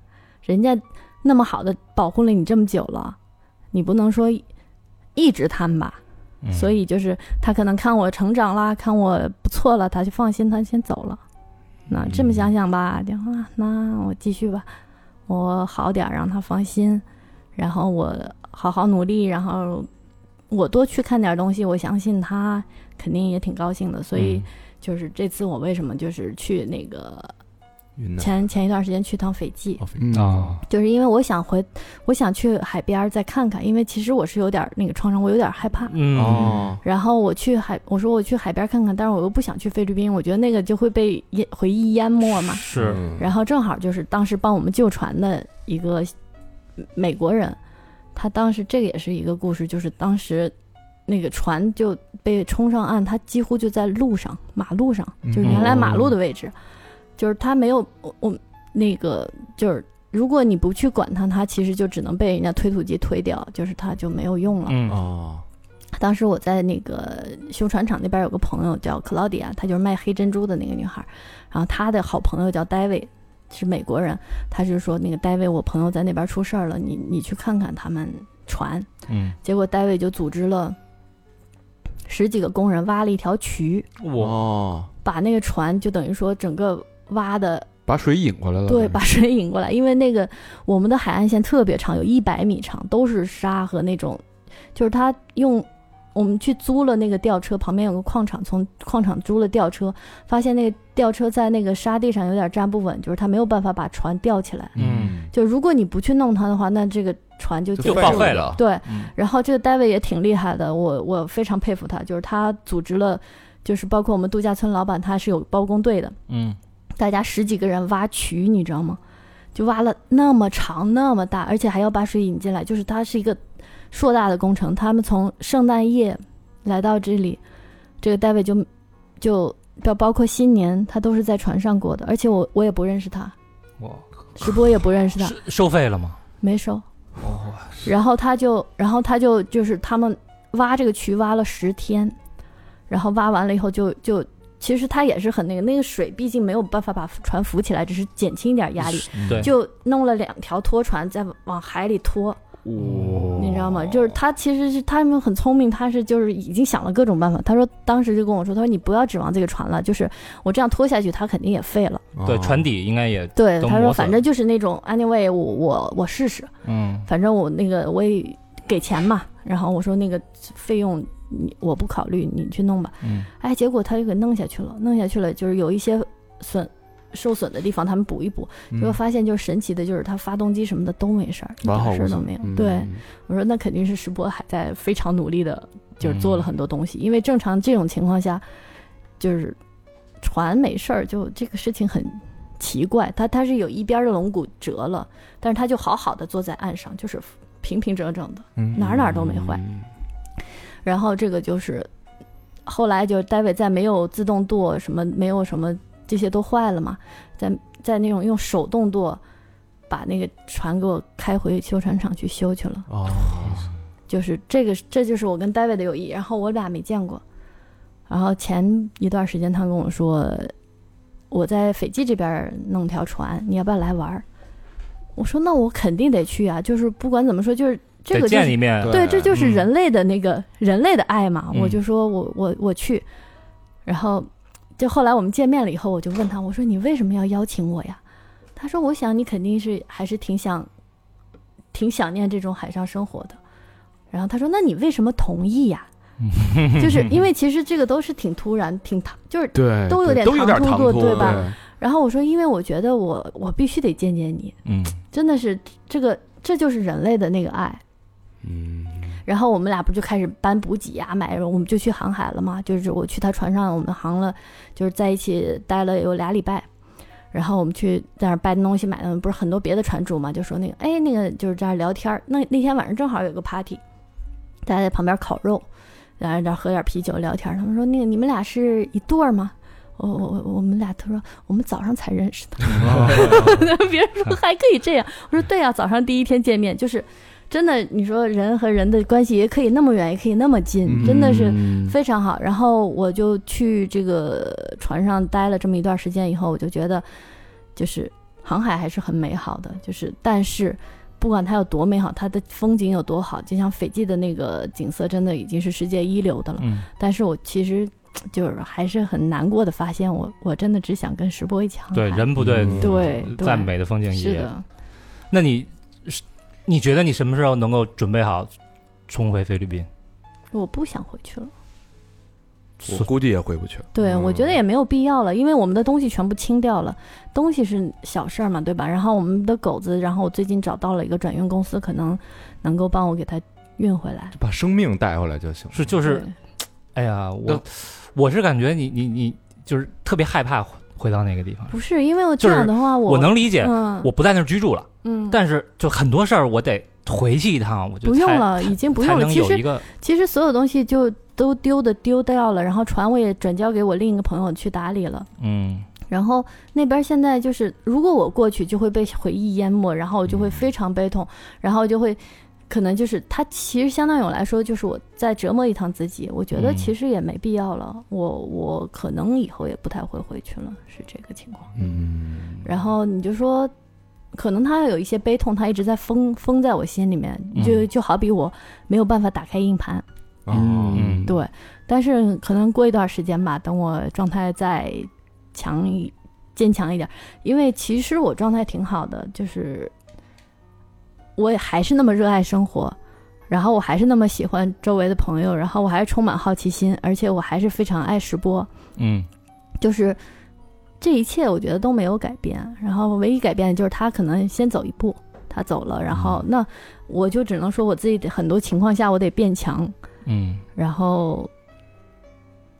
[SPEAKER 5] 人家那么好的保护了你这么久了，你不能说一直贪吧。
[SPEAKER 4] 嗯
[SPEAKER 5] 所以就是他可能看我成长啦，看我不错了，他就放心，他先走了。那这么想想吧，就啊，那我继续吧，我好点儿让他放心，然后我好好努力，然后我多去看点东西，我相信他肯定也挺高兴的。所以就是这次我为什么就是去那个
[SPEAKER 2] 云南
[SPEAKER 5] 前前一段时间去趟斐济，
[SPEAKER 2] 嗯哦非
[SPEAKER 3] 嗯
[SPEAKER 1] 啊，
[SPEAKER 5] 就是因为我想回，我想去海边儿再看看，因为其实我是有点儿那个创伤，我有点儿害怕。
[SPEAKER 4] 嗯，
[SPEAKER 3] 哦，
[SPEAKER 5] 然后我去海，我说我去海边儿看看，但是我又不想去菲律宾，我觉得那个就会被淹回忆淹没嘛。
[SPEAKER 4] 是，
[SPEAKER 2] 嗯
[SPEAKER 5] 然后正好就是当时帮我们救船的一个美国人，他当时这个也是一个故事，就是当时那个船就被冲上岸，他几乎就在路上，马路上，就是原来马路的位置，就是他没有我我那个就是。如果你不去管它，它其实就只能被人家推土机推掉，就是它就没有用了。
[SPEAKER 4] 嗯
[SPEAKER 2] 哦，
[SPEAKER 5] 当时我在那个修船厂那边有个朋友叫 Claudia，她就是卖黑珍珠的那个女孩儿，然后她的好朋友叫 David，是美国人，他就说那个 David，我朋友在那边出事儿了，你你去看看他们船。
[SPEAKER 4] 嗯，
[SPEAKER 5] 结果 David 就组织了十几个工人挖了一条渠，
[SPEAKER 4] 我
[SPEAKER 2] 哦，
[SPEAKER 5] 把那个船就等于说整个挖的
[SPEAKER 3] 把水引过来了，
[SPEAKER 5] 对，把水引过来，因为那个我们的海岸线特别长，有一百米长，都是沙和那种，就是他用我们去租了那个吊车，旁边有个矿场，从矿场租了吊车，发现那个吊车在那个沙地上有点站不稳，就是他没有办法把船吊起来。
[SPEAKER 4] 嗯
[SPEAKER 5] 就如果你不去弄它的话，那这个船就
[SPEAKER 4] 就报废了，
[SPEAKER 5] 对，
[SPEAKER 4] 嗯
[SPEAKER 5] 然后这个 David 也挺厉害的，我我非常佩服他，就是他组织了，就是包括我们度假村老板，他是有包工队的，
[SPEAKER 4] 嗯
[SPEAKER 5] 大家十几个人挖渠，你知道吗？就挖了那么长那么大，而且还要把水引进来，就是它是一个硕大的工程。他们从圣诞夜来到这里，这个戴维就就包包括新年，他都是在船上过的。而且我我也不认识他，
[SPEAKER 4] 我
[SPEAKER 5] 直播也不认识他，
[SPEAKER 4] 收收费了吗？
[SPEAKER 5] 没收。然后他就，然后他就就是他们挖这个渠挖了十天，然后挖完了以后就就，其实他也是很那个，那个水毕竟没有办法把船浮起来，只是减轻一点压力，
[SPEAKER 4] 对，
[SPEAKER 5] 就弄了两条拖船在往海里拖，你知道吗？就是他其实是他们很聪明，他是就是已经想了各种办法。他说当时就跟我说，他说你不要指望这个船了，就是我这样拖下去，它肯定也废了。
[SPEAKER 3] 啊
[SPEAKER 4] 对
[SPEAKER 2] 哦
[SPEAKER 4] 船底应该也
[SPEAKER 5] 对，
[SPEAKER 4] 都
[SPEAKER 5] 他
[SPEAKER 4] 磨
[SPEAKER 5] 说
[SPEAKER 4] 损
[SPEAKER 5] 反正就是那种 anyway，我我我试试。
[SPEAKER 4] 嗯
[SPEAKER 5] 反正我那个我也给钱嘛，然后我说那个费用你我不考虑，你去弄吧。
[SPEAKER 4] 嗯
[SPEAKER 5] 哎，结果他就给弄下去了，弄下去了，就是有一些损受损的地方，他们补一补，结果发现就是神奇的，就是他发动机什么的都没事儿，一
[SPEAKER 3] 完好
[SPEAKER 5] 点
[SPEAKER 3] 无
[SPEAKER 5] 事儿都
[SPEAKER 3] 损
[SPEAKER 5] 没有。
[SPEAKER 3] 嗯
[SPEAKER 5] 对，我说那肯定是石波还在非常努力的，就是做了很多东西，因为正常这种情况下，就是船没事儿，就这个事情很奇怪，它它是有一边的龙骨折了，但是它就好好的坐在岸上，就是平平整整的，
[SPEAKER 2] 嗯
[SPEAKER 5] 哪儿哪儿都没坏。
[SPEAKER 3] 嗯
[SPEAKER 5] 然后这个就是后来就是戴维在没有自动舵，什么没有什么这些都坏了嘛，在在那种用手动舵把那个船给我开回修船厂去修去了。
[SPEAKER 2] 哦，
[SPEAKER 5] 就是这个，这就是我跟 David 的友谊。然后我俩没见过，然后前一段时间他跟我说，我在斐济这边弄条船，你要不要来玩儿？我说那我肯定得去啊，就是不管怎么说，就是这
[SPEAKER 4] 得
[SPEAKER 5] 个就
[SPEAKER 4] 见
[SPEAKER 5] 是
[SPEAKER 4] 一面，
[SPEAKER 5] 对，这就是
[SPEAKER 4] 嗯
[SPEAKER 5] 人类的那个、人类的爱嘛。
[SPEAKER 4] 嗯
[SPEAKER 5] 我就说我我我去，然后就后来我们见面了以后，我就问他，我说你为什么要邀请我呀？他说我想你肯定是还是挺想，挺想念这种海上生活的。然后他说那你为什么同意呀？就是因为其实这个都是挺突然，挺唐就是。
[SPEAKER 3] 对，
[SPEAKER 5] 都
[SPEAKER 3] 对
[SPEAKER 5] 有点
[SPEAKER 3] 都有点
[SPEAKER 5] 唐突
[SPEAKER 3] 唐
[SPEAKER 5] 过
[SPEAKER 3] 突，
[SPEAKER 5] 对吧？然后我说，因为我觉得我我必须得见见你，
[SPEAKER 4] 嗯
[SPEAKER 5] 真的是这个这就是人类的那个爱。
[SPEAKER 3] 嗯，
[SPEAKER 5] 然后我们俩不就开始搬补给呀、买，我们就去航海了嘛。就是我去他船上，我们航了，就是在一起待了有俩礼拜。然后我们去在那儿搬东西买的，不是很多别的船主嘛，就说那个，哎，那个就是在那儿聊天儿。那那天晚上正好有个 party，大家在旁边烤肉，然后在那儿喝点啤酒聊天儿。他们说那个你们俩是一对儿吗？我我我我们俩，他说我们早上才认识的。 别人说还可以这样，我说对啊，早上第一天见面就是真的，你说人和人的关系也可以那么远，也可以那么近，真的是
[SPEAKER 3] 嗯
[SPEAKER 5] 非常好。然后我就去这个船上待了这么一段时间以后，我就觉得就是航海还是很美好的，就是但是。不管它有多美好，它的风景有多好，就像斐济的那个景色，真的已经是世界一流的了。
[SPEAKER 4] 嗯，
[SPEAKER 5] 但是我其实就是还是很难过的，发现我我真的只想跟石波一起航海。
[SPEAKER 4] 对，人不对，
[SPEAKER 2] 嗯
[SPEAKER 5] 对对
[SPEAKER 4] 再美的风景
[SPEAKER 5] 是
[SPEAKER 4] 也
[SPEAKER 5] 的，
[SPEAKER 4] 那你是你觉得你什么时候能够准备好冲回菲律宾？
[SPEAKER 5] 我不想回去了。
[SPEAKER 3] 我估计也回不去了。
[SPEAKER 5] 对，
[SPEAKER 4] 嗯
[SPEAKER 5] 我觉得也没有必要了，因为我们的东西全部清掉了，东西是小事儿嘛，对吧？然后我们的狗子，然后我最近找到了一个转运公司，可能能够帮我给它运回来。
[SPEAKER 2] 把生命带回来就行。
[SPEAKER 4] 是就是，哎呀，我我是感觉你你你就是特别害怕回回到那个地方
[SPEAKER 5] 对，不是因为我这
[SPEAKER 4] 就是
[SPEAKER 5] 样的话，我
[SPEAKER 4] 我能理解，
[SPEAKER 5] 嗯
[SPEAKER 4] 我不在那儿居住了，
[SPEAKER 5] 嗯，
[SPEAKER 4] 但是就很多事儿我得回去一趟，我就
[SPEAKER 5] 不用
[SPEAKER 4] 才，
[SPEAKER 5] 了，已经不
[SPEAKER 4] 才
[SPEAKER 5] 用了。
[SPEAKER 4] 能
[SPEAKER 5] 其
[SPEAKER 4] 有一
[SPEAKER 5] 实
[SPEAKER 4] 个
[SPEAKER 5] 其实所有东西就都丢的丢掉了，然后船我也转交给我另一个朋友去打理了。
[SPEAKER 4] 嗯
[SPEAKER 5] 然后那边现在就是，如果我过去就会被回忆淹没，然后我就会非常悲
[SPEAKER 4] 嗯
[SPEAKER 5] 痛，然后就会，可能就是它其实相当于我来说，就是我在折磨一趟自己。我觉得
[SPEAKER 4] 嗯
[SPEAKER 5] 其实也没必要了，我我可能以后也不太会回去了，是这个情况。
[SPEAKER 3] 嗯，
[SPEAKER 5] 然后你就说，可能他有一些悲痛，他一直在封封在我心里面，
[SPEAKER 4] 嗯
[SPEAKER 5] 就就好比我没有办法打开硬盘，
[SPEAKER 2] 嗯，
[SPEAKER 5] 对，但是可能过一段时间吧，等我状态再强一坚强一点儿，因为其实我状态挺好的，就是我也还是那么热爱生活，然后我还是那么喜欢周围的朋友，然后我还是充满好奇心，而且我还是非常爱直播，
[SPEAKER 4] 嗯
[SPEAKER 5] 就是这一切我觉得都没有改变，然后唯一改变的就是他可能先走一步，他走了，然后那我就只能说我自己得很多情况下我得变强，
[SPEAKER 4] 嗯
[SPEAKER 5] 然后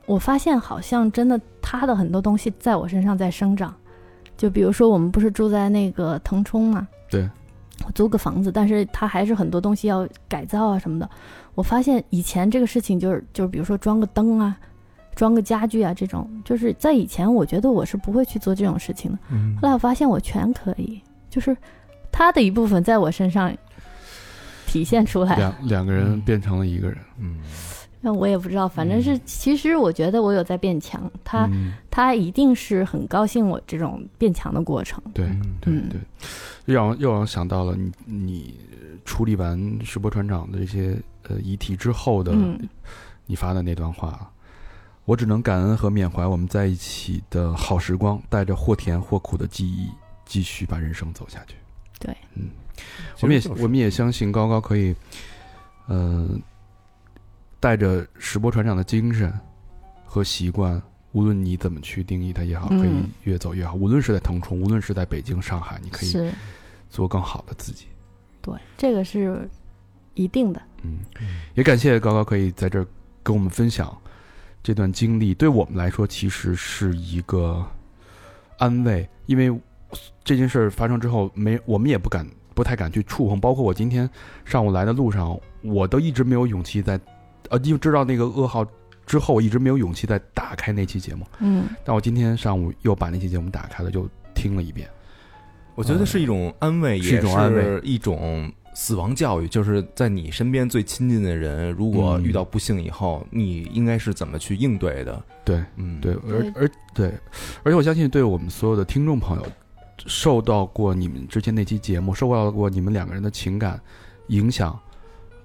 [SPEAKER 5] 我发现好像真的他的很多东西在我身上在生长，就比如说我们不是住在那个腾冲嘛，
[SPEAKER 3] 对，
[SPEAKER 5] 我租个房子，但是他还是很多东西要改造啊什么的。我发现以前这个事情就是就是比如说装个灯啊。装个家具啊，这种就是在以前，我觉得我是不会去做这种事情的。后来我发现我全可以，就是他的一部分在我身上体现出来了。
[SPEAKER 3] 两两个人变成了一个人。
[SPEAKER 2] 嗯，
[SPEAKER 5] 那我也不知道，反正是，其实我觉得我有在变强，他、
[SPEAKER 3] 嗯，
[SPEAKER 5] 他一定是很高兴我这种变强的过程。
[SPEAKER 3] 对
[SPEAKER 2] 嗯
[SPEAKER 3] 对
[SPEAKER 5] 嗯
[SPEAKER 3] 对，又让我又让我想到了你你处理完石波船长的这些呃遗体之后的
[SPEAKER 5] 嗯
[SPEAKER 3] 你发的那段话，我只能感恩和缅怀我们在一起的好时光，带着或甜或苦的记忆，继续把人生走下去。
[SPEAKER 5] 对，
[SPEAKER 3] 嗯，
[SPEAKER 2] 其
[SPEAKER 3] 我们
[SPEAKER 2] 实
[SPEAKER 3] 也
[SPEAKER 2] 就是
[SPEAKER 3] 我们也相信高高可以，呃，带着石波船长的精神和习惯。无论你怎么去定义它也好，可以
[SPEAKER 5] 嗯
[SPEAKER 3] 越走越好。无论是在腾冲，无论是在北京、上海，你可以
[SPEAKER 5] 是，
[SPEAKER 3] 做更好的自己。
[SPEAKER 5] 对，这个是一定的。
[SPEAKER 3] 嗯，也感谢高高可以在这儿跟我们分享这段经历，对我们来说其实是一个安慰，因为这件事儿发生之后，没我们也不敢不太敢去触碰，包括我今天上午来的路上，我都一直没有勇气在，呃，因为知道那个噩耗之后，我一直没有勇气呃再打开那期节目，
[SPEAKER 5] 嗯，
[SPEAKER 3] 但我今天上午又把那期节目打开了，又听了一遍。
[SPEAKER 2] 我觉得是一种安慰，
[SPEAKER 3] 是一种安慰
[SPEAKER 2] 也是一种死亡教育，就是在你身边最亲近的人，如果
[SPEAKER 3] 嗯
[SPEAKER 2] 遇到不幸以后，你应该是怎么去应对的。
[SPEAKER 3] 对，
[SPEAKER 2] 嗯，
[SPEAKER 3] 对，
[SPEAKER 5] 对
[SPEAKER 3] 而而对，而且我相信，对我们所有的听众朋友，受到过你们之前那期节目，受到过你们两个人的情感影响，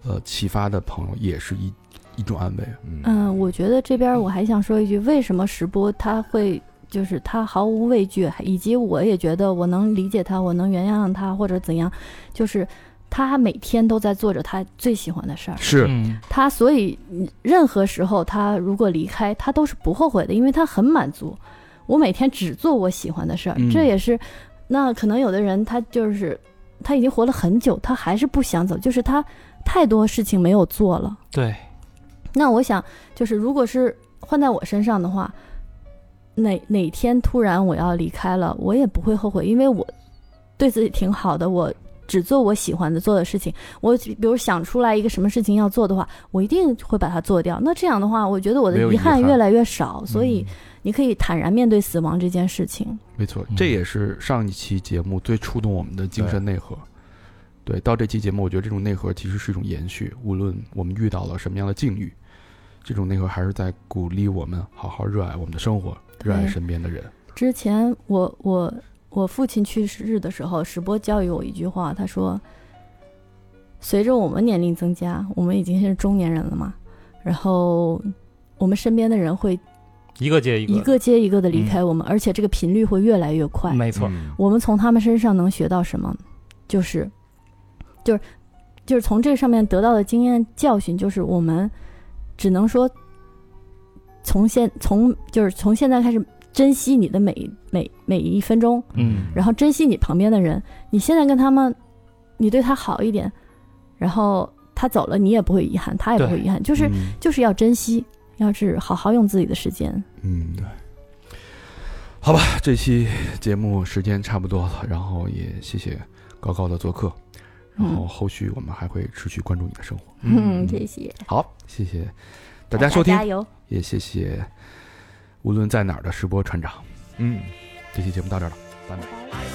[SPEAKER 3] 呃，启发的朋友，也是一一种安慰。啊
[SPEAKER 5] 嗯，我觉得这边我还想说一句，为什么石波他会就是他毫无畏惧，以及我也觉得我能理解他，我能原谅他或者怎样，就是他每天都在做着他最喜欢的事儿。
[SPEAKER 3] 是
[SPEAKER 4] 嗯
[SPEAKER 5] 他所以嗯任何时候他如果离开，他都是不后悔的，因为他很满足。我每天只做我喜欢的事儿，
[SPEAKER 3] 嗯
[SPEAKER 5] 这也是那可能有的人他就是他已经活了很久，他还是不想走，就是他太多事情没有做了。
[SPEAKER 4] 对，
[SPEAKER 5] 那我想，就是如果是换在我身上的话，哪哪天突然我要离开了，我也不会后悔，因为我对自己挺好的，我只做我喜欢的做的事情。我比如想出来一个什么事情要做的话，我一定会把它做掉。那这样的话，我觉得我的
[SPEAKER 3] 没有
[SPEAKER 5] 遗
[SPEAKER 3] 遗
[SPEAKER 5] 憾
[SPEAKER 3] 憾嗯
[SPEAKER 5] 越来越少，所以你可以坦然面对死亡这件事情。
[SPEAKER 3] 没错，
[SPEAKER 4] 嗯
[SPEAKER 3] 这也是上一期节目最触动我们的精神内核。对，到这期节目，我觉得这种内核其实是一种延续，无论我们遇到了什么样的境遇，这种内核还是在鼓励我们好好热爱我们的生活，热爱
[SPEAKER 5] 对
[SPEAKER 3] 身边的人。
[SPEAKER 5] 之前我我我父亲去世的时候，石波教育我一句话，他说：“随着我们年龄增加，我们已经是中年人了嘛，然后我们身边的人会
[SPEAKER 4] 一个嗯接一
[SPEAKER 5] 一
[SPEAKER 4] 个，
[SPEAKER 5] 个接一个的离开我们，而且这个频率会越来越快。
[SPEAKER 4] 没错，
[SPEAKER 2] 嗯
[SPEAKER 5] 我们从他们身上能学到什么？就是，就是，就是从这上面得到的经验教训，就是我们只能说从现从就是从现在开始珍惜你的每一每每一分钟，
[SPEAKER 4] 嗯
[SPEAKER 5] 然后珍惜你旁边的人。你现在跟他们，你对他好一点，然后他走了，你也不会遗憾，他也不会遗憾，就是、
[SPEAKER 3] 嗯
[SPEAKER 5] 就是要珍惜，要是好好用自己的时间。
[SPEAKER 3] 嗯，对。好吧，这期节目时间差不多了，然后也谢谢高高的做客，然后
[SPEAKER 5] 嗯
[SPEAKER 3] 后续我们还会持续关注你的生活。
[SPEAKER 5] 嗯， 谢谢
[SPEAKER 3] 好，谢谢大家收听
[SPEAKER 5] 加，油，
[SPEAKER 3] 也谢谢无论在哪儿的石波船长。
[SPEAKER 2] 嗯。
[SPEAKER 3] 这期节目到这儿了。
[SPEAKER 5] 拜拜。